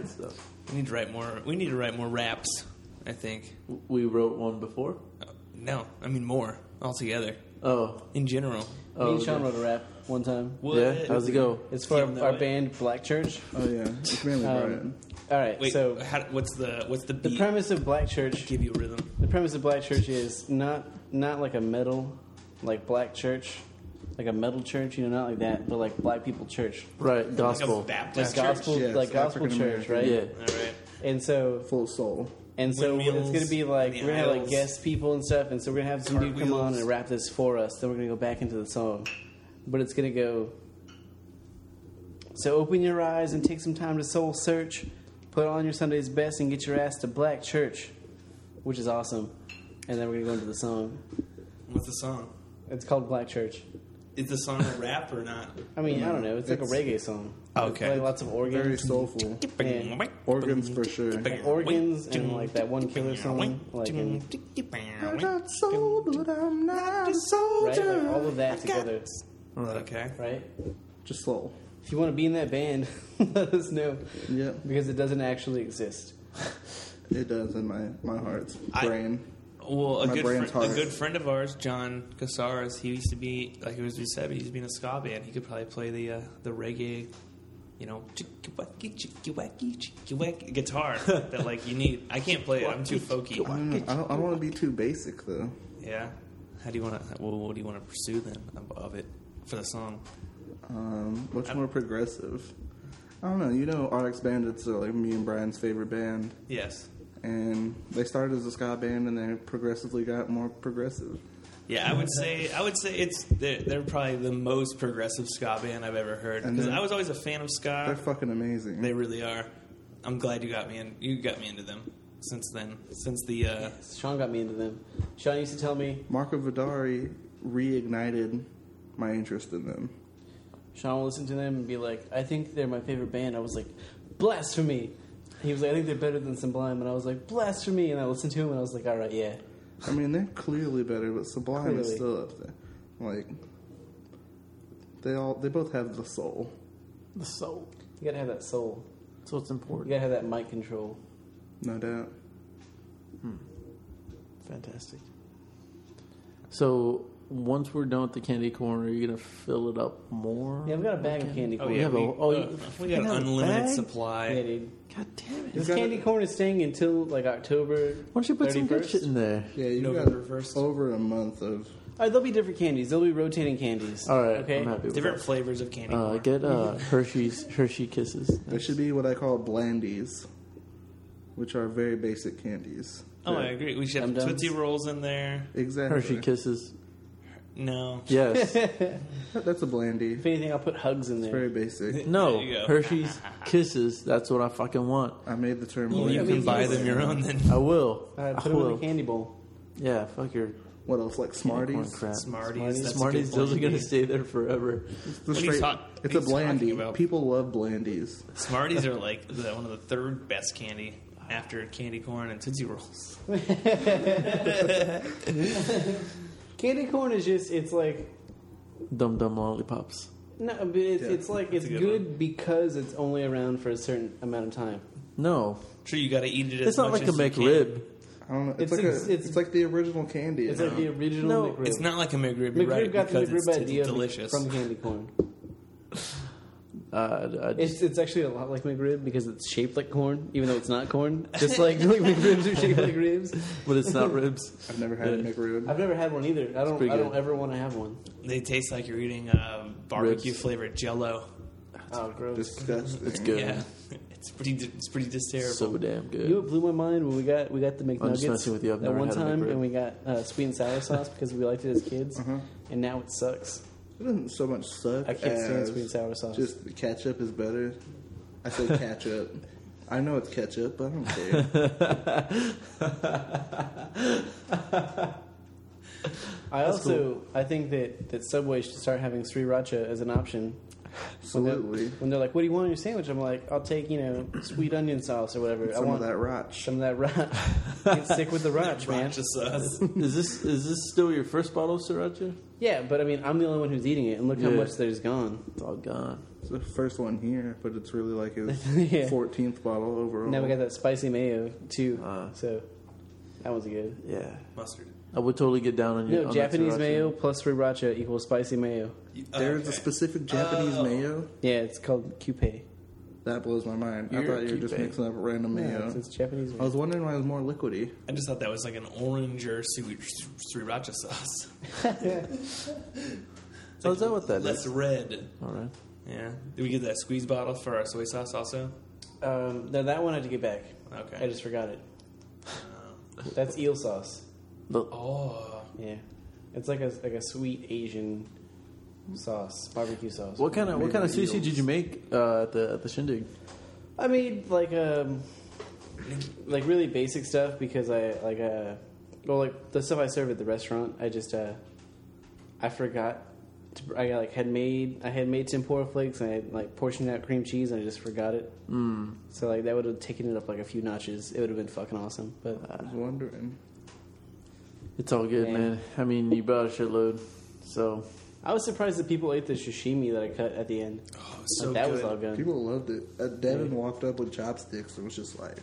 S1: We need to write more. We need to write more raps. I think.
S3: we wrote one before.
S1: Uh, No, I mean more altogether
S3: Oh,
S1: in general.
S3: oh
S2: me and Sean
S3: okay.
S2: wrote a rap one time.
S1: What?
S3: yeah. How's it go?
S2: It's for
S1: Give
S2: our,
S1: that
S2: our
S1: away.
S2: band Black Church.
S5: Oh yeah, it's mainly
S2: Um,
S5: Brian.
S2: All right,
S1: Wait. uh,
S2: so
S1: how, what's the what's the
S2: the
S1: beat?
S2: premise of Black Church
S1: Give you a rhythm.
S2: The premise of Black Church is not not like a metal, like Black Church, like a metal church. You know, not like that, but like Black people church,
S3: Right,
S1: Like
S3: gospel.
S1: a Baptist
S2: like
S1: church.
S2: gospel,
S5: yes,
S2: like gospel church,
S5: African-American.
S2: right?
S3: yeah.
S1: All right.
S2: And so
S5: Full soul.
S2: and so
S1: Windmills,
S2: it's gonna be like
S1: the
S2: we're gonna have like
S1: aisles.
S2: guest people and stuff, and so we're gonna have some dude come on
S1: Cartwheels.
S2: and rap this for us. Then we're gonna go back into the song, but it's gonna go. So open your eyes and take some time to soul search. Put on your Sunday's best and get your ass to Black Church, which is awesome. And then we're gonna go into the song.
S1: What's the song?
S2: It's called Black Church.
S1: Is the song a rap or not?
S2: I mean, I don't know. It's,
S5: It's-
S2: like a reggae song.
S1: Okay.
S2: It's like lots of
S5: Very
S2: organs,
S5: soulful.
S2: And-
S5: Organs for sure.
S2: organs, and like that one killer song, like in,
S5: I'm not soul, but I'm not a
S2: right,
S5: soldier.
S2: like all of that together,
S1: Okay.
S2: right?
S5: Just soul.
S2: If you want to be in that band, [LAUGHS] let us know
S5: Yeah,
S2: because it doesn't actually exist. [LAUGHS]
S5: it does in my my heart's
S1: I-
S5: brain.
S1: Well, a
S5: My
S1: good,
S5: brain's
S1: friend, a
S5: hard.
S1: good friend of ours, John Casares, he used to be like he was we said, he used to be in a ska band. He could probably play the uh, the reggae, you know, chicky wacky, chicky wacky, chicky wacky guitar that like you need. I can't play it. I'm too
S5: I
S1: folky.
S5: don't, know. I don't, I don't want to be too basic though.
S1: Yeah. How do you want to? Well, what do you want to pursue then of- of it for the song?
S5: Um, much more progressive. I don't know. You know, RX Bandits are like me and Brian's favorite band,
S1: Yes.
S5: and they started as a ska band and they progressively got more progressive.
S1: Yeah, I would say I would say it's they're, they're probably the most progressive ska band I've ever heard
S5: And
S1: because
S5: they're-
S1: I was always a fan of ska.
S5: They're fucking amazing.
S1: Uh, They really are. I'm glad you got me in. You got me into them since then. Since the uh,
S2: Sean got me into them. Sean used to tell me.
S5: Marco Vidari reignited my interest in them.
S2: Sean will listen to them and be like, "I think they're my favorite band." I was like, "Blasphemy." He was like, "I think they're better than Sublime," and I was like, "Blasphemy." And I listened to him and I was like, "All right, yeah."
S5: I mean, they're clearly better, but Sublime is
S2: Clearly.
S5: still up there. Like, they all they both have the soul.
S3: The soul.
S2: You gotta have that soul.
S3: So it's
S2: You
S3: important.
S2: gotta have that mic control.
S5: No doubt.
S3: Fantastic. So once we're done with the candy corn, are you gonna fill it up more?
S2: Yeah, we got a bag of candy corn.
S3: yeah,
S1: we,
S3: but- oh,
S1: uh,
S3: you-
S1: we got an
S3: you got a
S1: unlimited
S3: bag?
S1: supply.
S2: Yeah, dude.
S3: God damn it!
S2: This
S5: gotta-
S2: candy corn is staying until like October.
S3: Why don't you put some good
S2: 31st?
S3: shit in there?
S5: Yeah, you
S1: November
S5: got
S1: 1st.
S5: over a month of
S2: All right, there'll be different candies. There'll be rotating candies.
S3: All right,
S2: Okay.
S3: I'm happy with
S1: Different
S3: that.
S1: flavors of candy.
S3: Uh,
S1: corn.
S3: get [LAUGHS] uh, Hershey's Hershey kisses.
S5: There should be what I call blandies, which are very basic candies.
S1: oh, I agree. We should have
S2: Dum-dums.
S1: Tootsie Rolls in there.
S5: Exactly.
S3: Hershey kisses.
S1: No,
S3: [LAUGHS] Yes.
S5: That- That's a
S2: If
S5: blandie.
S2: anything, I'll put hugs in there.
S5: Very basic.
S3: No.
S1: There you go.
S3: Hershey's kisses. That's what I fucking want.
S5: I made the term
S1: well,
S5: blandy.
S1: you
S2: I
S1: can
S2: mean,
S1: buy
S2: yes.
S1: them your own then.
S3: I will.
S2: All right,
S3: I
S2: Uh, put them in
S3: will.
S2: a candy bowl.
S3: yeah. Fuck your candy
S5: What else? Like
S3: corn
S5: Smarties?
S3: crap.
S1: Smarties. that's a
S3: Smarties.
S1: good
S3: Those are
S1: point.
S3: gonna stay there forever.
S5: It's,
S1: What
S5: the
S1: are you
S5: straight,
S1: talk-
S5: it's
S1: what
S5: a
S1: are you talking
S5: blandie.
S1: about?
S5: People love blandies.
S1: Smarties are like the, one of the third best candy after candy corn and Tootsie Rolls.
S2: Candy corn is just it's like
S3: Dum dum lollipops.
S2: no, but it's,
S5: Yeah,
S2: it's like it's
S1: a good
S2: good, because it's only around for a certain amount of time.
S3: No,
S1: Sure, you got to eat it. As
S3: it's not
S1: much
S3: like a
S1: as you can.
S3: McRib.
S5: I don't know. It's,
S2: It's
S5: like
S2: ex-
S5: a, it's,
S2: it's-
S5: like the original candy.
S2: It's
S5: you
S2: like
S5: know?
S2: the original.
S3: No,
S2: McRib.
S1: It's not like a McRib, you're
S2: McRib
S1: right?
S2: got the
S1: because
S2: McRib
S1: it's
S2: idea
S1: delicious.
S2: from candy corn.
S3: Uh, uh,
S2: It's, it's actually a lot like McRib because it's shaped like corn, even though it's not corn.
S1: [LAUGHS]
S2: Just like, [LAUGHS] like McRibs are shaped like ribs.
S3: but it's not ribs.
S5: I've never had a McRib.
S2: I've never had one either. I don't.
S3: pretty
S2: I don't
S3: good.
S2: ever want to have one.
S1: They taste like you're eating um, barbecue
S3: Ribs.
S1: flavored Jello.
S2: Oh, gross!
S5: Disgusting. It's
S3: Good.
S1: Yeah, [LAUGHS] it's pretty. It's pretty dis terrible.
S3: So damn good.
S2: You know what blew my mind when we got we got the McNuggets
S3: I'm just messing with you. I've
S2: that
S3: never
S2: one
S3: had a
S2: time,
S3: McRib. Mm-hmm.
S2: and we got uh, sweet and sour sauce because we liked it as kids, and now it sucks.
S5: It doesn't so much suck.
S2: I can't stand
S5: as
S2: sweet and sour sauce.
S5: Just ketchup is better. I say [LAUGHS] ketchup. I know it's ketchup, but I don't care.
S2: I also I think that that Subway should start having sriracha as an option. When they're,
S5: Absolutely.
S2: when they're like, "What do you want on your sandwich?" I'm like, "I'll take you know sweet onion sauce or whatever. I
S5: Some of
S2: want
S5: that rotch.
S2: some of that rot. Get sick with the rot, man.
S1: Sriracha sauce.
S3: Is this is this still your first bottle of sriracha?
S2: Yeah, but I mean, I'm the only one who's eating it, and look how
S3: Yeah.
S2: much there's gone.
S3: It's all gone.
S5: It's the first one here, but it's really like his
S2: [LAUGHS] Yeah.
S5: 14th bottle overall.
S2: Now we got that spicy mayo too,
S3: Ah.
S2: so that was good.
S3: Yeah,
S1: Mustard.
S3: I would totally get down on your
S2: No,
S3: on that
S2: Japanese
S3: sriracha.
S2: mayo plus sriracha equals spicy mayo.
S5: There's a specific
S2: Oh.
S5: Japanese mayo
S2: Yeah, it's called cupe.
S5: that blows my mind. I
S3: You're
S5: thought you were just
S3: keeping-
S5: mixing up random
S2: Yeah,
S5: mayo.
S2: it's, it's Japanese
S5: I
S2: mayo.
S5: was wondering why it was more liquidy.
S1: I just thought that was like an orange or sri- sriracha sauce.
S3: Oh, is that what that is?
S1: Less red.
S3: All right.
S1: Yeah. Did we get that squeeze bottle for our soy sauce also?
S2: Um, no, that one I had to get back.
S1: Okay.
S2: I just forgot it. That's eel sauce.
S3: Look,
S1: Oh.
S2: Yeah, it's like a like a sweet Asian sauce, barbecue sauce.
S3: what kind of what kind of sushi did you make uh, at the at the shindig?
S2: I made like um like really basic stuff because I like uh well like the stuff I serve at the restaurant I just uh I forgot to I like had made I had made tempura flakes and I had like portioned out cream cheese and I just forgot it. Mm. So like that would have taken it up like a few notches. It would have been fucking awesome. But
S5: I was wondering.
S3: It's all good,
S2: Man.
S3: man. I mean, you brought a shitload, so
S2: I was surprised that people ate the sashimi that I cut at the end.
S1: Oh,
S2: Like,
S1: so
S2: that
S1: good.
S2: was all good.
S5: People loved it. Uh, Devin walked up with chopsticks and was just like,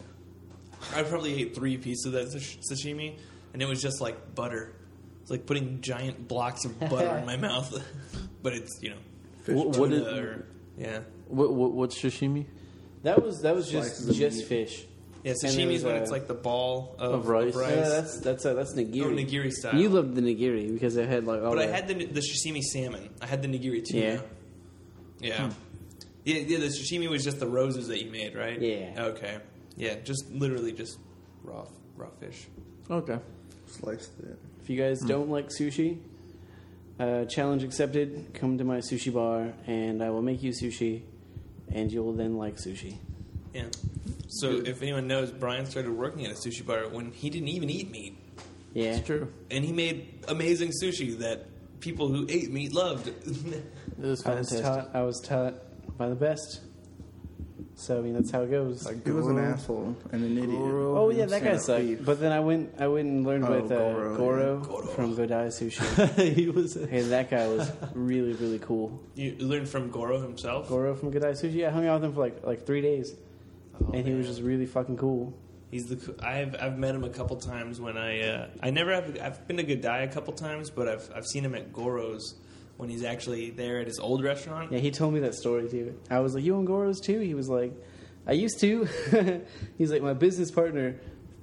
S1: I probably ate three pieces of that sash- sashimi, and it was just like butter. It's like putting giant blocks of butter in my mouth, [LAUGHS] but it's you know,
S3: what, what,
S1: tuna
S3: is,
S1: or- yeah,
S3: what, what what's sashimi?
S2: That was that was just
S5: Slices of
S2: just
S5: meat.
S2: fish.
S1: yeah.
S2: there
S1: Sashimi is
S2: was,
S1: when
S2: uh,
S1: it's like the ball of,
S3: of rice.
S2: Yeah, that's that's uh, that's nigiri.
S1: Oh, nigiri style.
S2: You loved the nigiri because it had like all
S1: but I
S2: the-
S1: had the, the sashimi salmon. I had the nigiri tuna. Yeah. Yeah. yeah, The sashimi was just the roses that you made, right?
S2: Yeah.
S1: Okay. Yeah, just literally just raw raw fish.
S3: Okay.
S5: sliced it.
S2: If you
S3: Hmm.
S2: guys don't like sushi, uh, challenge accepted. Come to my sushi bar, and I will make you sushi, and you will then like sushi.
S1: Yeah. So if anyone knows, Brian started working at a sushi bar when he didn't even eat meat.
S2: Yeah,
S3: It's true.
S1: and he made amazing sushi that people who ate meat loved. [LAUGHS]
S3: It was
S2: I was
S3: fantastic.
S2: taught. I was taught by the best. So I mean, that's how it goes.
S5: He was an asshole and an idiot.
S2: Oh yeah, that guy sucked. But then I went, I went and learned
S5: Oh,
S2: with uh,
S5: Goro,
S2: Goro,
S5: yeah.
S2: from Godai Sushi, [LAUGHS]
S3: he was.
S2: and that guy was really, really cool.
S1: you learned from Goro himself.
S2: Goro from Godai Sushi. I hung out with him for like like three days,
S5: Oh,
S2: and he was just really fucking cool.
S1: He's the coo- I've I've met him a couple times when I uh, I never have I've been to Godai a couple times, but I've I've seen him at Goro's when he's actually there at his old restaurant.
S2: Yeah, he told me that story too. I was like, "You on Goro's too?" He was like, "I used to." [LAUGHS] He's like, "My business partner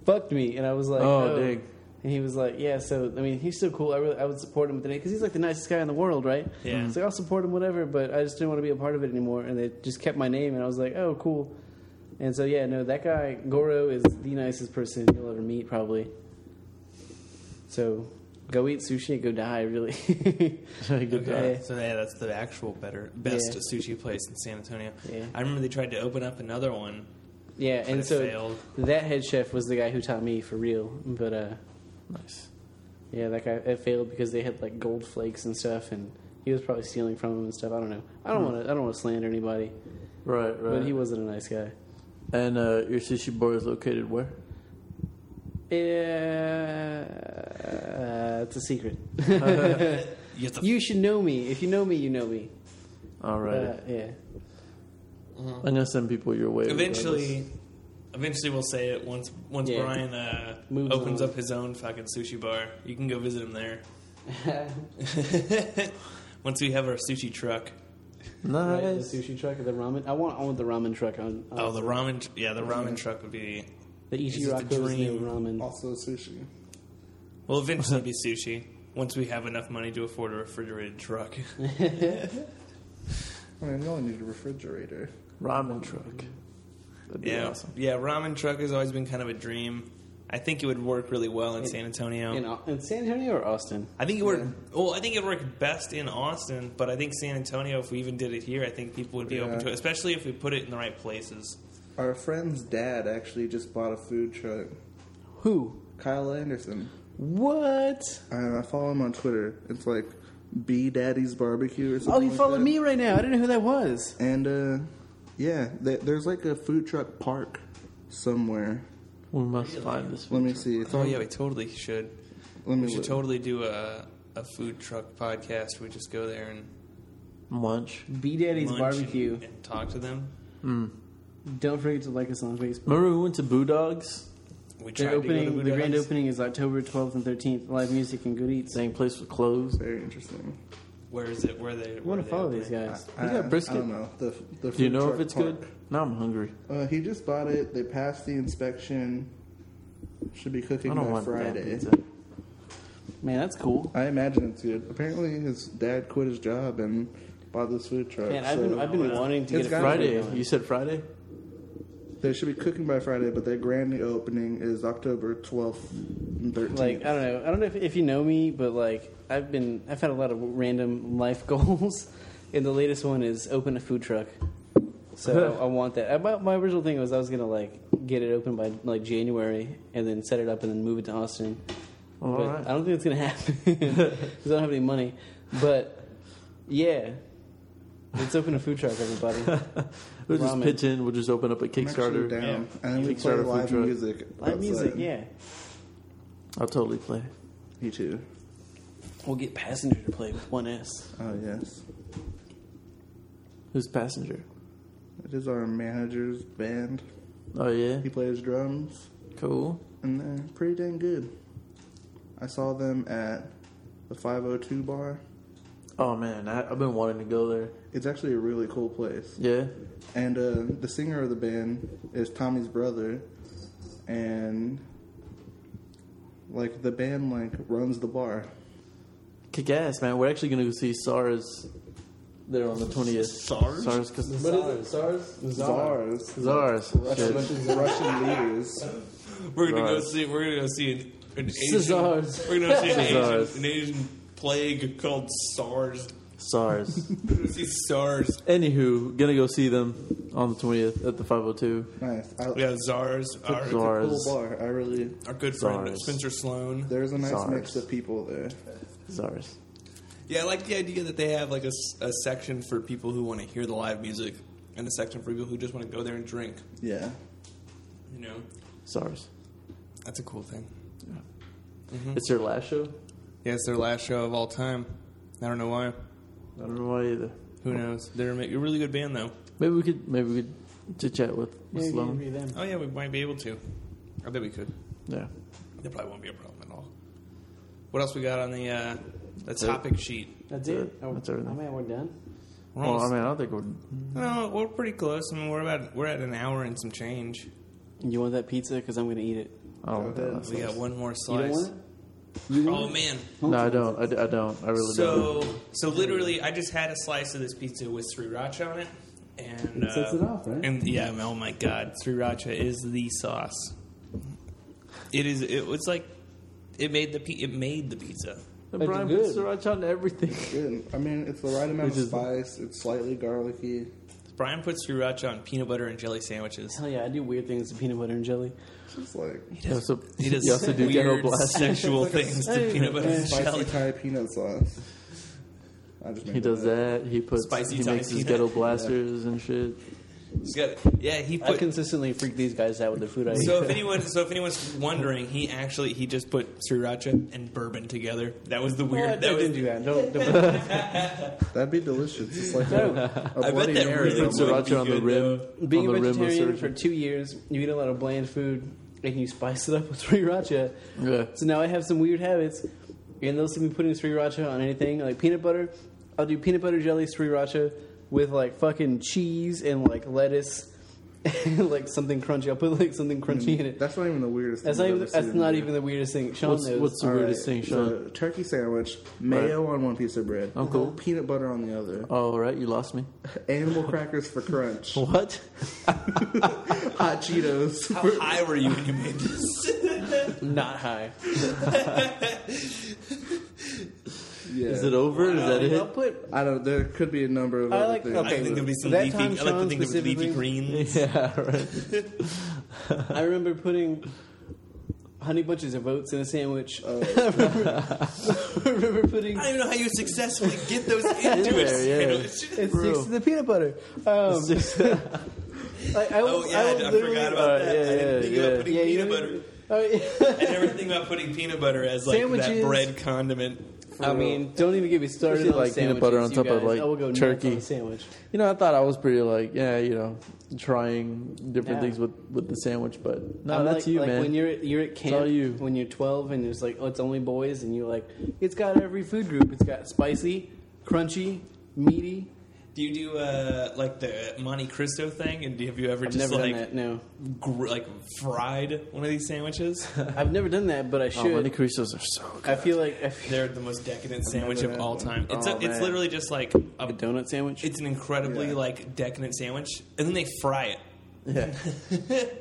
S2: fucked me," and I was like,
S3: Oh, dang.
S2: And he was like, "Yeah." So I mean, he's still cool. I really, I would support him, because he's like the nicest guy in the world, right?
S1: Yeah.
S2: He's like, "I'll support him, whatever," but I just didn't want to be a part of it anymore. And they just kept my name, and I was like, "Oh, cool." And so yeah, no, that guy Goro is the nicest person you'll ever meet, probably. So, go eat sushi and go die.
S3: [LAUGHS]
S2: Really. [LAUGHS]
S3: Good
S2: Okay.
S1: So yeah, that's the actual better best
S2: Yeah.
S1: sushi place in San Antonio.
S2: Yeah.
S1: I remember they tried to open up another one.
S2: Yeah,
S1: it
S2: and so
S1: failed.
S2: that head chef was the guy who taught me for real. But uh,
S3: Nice.
S2: yeah, that guy it failed because they had like gold flakes and stuff, and he was probably stealing from them and stuff. I don't know. I
S1: Hmm.
S2: don't want to. I don't want to slander anybody,
S3: Right, right.
S2: but he wasn't a nice guy.
S3: and uh, your sushi bar is located where?
S2: Yeah, uh, it's a secret.
S1: [LAUGHS] You have to
S2: you should know me. If you know me, you know me.
S3: All right.
S2: Uh,
S1: [LAUGHS]
S2: yeah.
S3: I'm gonna send people your way.
S1: Eventually, eventually we'll say it once once
S2: Yeah.
S1: Brian uh,
S2: Moves
S1: opens
S2: on.
S1: up his own fucking sushi bar. You can go visit him there. once we have our sushi truck,
S2: Right, the
S3: Nice.
S2: sushi truck, or the ramen. I want, I want the ramen truck on. on
S1: Oh, the ramen. Yeah, the ramen truck would be.
S2: the
S1: is the
S2: Ichiraku's new
S1: dream. Oh,
S2: ramen.
S5: Also sushi.
S1: Well, eventually it'd be sushi once we have enough money to afford a refrigerated truck.
S5: I mean, you only need a refrigerator.
S3: Ramen truck. That'd be
S1: yeah,
S3: awesome.
S1: yeah. Ramen truck has always been kind of a dream. I think it would work really well in San Antonio.
S2: In, Au- in San Antonio or Austin?
S1: I think it worked. Well, I think it worked best in Austin, but I think San Antonio. If we even did it here, I think people would be open
S5: Yeah.
S1: to it, especially if we put it in the right places.
S5: Our friend's dad actually just bought a food truck.
S2: Who?
S5: Kyle Anderson.
S2: What?
S5: I, I follow him on Twitter. It's like B Daddy's Barbecue or something.
S2: Oh, he
S5: like
S2: followed
S5: that.
S2: me right now. I didn't know who that was.
S5: And uh, yeah, th- there's like a food truck park somewhere.
S3: We must find this
S5: Let
S3: one.
S5: me see. It's
S1: Oh
S5: on,
S1: yeah, we totally should.
S5: let me
S1: We should
S5: look.
S1: totally do a a food truck podcast. We just go there and
S3: Munch.
S2: B Daddy's
S1: lunch
S2: Barbecue.
S1: and, and talk to them.
S2: Don't forget to like us on Facebook.
S3: Remember we went to Boo Dogs?
S1: We tried
S2: Their
S1: to go
S2: opening,
S1: to
S2: the grand
S1: Budokan's.
S2: opening is October 12th and 13th. Live music and good eats.
S3: Same place was closed.
S5: Very interesting.
S1: Where is it? Where they?
S2: I want to follow these guys. They got
S5: I
S2: brisket.
S5: don't know. The, the
S3: Do you
S5: food
S3: know if
S5: truck
S3: it's
S5: park.
S3: good? Now I'm hungry.
S5: Uh, he just bought it. They passed the inspection. Should be
S3: I
S5: cooking
S3: don't
S5: by
S3: want
S5: Friday.
S3: that pizza.
S2: Man, that's cool.
S5: I imagine it's good. Apparently, his dad quit his job and bought this food truck.
S2: Man, I've been,
S5: so
S2: I've been wanting to
S5: It's
S2: get a
S5: gotta
S2: Friday.
S3: Friday. You said Friday?
S5: they should be cooking by Friday, but their grand opening is October 12th and 13th.
S2: Like I don't know. I don't know if, if you know me, but like I've been, I've had a lot of random life [LAUGHS] goals, and the latest one is open a food truck. So
S3: [LAUGHS]
S2: I want that. I, my, my original thing was I was gonna like get it open by like January, and then set it up, and then move it to Austin.
S3: All
S2: but
S3: right.
S2: I don't think it's gonna [LAUGHS] happen because I don't have any money. But yeah, let's open a food truck,
S3: [LAUGHS]
S2: everybody.
S3: We'll just
S2: Ramen.
S3: pitch in. We'll just open up a
S5: I'm actually
S3: Kickstarter.
S5: down. And then we play
S3: Kickstarter food
S5: live
S3: truck.
S5: music.
S2: Live music,
S5: outside.
S2: yeah.
S3: I'll totally play.
S5: Me too.
S2: We'll get passenger to play with one S.
S5: Oh, yes.
S3: Who's passenger?
S5: It is our manager's band.
S3: Oh yeah,
S5: He plays drums,
S3: cool.
S5: and they're pretty dang good. I saw them at the 502 bar.
S3: Oh man, I, I've been wanting to go there.
S5: It's actually a really cool place.
S3: Yeah,
S5: And uh, the singer of the band is Tommy's brother, and like the band like runs the bar.
S3: kick ass, man. We're actually gonna go see SARS there on the twentieth. SARS, SARS, cause what is it? SARS,
S5: Czars,
S3: SARS. Shit.
S5: Russian, Russian leaders.
S1: We're gonna go
S3: Right.
S1: see. We're gonna go see an, an Asian.
S2: Cesars.
S1: We're gonna see an
S3: Cesars.
S1: Asian, an Asian plague called SARS.
S3: SARS.
S1: We're gonna see SARS.
S3: Anywho, gonna go see them on the twentieth at the five hundred two.
S5: Nice. I,
S1: We have SARS. Our,
S3: Czars.
S5: Cool bar. I really.
S1: our good friend
S3: SARS.
S1: Spencer Sloan.
S5: There's a nice
S3: Czars.
S5: mix of people there.
S3: SARS.
S1: Yeah, I like the idea that they have like a, s- a section for people who want to hear the live music and a section for people who just want to go there and drink.
S5: Yeah.
S1: You know,
S3: SARS.
S1: that's a cool thing.
S3: It's their last show.
S1: Yeah, it's their last show of all time. I don't know why.
S3: I don't know why either.
S1: Who knows? They're a ma- a really good band though.
S3: Maybe we could. Maybe we could chit chat with, with Sloan.
S1: Oh yeah, we might be able to. I bet we could.
S3: Yeah.
S1: That probably won't be a problem at all. What else we got on the uh, the topic sheet?
S2: That's
S3: Yeah,
S2: it. Oh,
S3: that's everything.
S2: I mean, we're done.
S1: We're
S3: Well, I
S1: almost,
S3: mean, I don't think we're.
S1: no, we're pretty close. I mean, we're about we're at an hour and some change.
S2: You want that pizza? Because I'm going to eat it.
S3: I don't.
S5: Go
S3: Think
S5: ahead.
S1: We got one more
S2: You don't want
S1: slice.
S2: it?
S1: Oh man!
S3: no, I don't. I, I don't. I really don't.
S1: So so literally, I just had a slice of this pizza with sriracha on it, and uh,
S2: sets it off, right?
S1: And yeah, oh my god, sriracha is the sauce. It is. It was like it made the pi- it made the pizza.
S3: And Brian
S2: It's
S3: puts
S2: good.
S3: sriracha on everything.
S5: [LAUGHS] Good. I mean, it's the right amount
S3: Which
S5: of
S3: is-
S5: spice. It's slightly garlicky.
S1: Brian puts sriracha on peanut butter and jelly sandwiches.
S2: Hell Oh, yeah, I do weird things to peanut butter and jelly.
S5: It's like
S3: You also,
S1: He
S2: [LAUGHS]
S1: does
S3: you also do ghetto
S1: weird
S3: blast.
S1: sexual things to peanut butter and
S5: spicy
S1: jelly.
S5: Thai peanut sauce. I just
S3: He does that. He puts.
S1: Spicy
S3: he
S1: Thai
S3: makes his
S1: peanut.
S3: ghetto blasters and shit.
S1: He's got- yeah, he
S2: I
S1: put.
S2: consistently freak these guys out with the food I eat.
S1: so if anyone, so if anyone's wondering, he actually he just put sriracha and bourbon together. That was the
S2: Well,
S1: weird.
S2: I, I
S1: that was,
S2: didn't do that. Don't, don't.
S5: That'd be delicious.
S3: [LAUGHS]
S5: It's like a, a
S1: I bet
S5: bloody
S1: that
S5: Mary.
S1: really
S3: Put
S1: would be
S3: sriracha on the
S1: good,
S3: rim.
S1: though.
S2: Being
S3: on
S2: a
S3: the rim with
S2: vegetarian
S3: sriracha.
S2: for two years, you eat a lot of bland food and you spice it up [LAUGHS] with sriracha.
S3: Yeah.
S2: So now I have some weird habits, and they'll see me putting sriracha on anything, like peanut butter. I'll do peanut butter jelly, sriracha, with like fucking cheese and like lettuce and [LAUGHS] like something crunchy. I'll put like something crunchy
S3: Mm.
S2: in it.
S5: That's not even the weirdest.
S2: That's
S5: thing
S2: not
S5: I've
S2: even,
S5: ever
S2: that's
S5: seen.
S2: not even the weirdest thing. Sean
S3: What's-
S2: knows.
S3: what's the
S5: All
S2: [LAUGHS]
S3: weirdest thing,
S5: so
S3: Sean?
S5: turkey sandwich, mayo on one piece of bread,
S3: Oh, cool.
S5: peanut butter on the other,
S3: Oh, right, you lost me.
S5: [LAUGHS]
S3: Oh.
S5: animal crackers for
S3: [LAUGHS]
S5: crunch,
S3: What?
S5: hot Cheetos.
S1: How high were you when you made this?
S2: not high.
S5: yeah.
S3: Is it over? Is that
S2: I'll
S3: it?
S2: put
S5: I don't. There could be a number of
S2: I
S5: other
S2: like-
S5: things.
S2: okay.
S1: I think there'd be some
S2: That
S1: leafy. I
S2: time
S1: like to
S2: Sean
S1: think there was leafy greens.
S2: specifically- [LAUGHS]
S3: [LAUGHS] Yeah, right.
S2: I remember putting honey bunches of oats in a sandwich. uh,
S3: [LAUGHS]
S2: [LAUGHS] I remember putting
S1: I don't even know how you successfully get those into a
S3: there,
S1: [LAUGHS]
S3: yeah.
S1: sandwich.
S2: it sticks to the peanut butter. Um, like, [LAUGHS] I, will-
S1: Oh yeah, I,
S2: will
S1: I
S2: literally- uh,
S1: forgot about that.
S3: yeah,
S1: I didn't think
S3: yeah,
S1: about
S3: yeah.
S1: putting
S2: Yeah, you
S1: peanut
S2: know-
S1: butter.
S2: Oh, yeah.
S1: I never think about putting peanut butter as like that
S2: Sandwiches.
S1: bread condiment.
S2: [LAUGHS] I mean, don't even get me started
S3: Especially
S2: on
S3: like peanut butter
S2: sandwiches,
S3: on
S2: you
S3: top of,
S2: guys.
S3: like,
S2: I will go nuts
S3: turkey.
S2: on a sandwich.
S3: You know, I thought I was pretty like, yeah, you know, trying different
S2: Yeah.
S3: things with with the sandwich, but no,
S2: I'm
S3: that's
S2: like,
S3: you,
S2: like
S3: man.
S2: When you're at, you're at camp,
S3: all you.
S2: when you're 12, and there's like, oh, it's only boys, and you're like, it's got every food group. It's got spicy, crunchy, meaty.
S1: Do you do uh, like the Monte Cristo thing? And do, have you ever
S2: I've
S1: just
S2: never done
S1: like
S2: that. No,
S1: gr- like fried one of these sandwiches?
S2: I've never done that, but I
S3: oh, Monte
S2: should.
S3: Cristos are so good.
S2: I feel like I feel,
S1: They're the most decadent sandwich of all time. It's
S3: Oh,
S1: a, it's
S3: man.
S1: literally just like
S2: a
S1: a,
S2: donut sandwich.
S1: it's an incredibly
S5: Yeah.
S1: like decadent sandwich, and then they fry it.
S3: Yeah,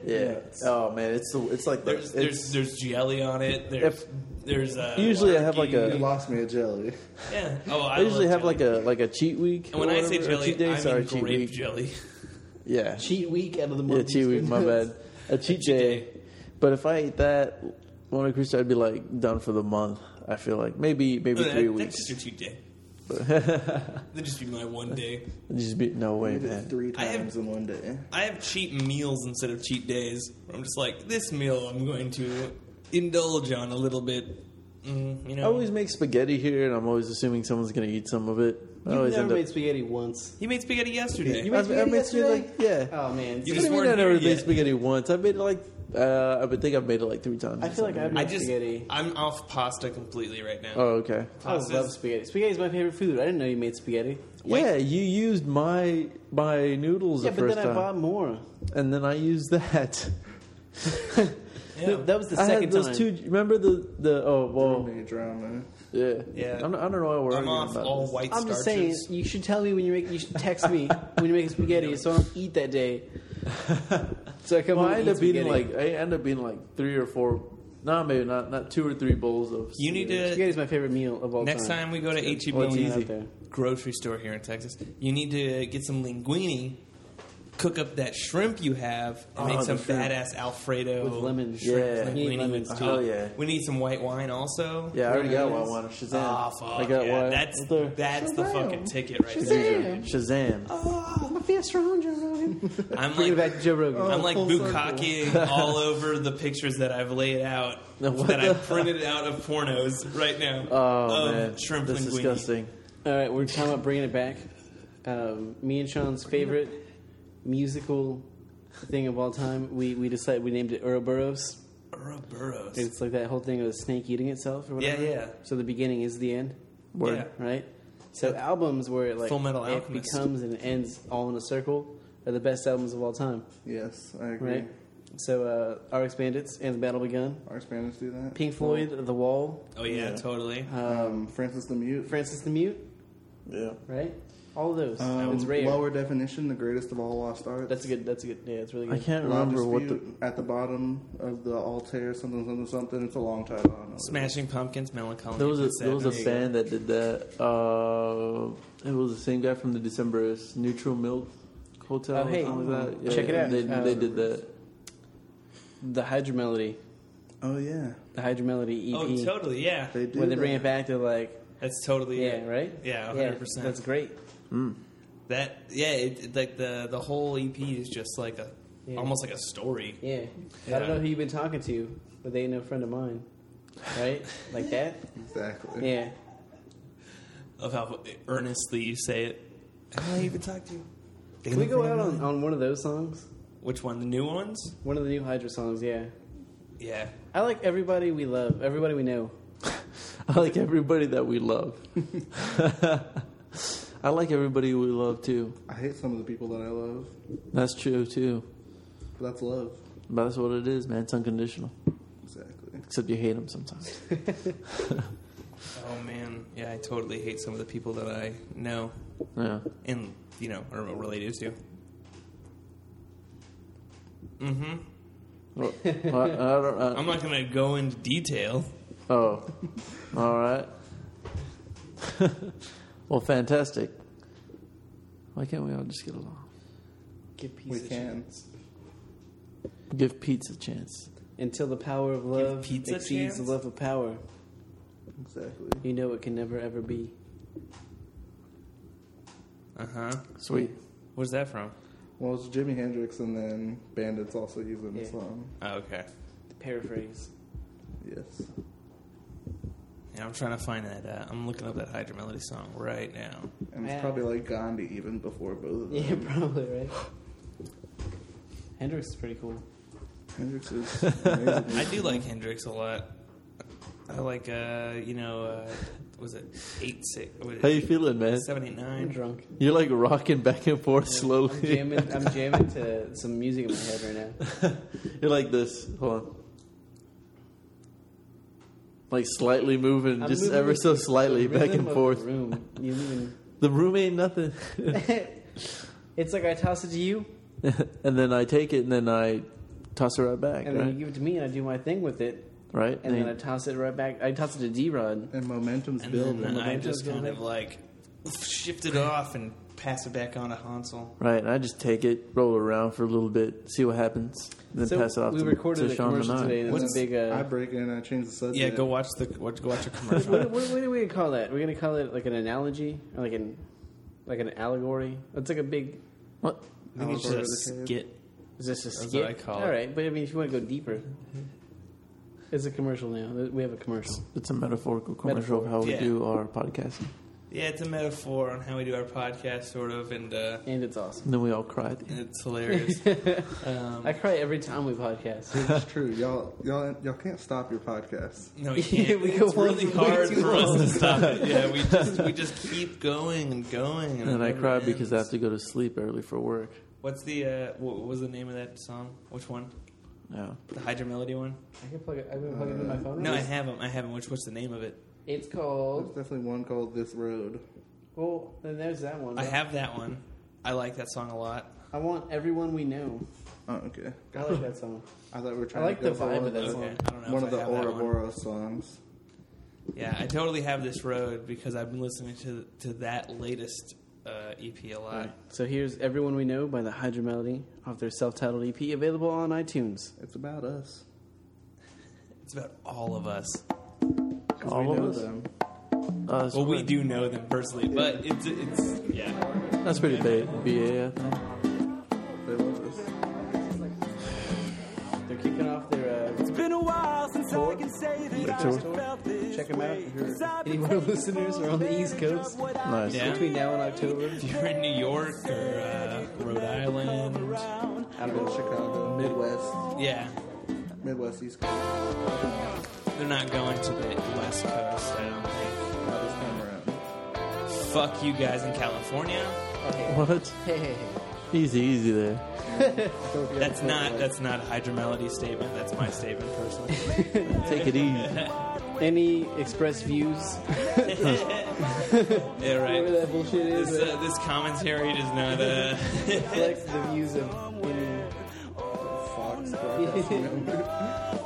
S3: yeah. Oh man, it's the it's like the,
S1: There's there's
S3: it's,
S1: there's jelly on it. There's
S3: If-
S1: there's uh,
S3: Usually I have, like,
S1: turkey.
S5: You lost me a [LAUGHS] jelly.
S1: yeah. Oh, I,
S3: I usually
S1: love
S3: have
S1: jelly.
S3: like a like a cheat week.
S1: And when
S3: or
S1: I say
S3: whatever, or
S1: jelly,
S3: cheat day,
S1: I mean
S3: sorry, cheat
S1: grape
S3: week.
S1: jelly.
S2: [LAUGHS]
S3: Yeah,
S2: cheat week out of the
S3: yeah,
S2: month.
S3: cheat week. My bad.
S2: [LAUGHS]
S3: A cheat day. But if I ate that Monte Cristo, I'd be like done for the month. I feel like maybe maybe
S1: [LAUGHS] That-
S3: three
S1: That's
S3: weeks.
S1: just your cheat day.
S3: [LAUGHS]
S1: That'd just be my one day.
S3: Just be no way,
S5: You did
S3: man.
S5: three
S1: I have-
S5: times in one day.
S1: I have cheat meals instead of cheat days. Where I'm just like, this meal I'm going to indulge on a little bit. Mm, you
S3: I
S1: know,
S3: always make spaghetti here, and I'm always assuming someone's gonna eat some of it.
S2: [LAUGHS]
S3: I
S2: You've
S3: always
S2: never
S3: end up.
S2: made spaghetti once.
S1: he made spaghetti yesterday.
S2: You made
S3: I've- I've
S2: spaghetti
S3: made spaghetti,
S2: yesterday?
S3: like- yeah.
S2: Oh man,
S1: Uh, You
S3: What do
S1: just
S3: you mean
S1: weren't
S3: I never
S1: here
S3: made
S1: yet.
S3: spaghetti once? I've made it like uh, I would think I've made it like three times.
S2: I
S3: or
S2: feel like
S3: something.
S2: I've made
S1: I just,
S2: spaghetti.
S1: I'm off pasta completely right now.
S3: Oh okay.
S2: I love spaghetti. Spaghetti is my favorite food. I didn't know you made spaghetti.
S3: Yeah, you used my my noodles
S2: Yeah,
S3: the
S2: but
S3: first
S2: then I
S3: time,
S2: bought more.
S3: and then I
S2: [LAUGHS]
S3: used that.
S1: Yeah.
S2: No, [LAUGHS] that was the
S3: I
S2: second
S3: had those
S2: time.
S3: two. Remember the the oh well
S5: Roommate drama.
S3: yeah
S1: Yeah.
S3: I'm, I don't know why we're
S1: I'm
S3: arguing
S1: off
S3: about
S1: all
S3: this.
S1: white
S2: I'm just
S1: starches.
S2: saying, you should tell me when you make. You should text me when you make spaghetti, so I don't eat that day. So I come
S3: Well,
S2: home
S3: I
S2: and
S3: end
S2: eat
S3: up eating
S2: spaghetti.
S3: like I end up eating like three or four. No, maybe not not two or three bowls of.
S1: you need
S3: spaghetti.
S1: to
S2: spaghetti is my favorite meal of all
S1: next
S2: time.
S1: time we go to E HEB
S2: Well, it's
S1: it's
S2: easy.
S1: a grocery store here in Texas. You need to get some linguine. Cook up that shrimp you have and
S3: Oh,
S1: make
S3: the
S1: some
S3: shrimp.
S1: badass Alfredo
S2: With lemon.
S1: shrimp
S3: Yeah.
S1: linguine
S2: You need lemon
S1: with
S2: too.
S1: top.
S3: Oh, yeah.
S1: we need some white wine also.
S3: Yeah, I already got
S2: Nice.
S3: one. one. Shazam.
S1: Ah, fuck
S3: I got
S1: yeah.
S3: one.
S1: That's
S3: Right there.
S1: that's the fucking ticket right there.
S3: Shazam. Shazam.
S2: I'm a fiesta on Joe Rogan.
S1: I'm
S2: Bring it
S1: like
S2: back to Joe Rogan.
S1: I'm like
S5: full circle.
S1: bukkake all over the pictures that I've laid out
S3: No, what
S1: that
S3: the-
S1: I printed out of pornos right now.
S3: Oh
S1: of
S3: man,
S1: shrimp
S3: that's
S1: linguine.
S3: disgusting.
S2: All right, we're talking about bringing it back. Um, me and Sean's favorite musical thing of all time. We we decided we named it Ouroboros.
S1: Ouroboros.
S2: It's like that whole thing of a snake eating itself or whatever.
S1: Yeah, yeah.
S2: So the beginning is the end,
S1: Yeah.
S2: right? So albums where like
S1: Full Metal
S2: it
S1: Alchemist.
S2: becomes and ends all in a circle are the best albums of all time,
S5: Yes, I agree.
S2: right? So uh, RX Bandits and the Battle Begun,
S5: Our Spanish do that.
S2: Pink Floyd, The Wall,
S1: Oh yeah, totally.
S5: Um, Francis the Mute.
S2: Francis the Mute,
S3: Yeah.
S2: right? All of those.
S5: Um,
S2: it's rare.
S5: Lower definition, the greatest of all lost arts.
S2: That's a good. That's a good. Yeah, it's really good.
S3: I can't
S5: Law
S3: remember what the.
S5: dispute at the bottom of the altar, something, something, something. It's a long title. I don't know.
S1: Smashing Pumpkins, Melancholy.
S3: There was a
S1: Sunset.
S3: there was a
S1: you
S3: band that did that. Uh, it was the same guy from the Decemberists, Neutral Milk Hotel.
S2: Oh,
S3: or
S2: hey.
S3: something like that. Yeah,
S2: Check it out.
S3: They, they
S2: Um,
S3: did that.
S2: The Hydra Melody.
S5: Oh yeah,
S2: The Hydra Melody EP.
S1: go. Oh, totally. Yeah,
S5: they do.
S2: when E they bring
S5: that.
S2: it back, they're like,
S1: that's totally.
S2: yeah,
S1: it.
S2: right?
S1: Yeah, 100%.
S2: That's great.
S1: That yeah, it, it- like the the whole EP is just like a
S2: Yeah.
S1: almost like a story.
S2: Yeah. I
S1: Yeah.
S2: don't know who you've been talking to, but they ain't no friend of mine. Right?
S1: [LAUGHS]
S2: like that?
S5: exactly.
S2: Yeah.
S1: of how earnestly you say it. How you even talk to you?
S2: Can we go out on, on one of those songs?
S1: which one? The new ones?
S2: One of the new Hydra songs, yeah.
S1: Yeah.
S2: I like everybody we love,
S3: [LAUGHS]
S2: everybody we know.
S3: I like everybody that we love. [LAUGHS] I like everybody we love too.
S5: I hate some of the people that I love.
S3: That's true too.
S5: But that's love.
S3: But that's what it is, man. It's unconditional.
S5: Exactly.
S3: Except you hate them sometimes.
S1: Oh man, yeah, I totally hate some of the people that I know
S3: Yeah.
S1: and you know are related to.
S3: Well, [LAUGHS] I, I don't, I-
S1: Mm-hmm. I'm not gonna go into detail.
S3: Oh, all right. [LAUGHS] well, fantastic. Why can't we all just get along?
S2: Give peace
S5: We
S2: a
S5: can.
S2: chance.
S3: Give Pete's a chance.
S2: Until the power of love
S1: pizza a
S2: exceeds the
S1: chance?
S2: love of power,
S5: Exactly.
S2: you know it can never ever be.
S1: Uh huh.
S3: Sweet.
S1: Where's that from?
S5: Well, it's Jimi Hendrix and then Bandits also using the
S2: Yeah.
S5: song.
S1: Oh, okay.
S2: To paraphrase.
S5: Yes.
S1: Yeah, I'm trying to find that. Uh, I'm looking up that Hydra Melody song right now.
S5: And it's
S2: Yeah.
S5: probably like Gandhi even before both of them.
S2: Yeah, [LAUGHS] probably right. Hendrix is pretty cool. [LAUGHS]
S5: Hendrix is amazing.
S1: I do like Hendrix a lot. I like, uh, you know, uh, was it eight six? what is
S3: How
S1: it?
S3: you feeling, man?
S1: seven eight
S2: I'm
S1: nine?
S2: drunk.
S3: You're like rocking back and forth
S2: I'm
S3: slowly.
S2: jamming. I'm jamming to some music in my head right
S3: [LAUGHS]
S2: now.
S3: You're like this. Hold on. Like slightly moving,
S2: I'm
S3: just
S2: moving
S3: ever
S2: with
S3: so
S2: [LAUGHS] the-
S3: slightly
S2: the
S3: back
S2: rhythm
S3: and
S2: of
S3: forth.
S2: The room. You even,
S3: The room ain't nothing. [LAUGHS]
S2: [LAUGHS] it's like I toss it to you,
S3: and then I take it and then I toss it right back,
S2: and then
S3: right?
S2: you give it to me, and I do my thing with it,
S3: right?
S2: and then I toss it right back. I toss it to D Rod.
S5: and momentum's
S1: And
S5: building.
S1: then uh, I
S2: Momentum's
S1: just kind
S2: building.
S1: of like shift it off and pass it back on to Hansel.
S3: Right, and I just take it, roll it around for a little bit, see what happens, and then
S2: So
S3: pass it off
S2: we
S3: to,
S2: recorded
S3: to
S2: a
S3: Sean and
S2: commercial
S3: I.
S2: today. That's
S5: What's-
S2: a big.
S5: I
S2: Uh,
S5: break in and I change the subject.
S1: Yeah, go watch the watch, go watch a
S2: what,
S5: [LAUGHS]
S1: commercial.
S2: [LAUGHS] what, what are we gonna call that? We're gonna call it like an analogy, or like an like an allegory. It's like a big.
S3: What?
S1: I think it's
S5: Oliver
S1: just
S5: the
S1: a
S5: Cave.
S1: skit.
S2: Is this a
S1: what
S2: skit?
S1: I call it.
S2: All right, but I mean, if you want to go deeper, it's a commercial now. We have a commercial.
S3: It's a metaphorical commercial of how we
S1: Yeah.
S3: do our podcasting.
S1: Yeah, it's a metaphor on how we do our podcast, sort of, and uh,
S2: And it's awesome.
S3: And then we all cry at the
S1: and
S3: end.
S1: it's
S5: [LAUGHS]
S1: hilarious. um,
S2: I cry every time we podcast. [LAUGHS]
S5: It's true. Y'all, y'all, y'all can't stop your podcast.
S1: No, we can't.
S2: We
S1: it's
S2: go on
S1: really
S2: for way
S1: hard
S2: too
S1: for us to stop it. Yeah,
S5: [LAUGHS]
S1: we just we just keep going and going. And,
S3: And I
S1: it never
S3: cry because I have
S1: ends.
S3: to go to sleep early for work.
S1: What's the uh, what was the name of that song? Which one?
S3: Yeah.
S1: The Hydra Melody one?
S2: I can plug it. I can plug it in my phone.
S1: Uh, No, I haven't. I haven't. Which what's the name of it?
S2: It's
S5: There's
S2: called.
S5: definitely one called This Road.
S2: Well, then there's that one.
S1: I have that one. I like that song a lot.
S2: I want everyone we know.
S5: Oh, okay.
S2: I like that song.
S5: I thought we were trying
S2: like
S5: to
S2: the
S5: go for
S2: vibe
S5: one
S2: of that
S5: the-
S2: song.
S1: Okay, I don't know
S5: One
S1: if
S5: of
S1: I
S5: the
S1: have that one.
S5: Ouroboros songs.
S1: Yeah, I totally have this road because I've been listening to to that latest uh, EP a lot.
S2: So here's Everyone We Know by the Hydra Melody off their self-titled EP available on iTunes.
S5: It's about us.
S1: It's about all of us.
S5: 'Cause
S3: All
S5: we
S3: of
S5: know
S3: us?
S5: them.
S3: Uh,
S1: Well, we do know them personally, but it's it's yeah.
S3: That's pretty bad. BAF.
S5: They love us.
S2: They're kicking off their uh,
S4: It's been a while since I can say that
S3: tour.
S4: I felt this
S2: Check 'em out
S4: way.
S2: if you're-
S4: 'Cause I've been
S2: any of our
S4: taking
S2: listeners are on the
S4: full
S2: East
S4: advantage
S2: Coast.
S4: of what I
S3: Nice.
S1: Yeah.
S2: between now and October.
S1: If you're in New York or uh, Rhode Island,
S4: around.
S5: Out of Chicago, Midwest,
S1: yeah,
S5: Midwest East Coast.
S1: they're not going to the West Coast. I don't think.
S5: Not this time around.
S1: Fuck you guys in California.
S3: What?
S2: Hey, hey, hey.
S3: Easy, easy there.
S1: That's not that's not a Hydra Melody statement. That's my statement personally.
S3: Take it easy.
S2: Any express views?
S1: Yeah,
S2: Whatever
S1: right.
S2: that bullshit
S1: This,
S2: is.
S1: uh, this commentary does not. Uh,
S2: reflects the views of any.
S5: Fox broadcasting network.